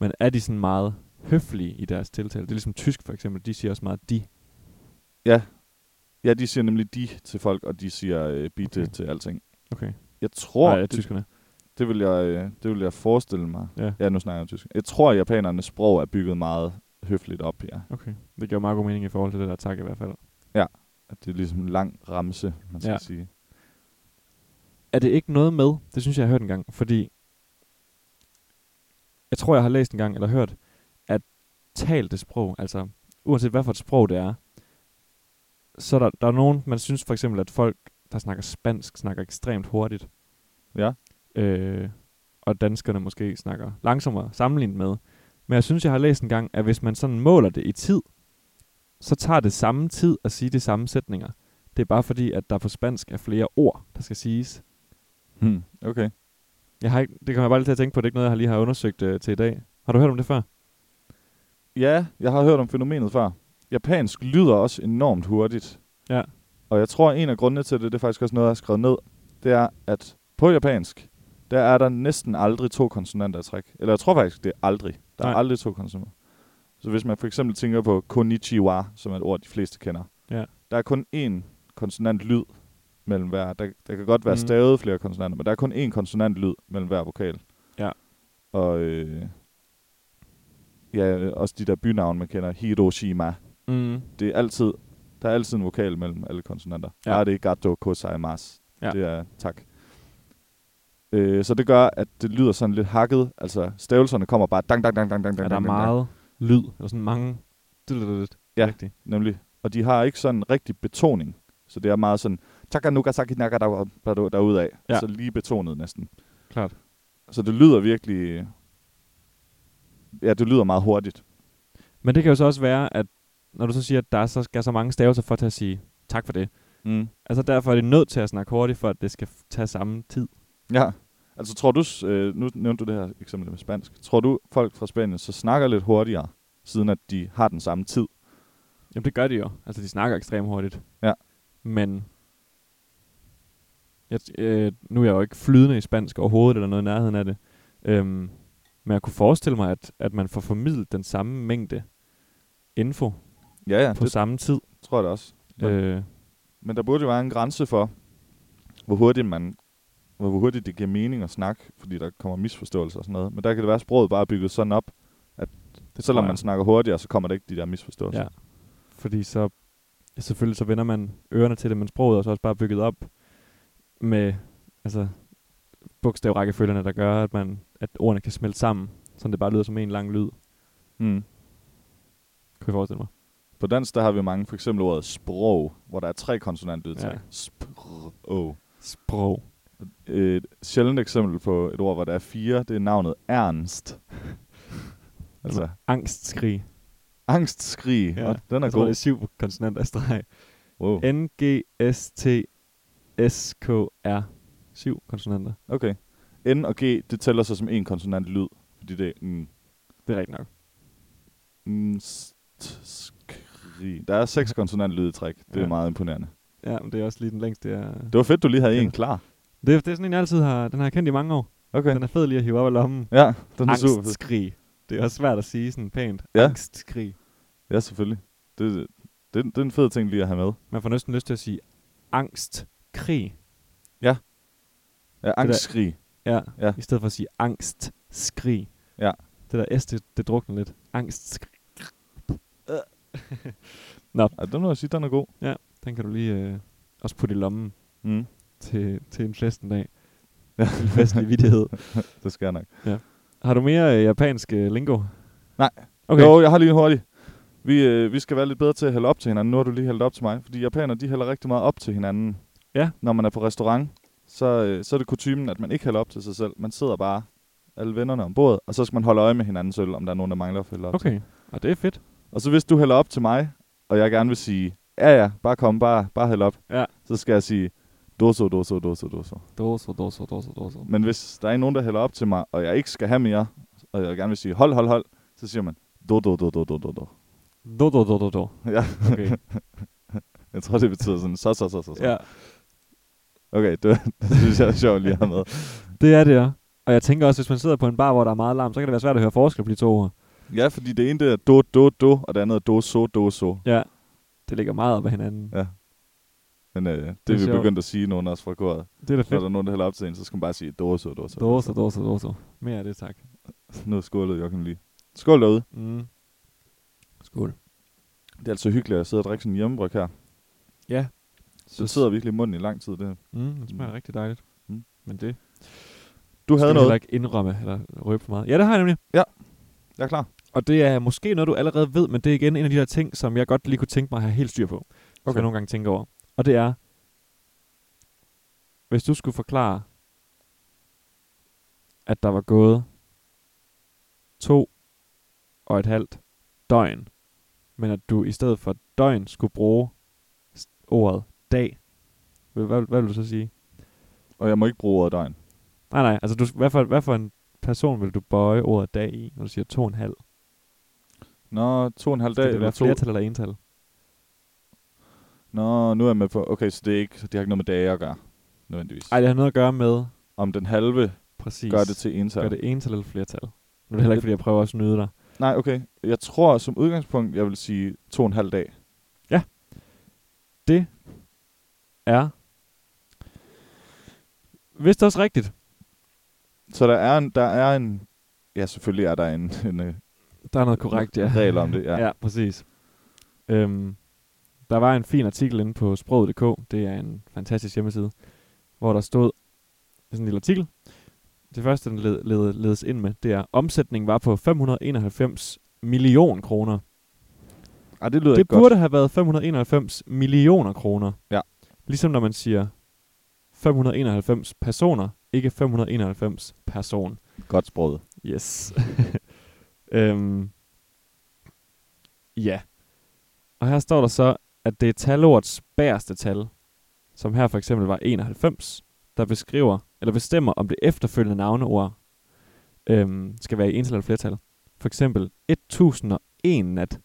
Speaker 1: men er de sådan meget høflige i deres tiltale? Det er ligesom tysk for eksempel, de siger også meget de.
Speaker 2: Ja, de siger nemlig de til folk, og de siger øh, bitte
Speaker 1: Okay.
Speaker 2: okay. til alting.
Speaker 1: Okay.
Speaker 2: Jeg tror,
Speaker 1: Nej, ja,
Speaker 2: det,
Speaker 1: tyskerne.
Speaker 2: det, vil jeg, øh, det vil jeg forestille mig.
Speaker 1: Ja.
Speaker 2: ja, nu snakker jeg tysk. Jeg tror, at japanernes sprog er bygget meget høfligt op her. Ja.
Speaker 1: Okay. Det giver meget god mening i forhold til det der tak i hvert fald.
Speaker 2: At det er ligesom en lang ramse, man skal
Speaker 1: Ja.
Speaker 2: ja. sige.
Speaker 1: er det ikke noget med, det synes jeg, jeg har hørt en gang, fordi jeg tror, jeg har læst en gang, eller hørt, at talte sprog, altså uanset hvad for et sprog det er, så er der, der er nogen, man synes for eksempel, at folk, der snakker spansk, snakker ekstremt hurtigt,
Speaker 2: Ja.
Speaker 1: øh, og danskerne måske snakker langsommere sammenlignet med. Men jeg synes, jeg har læst en gang, at hvis man sådan måler det i tid, så tager det samme tid at sige de samme sætninger. Det er bare fordi, at der på spansk er flere ord, der skal siges.
Speaker 2: Hmm. Okay.
Speaker 1: Jeg har ikke, det kommer jeg bare lige til at tænke på, det er ikke noget, jeg har lige har undersøgt øh, til i dag. Har du hørt om det før?
Speaker 2: Ja, jeg har hørt om fænomenet før. Japansk lyder også enormt hurtigt.
Speaker 1: Ja.
Speaker 2: Og jeg tror, en af grundene til det, det er faktisk også noget, jeg har skrevet ned, det er, at på japansk, der er der næsten aldrig to konsonanter i træk. Eller jeg tror faktisk, det er aldrig. Der er
Speaker 1: Nej.
Speaker 2: aldrig to konsonanter. Så hvis man for eksempel tænker på konnichiwa, som er et ord, de fleste kender,
Speaker 1: Ja.
Speaker 2: der er kun én konsonant lyd mellem hver. Der, der kan godt være
Speaker 1: Mhm.
Speaker 2: stavet flere konsonanter, men der er kun én konsonant lyd mellem hver vokal.
Speaker 1: Ja.
Speaker 2: Og øh, ja, også de der bynavne, man kender. Hiroshima,
Speaker 1: Mm.
Speaker 2: det er altid, der er altid en vokal mellem alle konsonanter.
Speaker 1: Ja.
Speaker 2: Ja. Er det gato kosaimasu.
Speaker 1: Ja.
Speaker 2: Ja. Det er tak. Øh, så det gør, at det lyder sådan lidt hakket. Altså, stavelserne kommer bare dang, dang, dang, dang, dang,
Speaker 1: Er
Speaker 2: dang,
Speaker 1: der
Speaker 2: dang, dang,
Speaker 1: meget lyd? Eller sådan mange...
Speaker 2: Ja.
Speaker 1: Rigtigt.
Speaker 2: Nemlig. Og de har ikke sådan rigtig betoning. Så det er meget sådan, takanuka sakinaka derud af.
Speaker 1: Ja.
Speaker 2: Ja. Så lige betonet næsten.
Speaker 1: Klart.
Speaker 2: Så det lyder virkelig... Ja, det lyder meget hurtigt.
Speaker 1: Men det kan jo så også være, at når du så siger, at der er så, skal så mange stavelser for til at sige tak for det.
Speaker 2: Mm.
Speaker 1: Altså derfor er det nødt til at snakke hurtigt, for at det skal f- tage samme tid.
Speaker 2: Ja. Altså tror du, s- øh, nu nævnte du det her eksempel med spansk, tror du folk fra Spanien så snakker lidt hurtigere, siden at de har den samme tid?
Speaker 1: Jamen det gør de jo. Altså de snakker ekstremt hurtigt.
Speaker 2: Ja.
Speaker 1: Men jeg, t- øh, nu er jeg jo ikke flydende i spansk overhovedet, eller noget i nærheden af det. Øhm, men jeg kunne forestille mig, at, at man får formidlet den samme mængde info
Speaker 2: Ja, ja,
Speaker 1: på
Speaker 2: det
Speaker 1: samme tid.
Speaker 2: tror jeg da også. Ja.
Speaker 1: Øh,
Speaker 2: Men der burde jo være en grænse for, hvor hurtigt man hvor hvor hurtigt det giver mening at snakke, fordi der kommer misforståelser og sådan noget. Men der kan det være, at sproget bare er bygget sådan op, at det selvom
Speaker 1: tror jeg.
Speaker 2: man snakker hurtigere, så kommer der ikke de der misforståelser.
Speaker 1: Ja. Fordi så, selvfølgelig så vender man ørerne til det, men sproget er så også bare bygget op med, altså, bogstavrækkefølgerne, der gør, at, man, at ordene kan smelte sammen, så det bare lyder som en lang lyd,
Speaker 2: Mm.
Speaker 1: kunne jeg forestille mig.
Speaker 2: På dansk, der har vi mange, for eksempel ordet sprog, hvor der er tre konsonantudtag.
Speaker 1: Ja.
Speaker 2: Ja. Sprog.
Speaker 1: Sprog.
Speaker 2: Et sjældent eksempel på et ord, hvor der er fire, det er navnet
Speaker 1: <laughs>
Speaker 2: Ernst. altså,
Speaker 1: Angstskrig.
Speaker 2: angstskrig.
Speaker 1: Ja. altså,
Speaker 2: Ja. Den er
Speaker 1: Jeg tror, det
Speaker 2: god.
Speaker 1: er syv konsonanter i streg.
Speaker 2: Wow.
Speaker 1: N-G-S-T-S-K-R. Syv konsonanter.
Speaker 2: Okay. N og G, det tæller sig som en konsonant lyd. Fordi det er en
Speaker 1: Det er rigtigt nok.
Speaker 2: skrig. Der er
Speaker 1: <laughs>
Speaker 2: seks konsonant lyd i træk. Det er
Speaker 1: Ja.
Speaker 2: meget imponerende.
Speaker 1: Ja, men det er også lige den længste, jeg...
Speaker 2: Det var fedt, du lige havde
Speaker 1: Kender.
Speaker 2: en klar.
Speaker 1: Det, er- det er sådan en, jeg altid har... Den har jeg kendt i mange år.
Speaker 2: Okay.
Speaker 1: Den er fed lige at hive op af lommen.
Speaker 2: Ja, den er super fed.
Speaker 1: Angstskrig. Det er også svært at sige sådan pænt.
Speaker 2: Ja.
Speaker 1: Angstskrig.
Speaker 2: Ja, selvfølgelig. Det, det, det er en fed ting lige at have med.
Speaker 1: Man får næsten lyst til at sige angstkrig.
Speaker 2: Ja, angstskrig.
Speaker 1: Ja.
Speaker 2: Ja.
Speaker 1: I stedet for at sige angstskrig.
Speaker 2: Ja.
Speaker 1: Det der S, det, det drukner lidt. Angstskrig. Nå,
Speaker 2: Ja, den må jeg sige, den er god.
Speaker 1: den kan du lige øh, også putte i lommen
Speaker 2: Mm.
Speaker 1: til, til en fest en dag.
Speaker 2: Ja.
Speaker 1: En festlig vidighed.
Speaker 2: <laughs> Det skal jeg nok.
Speaker 1: <laughs> Har du mere øh, japansk øh, lingo?
Speaker 2: Nej.
Speaker 1: Okay.
Speaker 2: Jo, jeg har lige en hurtig. Vi, øh, vi skal være lidt bedre til at hælde op til hinanden. Nu har du lige hældt op til mig. Fordi japanere, de hælder rigtig meget op til hinanden.
Speaker 1: Ja.
Speaker 2: Når man er på restaurant, så, øh, så er det kutumen, at man ikke hælder op til sig selv. Man sidder bare alle vennerne om bordet, og så skal man holde øje med hinandens øl, om der er nogen, der mangler at hælde op.
Speaker 1: Okay. Og det er fedt.
Speaker 2: Og så hvis du hælder op til mig, og jeg gerne vil sige, ja ja, bare kom, bare, bare hæld op,
Speaker 1: Ja.
Speaker 2: så skal jeg sige, doso, doso, doso, doso.
Speaker 1: Doso, doso, doso, doso.
Speaker 2: Men hvis der er nogen, der hælder op til mig, og jeg ikke skal have mere, og jeg gerne vil sige, hold, hold, hold, så siger man, do, do, do, do, do, do, do.
Speaker 1: Do, do, do, do, do.
Speaker 2: Ja. <laughs>
Speaker 1: Okay.
Speaker 2: Jeg tror, det betyder sådan, så, så, så, så. så.
Speaker 1: ja.
Speaker 2: Okay, det, <laughs> det synes jeg er sjovt lige at have med.
Speaker 1: Det er det, ja. Og jeg tænker også, hvis man sidder på en bar, hvor der er meget larm, så kan det være svært at høre forskel på de to ord.
Speaker 2: Ja, fordi det ene det er do, do, do, og det andet er do, so, do, so.
Speaker 1: Ja. Det ligger meget op ad hinanden.
Speaker 2: Ja. Men øh, det,
Speaker 1: Det er
Speaker 2: det vi
Speaker 1: sjovt.
Speaker 2: begyndt at sige, nogen af os fra koret.
Speaker 1: Det er da
Speaker 2: Så er
Speaker 1: fedt.
Speaker 2: der nogen, der hælder op til en, så skal man bare sige do, so, do, so. do,
Speaker 1: Dåser,
Speaker 2: so.
Speaker 1: dåser, dåser. Mere af det, tak.
Speaker 2: Nu skålede Joachim lige. Skål derude.
Speaker 1: Mm. Skål.
Speaker 2: Det er altså hyggeligt at sidde og drikke sådan en hjemmebryg her.
Speaker 1: Ja.
Speaker 2: Så sidder virkelig i munden i lang tid. Det. her.
Speaker 1: Mm, det smager
Speaker 2: Mm.
Speaker 1: rigtig dejligt.
Speaker 2: Mm.
Speaker 1: Men det
Speaker 2: Du
Speaker 1: skal
Speaker 2: havde
Speaker 1: vi
Speaker 2: noget.
Speaker 1: heller ikke indrømme eller røbe for meget. Ja, det har jeg nemlig.
Speaker 2: Jeg er klar.
Speaker 1: Og det er måske noget, du allerede ved, men det er igen en af de der ting, som jeg godt lige kunne tænke mig at have helt styr på. Okay. Som
Speaker 2: Okay.
Speaker 1: jeg nogle gange tænker over. Og det er, hvis du skulle forklare, at der var gået to og et halvt døgn, men at du i stedet for døgn skulle bruge s- ordet dag, hvad, hvad, hvad vil du så sige?
Speaker 2: Og jeg må ikke bruge ordet degn.
Speaker 1: Nej, nej, altså du, hvad, for, hvad for en person vil du bøje ordet dag i, når du siger to og en halv?
Speaker 2: Nå, to og en halv dag.
Speaker 1: Skal det
Speaker 2: eller
Speaker 1: være
Speaker 2: to...
Speaker 1: flertal eller ental?
Speaker 2: Nå, nu er jeg med på. Okay, så det, er ikke, det har ikke noget med dage at gøre, nødvendigvis.
Speaker 1: Nej, det har noget at gøre med,
Speaker 2: Om den halve
Speaker 1: præcis,
Speaker 2: gør det til ental.
Speaker 1: gør det ental eller flertal. Nu er det heller ikke, fordi jeg prøver at snyde dig.
Speaker 2: Nej, okay. Jeg tror som udgangspunkt, jeg vil sige to og en halv dag.
Speaker 1: Er Vist også rigtigt.
Speaker 2: Så der er en, der er en ja, selvfølgelig er der en, <laughs> en øh,
Speaker 1: Der er noget korrekt, ja.
Speaker 2: regel om det. Ja.
Speaker 1: Ja, præcis. Øhm, der var en fin artikel inde på sproget.dk, det er en fantastisk hjemmeside, hvor der stod sådan en lille artikel. Det første, den led, led, ledes ind med, det er, omsætningen var på 591 million kroner.
Speaker 2: Ej, det lyder
Speaker 1: Det
Speaker 2: ikke godt.
Speaker 1: burde have været 591 millioner kroner.
Speaker 2: Ja.
Speaker 1: Ligesom når man siger 591 personer, ikke 591 person.
Speaker 2: Godt sproget.
Speaker 1: Yes. <laughs> øhm. Ja. Og her står der så, at det er talordets bæreste tal, som her for eksempel var 91, der beskriver, eller bestemmer, om det efterfølgende navneord øhm, skal være i ental eller flertal. For eksempel 1001 nat.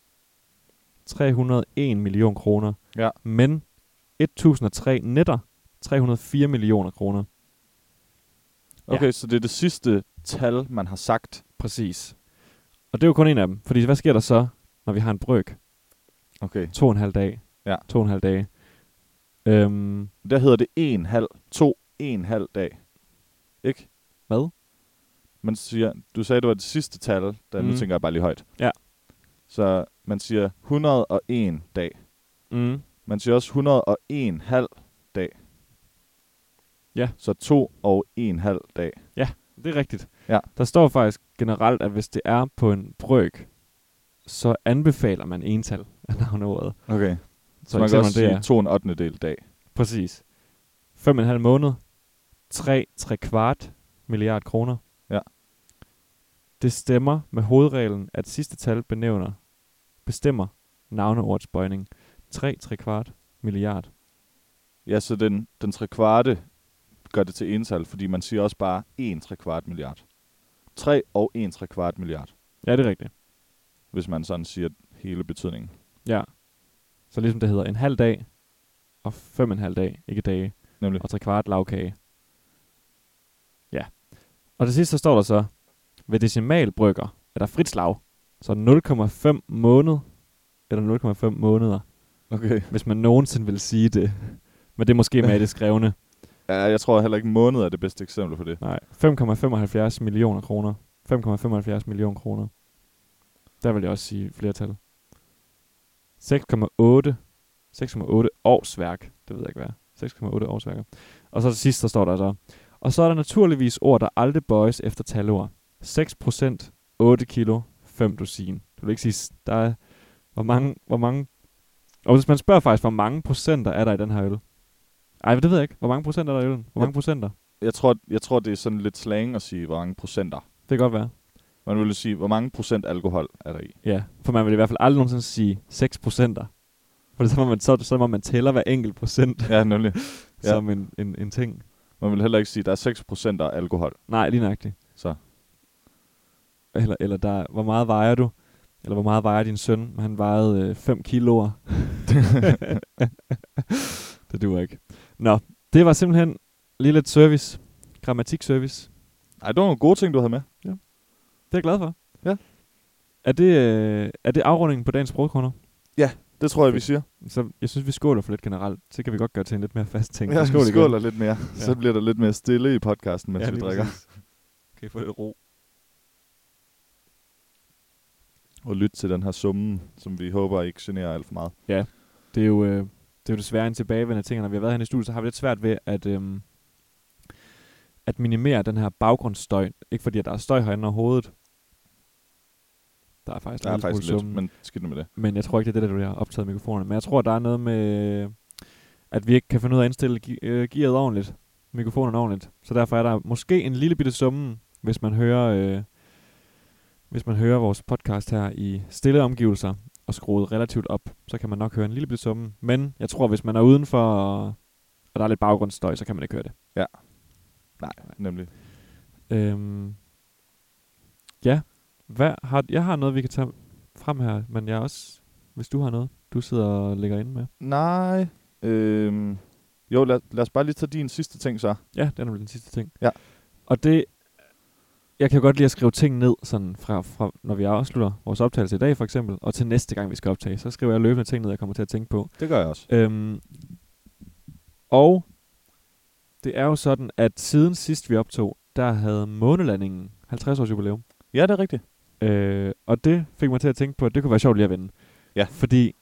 Speaker 1: 301 million kroner.
Speaker 2: Ja.
Speaker 1: Men 1003 netter. 304 millioner kroner.
Speaker 2: Okay, så det er det sidste tal, man har sagt.
Speaker 1: Præcis. Og det er jo kun en af dem. Fordi hvad sker der så, når vi har en brøk?
Speaker 2: Okay.
Speaker 1: To og en halv dag.
Speaker 2: Ja.
Speaker 1: To og en halv dag. Øhm,
Speaker 2: Der hedder det en halv, to, en halv dag. Ikke?
Speaker 1: Hvad?
Speaker 2: Man siger, du sagde, det var det sidste tal, der mm.
Speaker 1: Mhm.
Speaker 2: nu tænker jeg bare lige højt.
Speaker 1: Ja.
Speaker 2: Så man siger 101 dag.
Speaker 1: mm,
Speaker 2: Man siger også 101 halv dag.
Speaker 1: Ja.
Speaker 2: Så to og en halv dag.
Speaker 1: det er rigtigt.
Speaker 2: Ja.
Speaker 1: Der står faktisk generelt, at hvis det er på en brøk, så anbefaler man ental af navneordet.
Speaker 2: Okay. Så,
Speaker 1: Så,
Speaker 2: så man kan også
Speaker 1: det
Speaker 2: sige
Speaker 1: er,
Speaker 2: to og en ottende del dag.
Speaker 1: præcis. Fem og en halv måned. Tre, tre kvart milliard kroner.
Speaker 2: Ja.
Speaker 1: Det stemmer med hovedreglen, at sidste tal benævner, bestemmer navneordets bøjning. Tre, tre kvart milliard.
Speaker 2: Ja, så den, den tre kvarte gør det til ental, fordi man siger også bare en tre kvart milliard. Tre og en tre kvart milliard,
Speaker 1: Ja, det er rigtigt.
Speaker 2: hvis man sådan siger hele betydningen.
Speaker 1: Ja. Så ligesom det hedder en halv dag og fem og en halv dag, ikke dage,
Speaker 2: Nemlig.
Speaker 1: og tre kvart lavkage. Ja. Og til sidst så står der så, ved decimalbrygger er der frit slag. Så 0,5 måned, eller 0,5 måneder,
Speaker 2: Okay.
Speaker 1: hvis man nogensinde vil sige det. Men det er måske med i det skrevne.
Speaker 2: Ja, jeg tror heller ikke, måned er det bedste eksempel på det.
Speaker 1: Nej, 5,75 millioner kroner. 5,75 millioner kroner. Der vil jeg også sige flertal. 6,8 6,8 årsværk. Det ved jeg ikke hvad. 6,8 årsværker. Og så til sidst, så står der så. Og så er der naturligvis ord, der aldrig bøjes efter talord. 6%, 8 kilo, 5 dusin. Du vil ikke sige, s- der er, hvor mange, hvor mange... Og hvis man spørger faktisk, hvor mange procenter er der i den her øl? Ej, det ved jeg ikke. Hvor mange procenter er der i øllen? Hvor
Speaker 2: Ja.
Speaker 1: mange procenter?
Speaker 2: Jeg tror, jeg tror, det er sådan lidt slang at sige, hvor mange procenter.
Speaker 1: Det kan godt være.
Speaker 2: Man ville sige, hvor mange procent alkohol er der i.
Speaker 1: Ja, for man vil i hvert fald aldrig nogensinde sige 6 procenter. For så må man, så, så må man tæller hver enkelt procent
Speaker 2: <laughs> Ja, nemlig.
Speaker 1: ja. som en, en, en ting.
Speaker 2: Man vil heller ikke sige, der er 6 procent af alkohol.
Speaker 1: Nej, lige nøjagtigt.
Speaker 2: Så
Speaker 1: Eller, eller der, hvor meget vejer du? Eller hvor meget vejer din søn? Han vejede 5 øh,
Speaker 2: <laughs>
Speaker 1: kiloer. <laughs> det duer ikke. Nå, det var simpelthen lige lidt service. Grammatikservice.
Speaker 2: ej, det var nogle gode ting, du havde med.
Speaker 1: Det er jeg glad for.
Speaker 2: Ja.
Speaker 1: Er det, øh, er det afrundingen på dagens sprogkorner?
Speaker 2: Det tror jeg, vi siger.
Speaker 1: Så jeg synes, vi skåler for lidt generelt. Så kan vi godt gøre til en lidt mere fast ting.
Speaker 2: Ja,
Speaker 1: Så skål
Speaker 2: skål
Speaker 1: igen.
Speaker 2: skåler lidt mere. Ja.
Speaker 1: Ja.
Speaker 2: Så bliver der lidt mere stille i podcasten, mens ja, vi
Speaker 1: lige
Speaker 2: drikker.
Speaker 1: præcis. Kan I få lidt ro?
Speaker 2: Og lytte til den her summen, som vi håber ikke generer alt for meget.
Speaker 1: Det er jo, øh, det er jo desværre en tilbagevendende ting, og når vi har været her i studiet, så har vi lidt svært ved at, øh, at minimere den her baggrundsstøj. Ikke fordi, at der er støj herinde over hovedet. Der er faktisk,
Speaker 2: Der er
Speaker 1: lille
Speaker 2: faktisk
Speaker 1: smule
Speaker 2: lidt,
Speaker 1: summen.
Speaker 2: men skidt med det.
Speaker 1: Men jeg tror ikke, det er det, der bliver optaget af mikrofonerne. Men jeg tror, der er noget med, at vi ikke kan finde ud af at indstille ge- øh, gearet ordentligt. Mikrofonerne ordentligt. Så derfor er der måske en lille bitte summen, hvis man hører, øh, hvis man hører vores podcast her i stille omgivelser. og skruet relativt op, så kan man nok høre en lille bitte summen. Men jeg tror, hvis man er udenfor, og, og der er lidt baggrundsstøj, så kan man ikke høre det.
Speaker 2: Nej, nemlig.
Speaker 1: Øhm, ja, Hvad har, jeg har noget, vi kan tage frem her, men jeg er også, hvis du har noget, du sidder og lægger inde med.
Speaker 2: Nej. Øhm. Jo, lad, lad os bare lige tage din sidste ting så.
Speaker 1: Ja, det er nemlig den sidste ting.
Speaker 2: Ja.
Speaker 1: Og det, jeg kan jo godt lide at skrive ting ned, sådan fra, fra, når vi afslutter vores optagelse i dag for eksempel, og til næste gang, vi skal optage, så skriver jeg løbende ting ned, jeg kommer til at tænke på.
Speaker 2: Det gør jeg også.
Speaker 1: Øhm, og det er jo sådan, at siden sidst vi optog, der havde månelandingen 50 års jubilæum.
Speaker 2: Ja, det er rigtigt.
Speaker 1: Øh, og det fik mig til at tænke på, at det kunne være sjovt lige at vinde.
Speaker 2: Ja.
Speaker 1: Fordi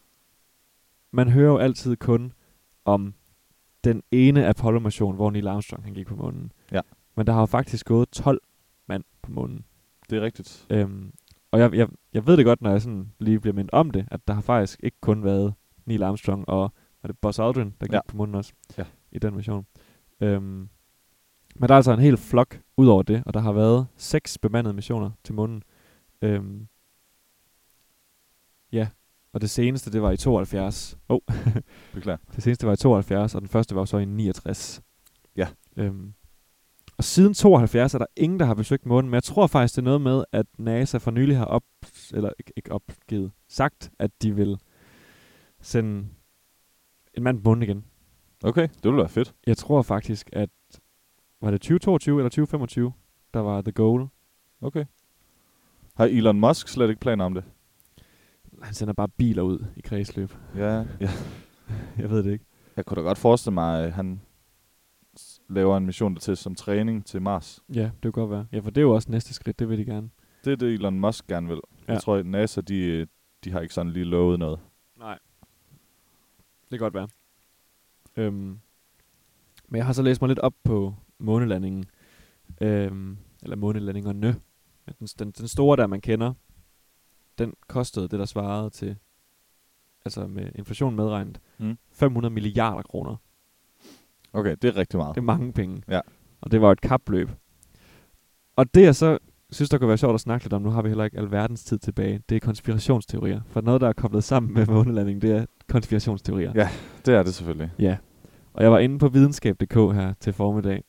Speaker 1: man hører jo altid kun om den ene Apollo-mission, hvor Neil Armstrong han gik på månen.
Speaker 2: Ja.
Speaker 1: Men der har jo faktisk gået 12 mand på månen.
Speaker 2: Det er rigtigt.
Speaker 1: Øhm, og jeg, jeg, jeg ved det godt, når jeg sådan lige bliver mindet om det, at der har faktisk ikke kun været Neil Armstrong og var det Buzz Aldrin, der gik
Speaker 2: Ja.
Speaker 1: ja. på munden også
Speaker 2: Ja.
Speaker 1: i den mission. Øhm, men der er altså en hel flok ud over det, og der har været seks bemandede missioner til munden. Øhm, ja, og det seneste, det var i 72. Oh,
Speaker 2: Beklager.
Speaker 1: det seneste var i 72, og den første var jo så i 69.
Speaker 2: Ja.
Speaker 1: Øhm, og siden 72 er der ingen, der har besøgt månen, men jeg tror faktisk, det er noget med, at NASA for nylig har op, eller ikke, ikke opgivet, sagt, at de vil sende en mand på månen igen.
Speaker 2: Okay, det ville være fedt.
Speaker 1: Jeg tror faktisk, at var det 2022 eller 2025, der var the goal.
Speaker 2: Okay. Har Elon Musk slet ikke planer om det?
Speaker 1: Han sender bare biler ud i kredsløb. <laughs>
Speaker 2: Ja, ja.
Speaker 1: Jeg ved det ikke.
Speaker 2: Jeg kunne da godt forestille mig, at han s- laver en mission dertil som træning til Mars.
Speaker 1: Ja, det kunne godt være. Ja, for det er jo også næste skridt, det vil de gerne.
Speaker 2: Det er det, Elon Musk gerne vil. Ja.
Speaker 1: Ja.
Speaker 2: Jeg tror, at NASA, de, øh, de har ikke sådan lige lovet noget.
Speaker 1: Nej. Det kan godt være. Øhm, men jeg har så læst mig lidt op på månelandingen. Øhm, eller månelandingerne. Ja, Den, den, den store, der man kender, den kostede det, der svarede til, altså med inflation medregnet,
Speaker 2: Mm.
Speaker 1: 500 milliarder kroner.
Speaker 2: Okay, det er rigtig meget.
Speaker 1: Det er mange penge.
Speaker 2: Ja.
Speaker 1: Og det var et kapløb. Og det jeg så synes, der kunne være sjovt at snakke lidt om, nu har vi heller ikke alverdens tid tilbage, det er konspirationsteorier. For noget, der er koblet sammen med månelandingen, det er konspirationsteorier.
Speaker 2: Ja. Det er det selvfølgelig.
Speaker 1: ja. Og jeg var inde på videnskab.dk her til formiddag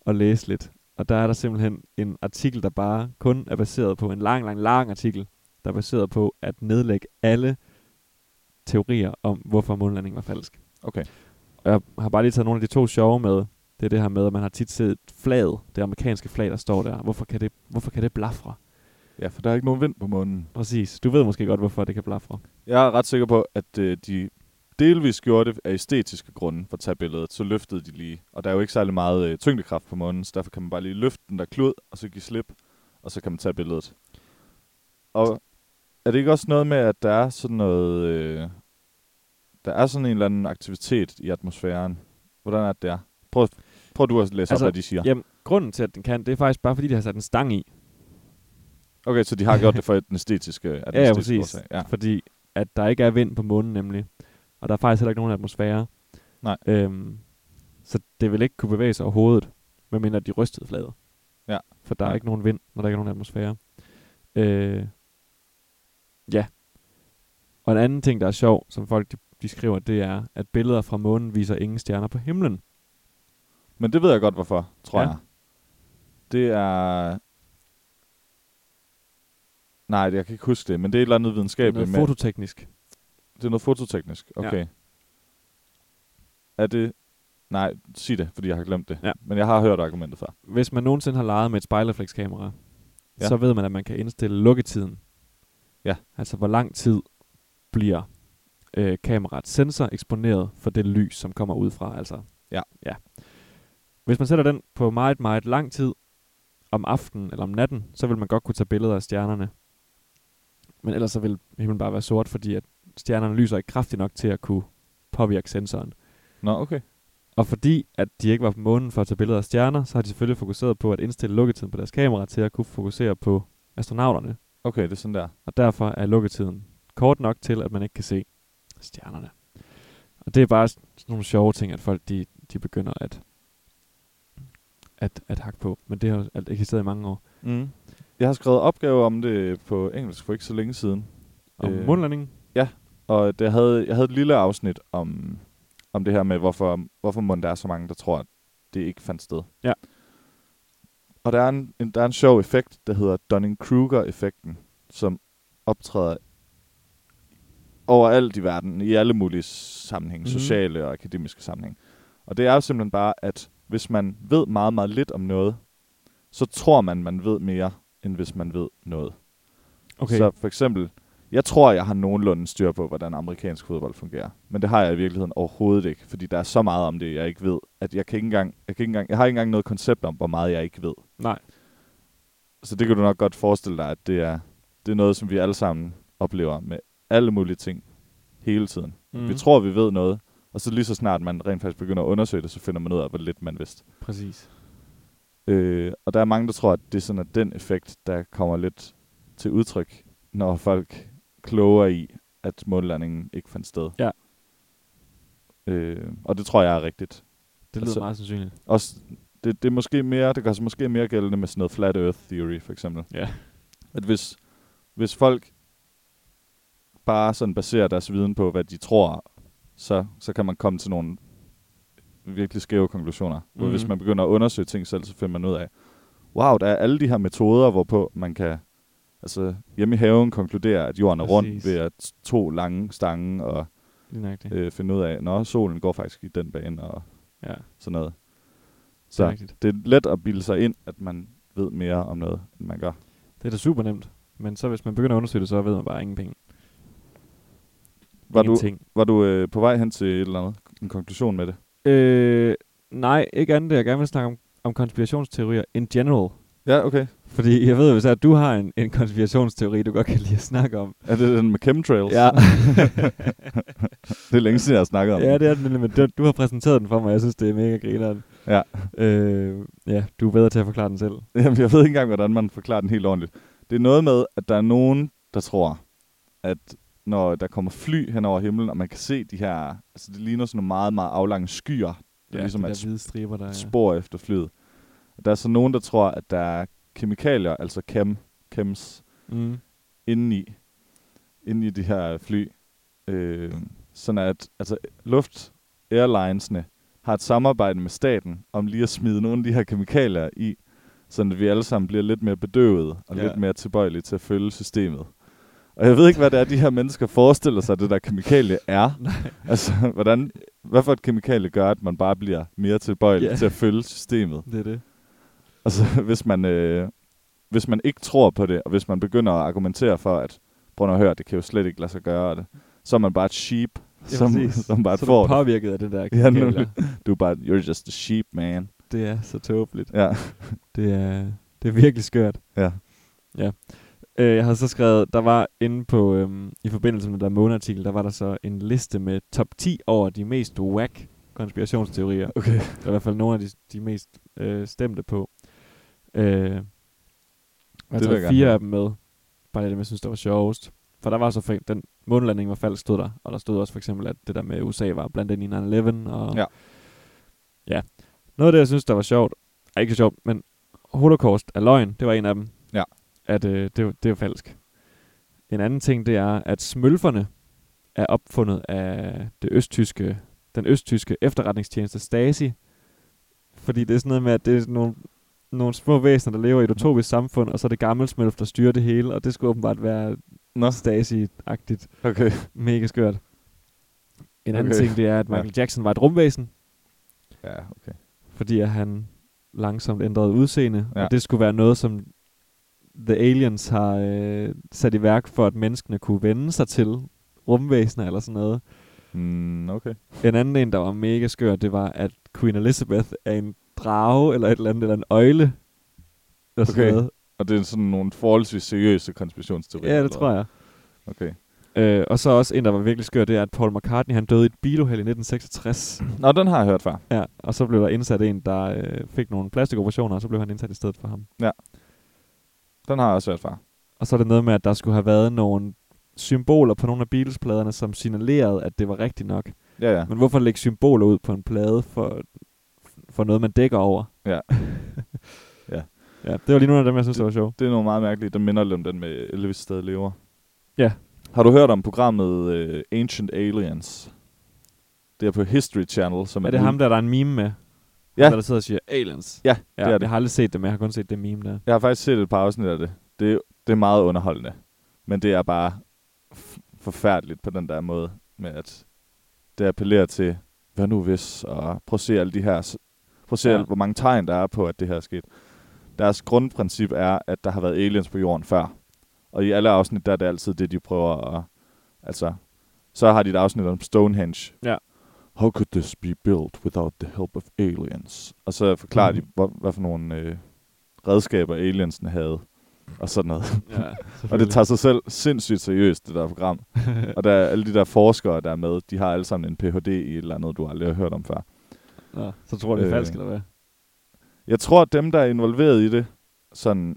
Speaker 1: og læste lidt. Og der er der simpelthen en artikel, der bare kun er baseret på, en lang, lang, lang artikel, der er baseret på at nedlægge alle teorier om, hvorfor månelandingen var falsk.
Speaker 2: Okay.
Speaker 1: Og jeg har bare lige taget nogle af de to sjove med. Det er det her med, at man har tit set flaget, det amerikanske flag, der står der. Hvorfor kan det, hvorfor kan det blafre?
Speaker 2: Ja, for der er ikke nogen vind på månen.
Speaker 1: Præcis. Du ved måske godt, hvorfor det kan blafre.
Speaker 2: Jeg er ret sikker på, at øh, de delvis gjorde det af æstetiske grunde for at tage billedet. Så løftede de lige. Og der er jo ikke særlig meget øh, tyngdekraft på månen, så derfor kan man bare lige løfte den der klud, og så give slip, og så kan man tage billedet. Og er det ikke også noget med, at der er sådan noget... Øh, der er sådan en eller anden aktivitet i atmosfæren. Hvordan er det, det er? Prøv, prøv du at læse altså,
Speaker 1: Altså,
Speaker 2: op, hvad de siger.
Speaker 1: Ja. Jamen, grunden til, at den kan, det er faktisk bare, fordi de har sat en stang i.
Speaker 2: Okay, så de har gjort det for den æstetiske, af den
Speaker 1: Ja, ja,
Speaker 2: æstetiske
Speaker 1: præcis.
Speaker 2: årsag. Ja.
Speaker 1: Fordi at der ikke er vind på månen nemlig. Og der er faktisk heller ikke nogen atmosfære.
Speaker 2: Nej.
Speaker 1: Øhm, så det vil ikke kunne bevæge sig overhovedet, medmindre de rystede flaget.
Speaker 2: Ja.
Speaker 1: For der er
Speaker 2: Ja.
Speaker 1: ikke nogen vind, når der ikke er nogen atmosfære. Øh, ja. Og en anden ting, der er sjov, som folk de, de skriver, det er, at billeder fra månen viser ingen stjerner på himlen.
Speaker 2: Men det ved jeg godt, hvorfor, tror
Speaker 1: Ja.
Speaker 2: ja. jeg. Det er... Nej, det- jeg kan ikke huske det, men det er et eller andet
Speaker 1: Det er
Speaker 2: videnskabeligt.
Speaker 1: noget
Speaker 2: med-
Speaker 1: fototeknisk.
Speaker 2: det er noget fototeknisk. Okay. Ja. Er det... Nej, sig det, fordi jeg har glemt det.
Speaker 1: Ja.
Speaker 2: Men jeg har hørt argumentet før.
Speaker 1: Hvis man nogensinde har leget med et spejlreflekskamera, ja.
Speaker 2: Ja.
Speaker 1: så ved man, at man kan indstille lukketiden.
Speaker 2: Ja.
Speaker 1: Altså, hvor lang tid bliver øh, kameraets sensor eksponeret for det lys, som kommer ud fra. Altså.
Speaker 2: Ja.
Speaker 1: ja. Hvis man sætter den på meget, meget lang tid, om aftenen eller om natten, så vil man godt kunne tage billeder af stjernerne. Men ellers så vil himlen bare være sort, fordi at stjernerne lyser ikke kraftigt nok til at kunne påvirke sensoren.
Speaker 2: Nå, okay.
Speaker 1: Og fordi at de ikke var på månen for at tage billeder af stjerner, så har de selvfølgelig fokuseret på at indstille lukketiden på deres kamera til at kunne fokusere på astronauterne.
Speaker 2: Okay, det er sådan der.
Speaker 1: Og derfor er lukketiden kort nok til, at man ikke kan se stjernerne. Og det er bare sådan nogle sjove ting, at folk de, de begynder at, at, at hakke på. Men det har jo alt eksisteret i mange år.
Speaker 2: Mm. Jeg har skrevet opgave om det på engelsk for ikke så længe siden.
Speaker 1: Og
Speaker 2: Øh.
Speaker 1: øh. månlandingen?
Speaker 2: Og det havde, jeg havde et lille afsnit om, om det her med, hvorfor, hvorfor må der er så mange, der tror, at det ikke fandt sted.
Speaker 1: Ja.
Speaker 2: Og der er en, en, der er en sjov effekt, der hedder Dunning-Kruger-effekten, som optræder overalt i verden, i alle mulige sammenhænge,
Speaker 1: Mhm.
Speaker 2: mm. sociale og akademiske sammenhænge. Og det er jo simpelthen bare, at hvis man ved meget, meget lidt om noget, så tror man, man ved mere, end hvis man ved noget.
Speaker 1: Okay.
Speaker 2: Så for eksempel, jeg tror, jeg har nogenlunde styr på, hvordan amerikansk fodbold fungerer. Men det har jeg i virkeligheden overhovedet ikke, fordi der er så meget om det, jeg ikke ved, at jeg, kan ikke engang, jeg, kan ikke engang, jeg har ikke engang noget koncept om, hvor meget jeg ikke ved.
Speaker 1: Nej.
Speaker 2: Så det kan du nok godt forestille dig, at det er, det er noget, som vi alle sammen oplever med alle mulige ting hele tiden. Mm. Vi tror, vi ved noget, og så lige så snart man rent faktisk begynder at undersøge det, så finder man ud af, hvor lidt man vidste.
Speaker 1: Præcis.
Speaker 2: Øh, og der er mange, der tror, at det er sådan at den effekt, der kommer lidt til udtryk, når folk kloger i, at månlandingen ikke fandt sted.
Speaker 1: Ja.
Speaker 2: Øh, og det tror jeg er rigtigt.
Speaker 1: Det lyder
Speaker 2: Altså-
Speaker 1: meget sandsynligt.
Speaker 2: Også, det, det, er måske mere, det gør sig måske mere gældende med sådan noget flat earth theory, for eksempel.
Speaker 1: Ja.
Speaker 2: At hvis, hvis folk bare sådan baserer deres viden på, hvad de tror, så, så kan man komme til nogle virkelig skæve konklusioner. Mm. Hvis
Speaker 1: Mhm.
Speaker 2: man begynder at undersøge ting selv, så finder man ud af, wow, der er alle de her metoder, hvorpå man kan altså hjemme i haven konkludere, at jorden er
Speaker 1: Præcis.
Speaker 2: rund ved at to lange stange og
Speaker 1: Lige nøjagtigt.
Speaker 2: øh, finde ud af, når solen går faktisk i den bane og
Speaker 1: Ja,
Speaker 2: sådan noget.
Speaker 1: det er
Speaker 2: Så
Speaker 1: rigtigt.
Speaker 2: det er let at bilde sig ind, at man ved mere om noget, end man gør.
Speaker 1: Det er da super nemt. Men så hvis man begynder at undersøge det, så ved man bare ingen penge.
Speaker 2: Var du,
Speaker 1: Ingenting.
Speaker 2: var du øh, på vej hen til et eller andet, en konklusion med det?
Speaker 1: Øh, nej, ikke andet. Jeg gerne vil snakke om, om konspirationsteorier in general.
Speaker 2: Ja, okay.
Speaker 1: Fordi jeg ved jo, at du har en, en konspirationsteori, du godt kan lide at snakke om.
Speaker 2: Er det den med chemtrails? <laughs> det er længe siden, jeg har snakket om
Speaker 1: ja, det er den, nemlig, men du, du har præsenteret den for mig, og jeg synes, det er mega grineren.
Speaker 2: Ja.
Speaker 1: Øh, ja, du er bedre til at forklare den selv.
Speaker 2: Jamen, jeg ved ikke engang, hvordan man forklarer den helt ordentligt. Det er noget med, at der er nogen, der tror, at når der kommer fly hen over himlen, og man kan se de her... Altså, det ligner sådan nogle meget, meget aflange skyer. Det er ja, ligesom
Speaker 1: de
Speaker 2: at
Speaker 1: der hvide striber, der er-
Speaker 2: spor efter flyet. Der er så nogen, der tror, at der er kemikalier, altså chem, chems,
Speaker 1: Mm.
Speaker 2: indeni, indeni de her fly. Øh, sådan at altså, luft airlinesne har et samarbejde med staten om lige at smide nogle af de her kemikalier i, sådan at vi alle sammen bliver lidt mere bedøvet og
Speaker 1: Ja.
Speaker 2: ja. lidt mere tilbøjelige til at følge systemet. Og jeg ved ikke, hvad det er, de her mennesker forestiller sig, det der kemikalie er. altså, hvordan, hvad for et kemikalie gør, at man bare bliver mere tilbøjelig
Speaker 1: Ja.
Speaker 2: til at følge systemet?
Speaker 1: Det er det.
Speaker 2: Altså, <laughs> hvis man, øh, hvis man ikke tror på det, og hvis man begynder at argumentere for, at prøv nu at høre, det kan jo slet ikke lade sig gøre, og det, så er man bare et sheep,
Speaker 1: Ja,
Speaker 2: som,
Speaker 1: præcis.
Speaker 2: <laughs> som bare
Speaker 1: så
Speaker 2: får
Speaker 1: er du
Speaker 2: det.
Speaker 1: påvirket af det der
Speaker 2: Ja, nu-
Speaker 1: kemikalier.
Speaker 2: Du er bare, you're just a sheep, man.
Speaker 1: Det er så tåbeligt.
Speaker 2: Ja,
Speaker 1: Det er, det er virkelig skørt.
Speaker 2: ja.
Speaker 1: Øh, jeg har så skrevet, der var inde på, øhm, i forbindelse med den der måneartikel, der var der så en liste med top 10 over de mest whack konspirationsteorier.
Speaker 2: Okay.
Speaker 1: Der er i hvert fald nogle af de, de mest øh, stemte på. Øh, jeg
Speaker 2: vil jeg
Speaker 1: tager
Speaker 2: gerne
Speaker 1: fire
Speaker 2: høre.
Speaker 1: af dem med. Bare det, jeg synes, der var sjovest. For der var så for, den månelanding var falsk, stod der. Og der stod også for eksempel, at det der med USA var blandt andet i 9-11. Og
Speaker 2: Ja.
Speaker 1: ja. Noget af det, jeg synes, der var sjovt, er ikke så sjovt, men Holocaust er løgn. Det var en af dem.
Speaker 2: Ja.
Speaker 1: At øh, det, det er falsk. En anden ting, det er, at smølferne er opfundet af det østtyske, den østtyske efterretningstjeneste Stasi. Fordi det er sådan noget med, at det er sådan nogle, nogle små væsener, der lever i et utopisk samfund, og så er det gammel smølf, der styrer det hele, og det skulle åbenbart være
Speaker 2: Nå,
Speaker 1: Stasi-agtigt. <laughs>
Speaker 2: okay.
Speaker 1: Mega skørt. En anden
Speaker 2: Okay.
Speaker 1: ting, det er, at Michael Jackson var et rumvæsen,
Speaker 2: Ja, okay.
Speaker 1: fordi at han langsomt ændrede udseende, ja.
Speaker 2: Ja.
Speaker 1: og det skulle være noget, som The Aliens har øh, sat i værk for, at menneskene kunne vende sig til rumvæsener eller sådan noget.
Speaker 2: Mm, okay.
Speaker 1: En anden en, der var mega skør, det var, at Queen Elizabeth er en drage, eller et eller andet, eller en øjle. Eller sådan
Speaker 2: Okay.
Speaker 1: noget.
Speaker 2: Og det er sådan nogle forholdsvis seriøse konspirationsteorier.
Speaker 1: Ja,
Speaker 2: eller
Speaker 1: det tror jeg.
Speaker 2: hvad? Okay.
Speaker 1: Øh, og så også en, der var virkelig skør, det er, at Paul McCartney, han døde i et biluheld i
Speaker 2: <clears throat>
Speaker 1: 1966.
Speaker 2: Nå, den har jeg hørt før.
Speaker 1: Ja, og så blev der indsat en, der øh, fik nogle plastikoperationer, og så blev han indsat i stedet for ham.
Speaker 2: Den har jeg også hørt før.
Speaker 1: Og så er det noget med, at der skulle have været nogle symboler på nogle af bilspladerne, som signalerede, at det var rigtigt nok.
Speaker 2: Ja, ja.
Speaker 1: Men hvorfor lægge symboler ud på en plade for, for noget, man dækker over? <laughs>
Speaker 2: Ja. Ja.
Speaker 1: ja. Det var lige nogle af dem, jeg synes, det var sjovt.
Speaker 2: Det er nogle meget mærkelige, der minder lidt om den med Elvis stadig lever.
Speaker 1: Ja.
Speaker 2: Har du hørt om programmet øh, Ancient Aliens? Det er på History Channel, som
Speaker 1: Er
Speaker 2: er,
Speaker 1: det
Speaker 2: nu-
Speaker 1: ham, der, der er en meme med?
Speaker 2: Ja.
Speaker 1: Ham, Der, der sidder og siger, aliens.
Speaker 2: Ja,
Speaker 1: ja
Speaker 2: det er det.
Speaker 1: Jeg har aldrig set det, men jeg har kun set det meme der.
Speaker 2: Jeg har faktisk set et par afsnit af det. Det, det er meget underholdende. Men det er bare f- forfærdeligt på den der måde med, at det appellerer til, hvad nu hvis, og prøv at se alle de her, s- prøv at se,
Speaker 1: Ja.
Speaker 2: ja. hvor mange tegn der er på, at det her er sket. Deres grundprincip er, at der har været aliens på jorden før. Og i alle afsnit, der er det altid det, de prøver at, altså, så har de et afsnit om Stonehenge.
Speaker 1: Ja.
Speaker 2: How could this be built without the help of aliens? Og så forklarer mm. de, hvor, hvad for nogle øh, redskaber aliensene havde, og sådan noget.
Speaker 1: <laughs> Ja,
Speaker 2: Og det tager sig selv sindssygt seriøst, det der program. og der, er alle de der forskere, der er med, de har alle sammen en Ph.D. i et eller andet, du aldrig har hørt om før.
Speaker 1: Nå, så tror jeg, det er
Speaker 2: Øh.
Speaker 1: falsk, eller hvad?
Speaker 2: Jeg tror, at dem, der er involveret i det, sådan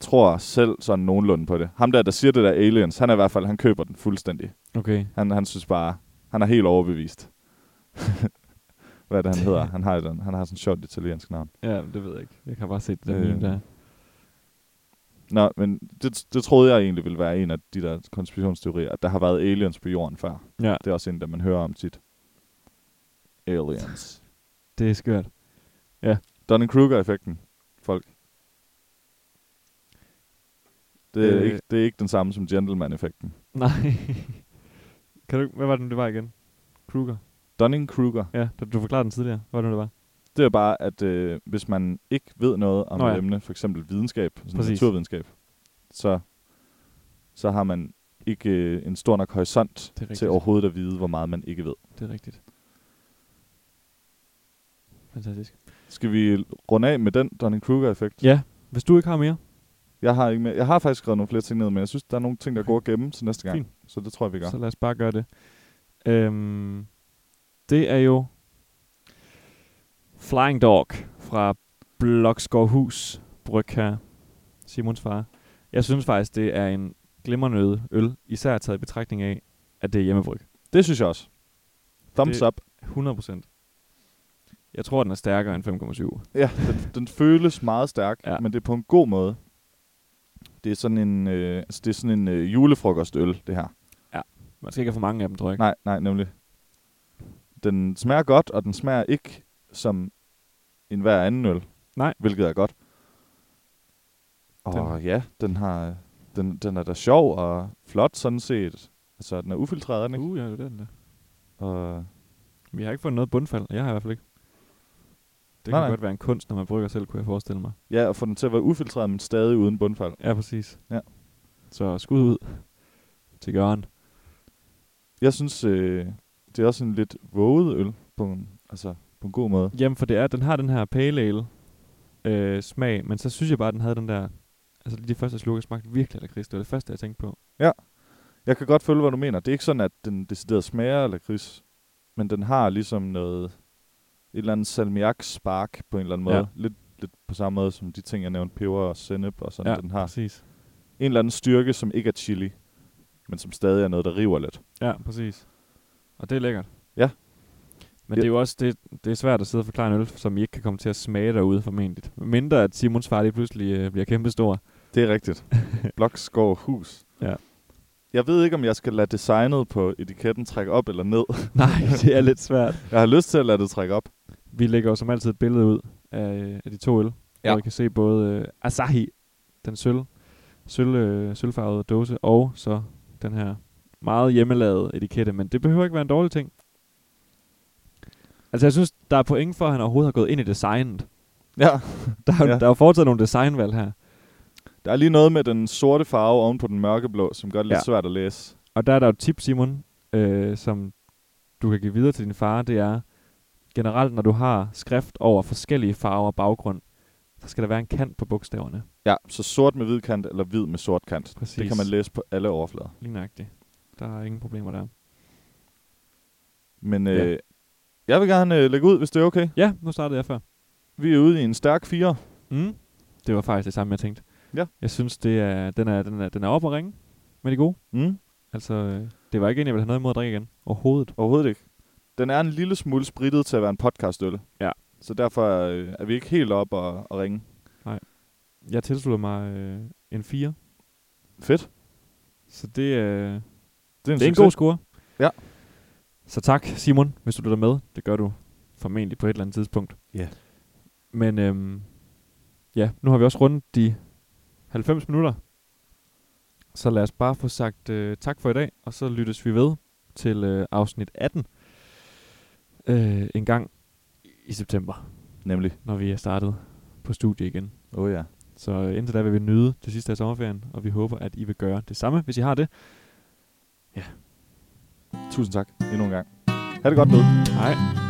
Speaker 2: tror selv sådan nogenlunde på det. Ham der, der siger det der aliens, han er i hvert fald, han køber den fuldstændig.
Speaker 1: Okay.
Speaker 2: Han, han synes bare, han er helt overbevist. <laughs> Hvad er det, han hedder? Han har, et, han har sådan et sjovt italiensk navn.
Speaker 1: Ja, det ved jeg ikke. Jeg har bare set det der
Speaker 2: Øh.
Speaker 1: meme der.
Speaker 2: Nå, men det, det troede jeg egentlig ville være en af de der konspirationsteorier, at der har været aliens på jorden før.
Speaker 1: Ja.
Speaker 2: Det er også en, der man hører om tit. Aliens.
Speaker 1: Det er skørt.
Speaker 2: Dunning-Kruger-effekten, folk. Det er,
Speaker 1: Øh.
Speaker 2: øh. ikke, det er ikke den samme som Gentleman-effekten.
Speaker 1: <laughs> Nej. kan du, hvad var det nu, det var igen? Kruger.
Speaker 2: Dunning-Kruger,
Speaker 1: Ja, du, du forklarede den tidligere. Hvad var det nu, det var?
Speaker 2: det er bare, at øh, hvis man ikke ved noget om
Speaker 1: Nå
Speaker 2: Nå, ja.
Speaker 1: ja.
Speaker 2: et emne, for eksempel videnskab, sådan
Speaker 1: Præcis.
Speaker 2: naturvidenskab, så, så har man ikke øh, en stor nok horisont
Speaker 1: Det er rigtigt.
Speaker 2: til overhovedet at vide, hvor meget man ikke ved.
Speaker 1: Det er rigtigt. Fantastisk.
Speaker 2: Skal vi runde af med den Dunning-Kruger-effekt?
Speaker 1: Ja, hvis du ikke har mere.
Speaker 2: Jeg har, ikke mere. jeg har faktisk skrevet nogle flere ting ned, men jeg synes, der er nogle ting, der går at gemme til næste gang.
Speaker 1: Fint.
Speaker 2: Så det tror jeg, vi gør.
Speaker 1: Så lad os bare gøre det. Øhm, det er jo Flying Dog fra Bloksgårdhus Bryg her. Simons far. Jeg synes faktisk, det er en glimrende øl, især taget i betragtning af, at det er hjemmebryg.
Speaker 2: Det synes jeg også. Thumbs
Speaker 1: Det-
Speaker 2: det... up.
Speaker 1: 100%. Jeg tror, den er stærkere end 5,7.
Speaker 2: Ja, den, den føles meget stærk,
Speaker 1: Ja.
Speaker 2: ja. men det er på en god måde. Det er sådan en, øh, altså det er sådan en øh, julefrokostøl, det her.
Speaker 1: Man skal ikke have for mange af dem, tror jeg.
Speaker 2: Nej, nej, nemlig. Den smager godt, og den smager ikke som en hver anden øl.
Speaker 1: Nej.
Speaker 2: Hvilket er godt. Og
Speaker 1: Den-
Speaker 2: den. ja, den, har, den, den er da sjov og flot sådan set. Altså, den er ufiltreret, er den ikke?
Speaker 1: Uh, ja, det er den der. Uh.
Speaker 2: Og
Speaker 1: Vi har ikke fundet noget bundfald. Jeg har i hvert fald ikke. Det
Speaker 2: Nej,
Speaker 1: kan
Speaker 2: nej.
Speaker 1: godt være en kunst, når man brygger selv, kunne jeg forestille mig.
Speaker 2: Ja, og få den til at være ufiltreret, men stadig uden bundfald.
Speaker 1: Ja, præcis.
Speaker 2: Ja.
Speaker 1: Så skud ud til Jørgen.
Speaker 2: Jeg synes, øh, det er også en lidt våget øl, på en, altså på en god måde.
Speaker 1: Jamen, for det er, den har den her pale ale øh, smag, men så synes jeg bare, at den havde den der... Altså, lige de første slukker smagte virkelig af lakrids. Det var det første, jeg tænkte på.
Speaker 2: Jeg kan godt følge, hvad du mener. Det er ikke sådan, at den decideret smager eller kris, men den har ligesom noget, et eller andet salmiak-spark på en eller anden måde.
Speaker 1: Ja.
Speaker 2: Ja. Lidt, lidt på samme måde som de ting, jeg nævnte, peber og sennep og sådan. Ja. Den har
Speaker 1: præcis.
Speaker 2: en eller anden styrke, som ikke er chili, men som stadig er noget, der river lidt.
Speaker 1: Ja, præcis. Og det er lækkert.
Speaker 2: Ja.
Speaker 1: Men
Speaker 2: Ja.
Speaker 1: det er jo også det, det er svært at sidde og forklare en øl, som I ikke kan komme til at smage derude formentlig. Mindre at Simons far lige pludselig øh, bliver kæmpestor.
Speaker 2: Det er <laughs> rigtigt. Blokskov Hus.
Speaker 1: Ja.
Speaker 2: Jeg ved ikke, om jeg skal lade designet på etiketten trække op eller ned. <laughs>
Speaker 1: Nej, det er lidt svært.
Speaker 2: Jeg har lyst til at lade det trække op.
Speaker 1: Vi lægger jo som altid et billede ud af, af de to øl, ja.
Speaker 2: Ja.
Speaker 1: hvor I kan se både øh, Asahi, den sølv, sølv, øh, sølvfarvede dåse, og så den her meget hjemmelavede etikette, men det behøver ikke være en dårlig ting. Altså jeg synes, der er point for, at han overhovedet har gået ind i designet. <laughs>
Speaker 2: Ja.
Speaker 1: Der er, ja.
Speaker 2: Ja.
Speaker 1: der er jo foretaget nogle designvalg her,
Speaker 2: Der er lige noget med den sorte farve oven på den mørkeblå, som gør det lidt
Speaker 1: Ja.
Speaker 2: ja. svært at læse.
Speaker 1: og der er der jo et tip, Simon, øh, som du kan give videre til din far, det er generelt, når du har skrift over forskellige farver og baggrund, så skal der være en kant på bogstaverne.
Speaker 2: Ja, så sort med hvid kant eller hvid med sort kant.
Speaker 1: Præcis.
Speaker 2: Det kan man læse på alle overflader.
Speaker 1: Lige nøjagtigt. Der er ingen problemer der.
Speaker 2: Men
Speaker 1: Ja.
Speaker 2: øh, ja. jeg vil gerne øh, lægge ud, hvis det er okay.
Speaker 1: Ja, nu startede jeg før.
Speaker 2: Vi er ude i en stærk fire.
Speaker 1: Mm. Det var faktisk det samme, jeg tænkte.
Speaker 2: Ja.
Speaker 1: Jeg synes, det er, den, er, den, er, den er op at ringe med de gode.
Speaker 2: Mm.
Speaker 1: Altså, øh, det var ikke en, jeg ville have noget imod at drikke igen. Overhovedet.
Speaker 2: Overhovedet ikke. Den er en lille smule spritet til at være en podcastøl.
Speaker 1: Ja.
Speaker 2: Så derfor øh, er vi ikke helt op og, og ringe.
Speaker 1: Jeg tilslutter mig øh, en 4.
Speaker 2: Fedt.
Speaker 1: Så det, øh,
Speaker 2: Det er en,
Speaker 1: Det er en
Speaker 2: succes.
Speaker 1: god score.
Speaker 2: Ja.
Speaker 1: Så tak, Simon, hvis du lytter med. Det gør du formentlig på et eller andet tidspunkt.
Speaker 2: Ja.
Speaker 1: Men øhm, ja, nu har vi også rundet de 90 minutter. Så lad os bare få sagt øh, tak for i dag, og så lyttes vi ved til øh, afsnit 18 øh, en gang i september,
Speaker 2: Nemlig.
Speaker 1: når vi er startet på studie igen.
Speaker 2: Åh oh, ja.
Speaker 1: Så øh, indtil da vil vi nyde det sidste af sommerferien, og vi håber, at I vil gøre det samme, hvis I har det.
Speaker 2: Tusind tak endnu en gang. Ha' det godt derude.
Speaker 1: Hej.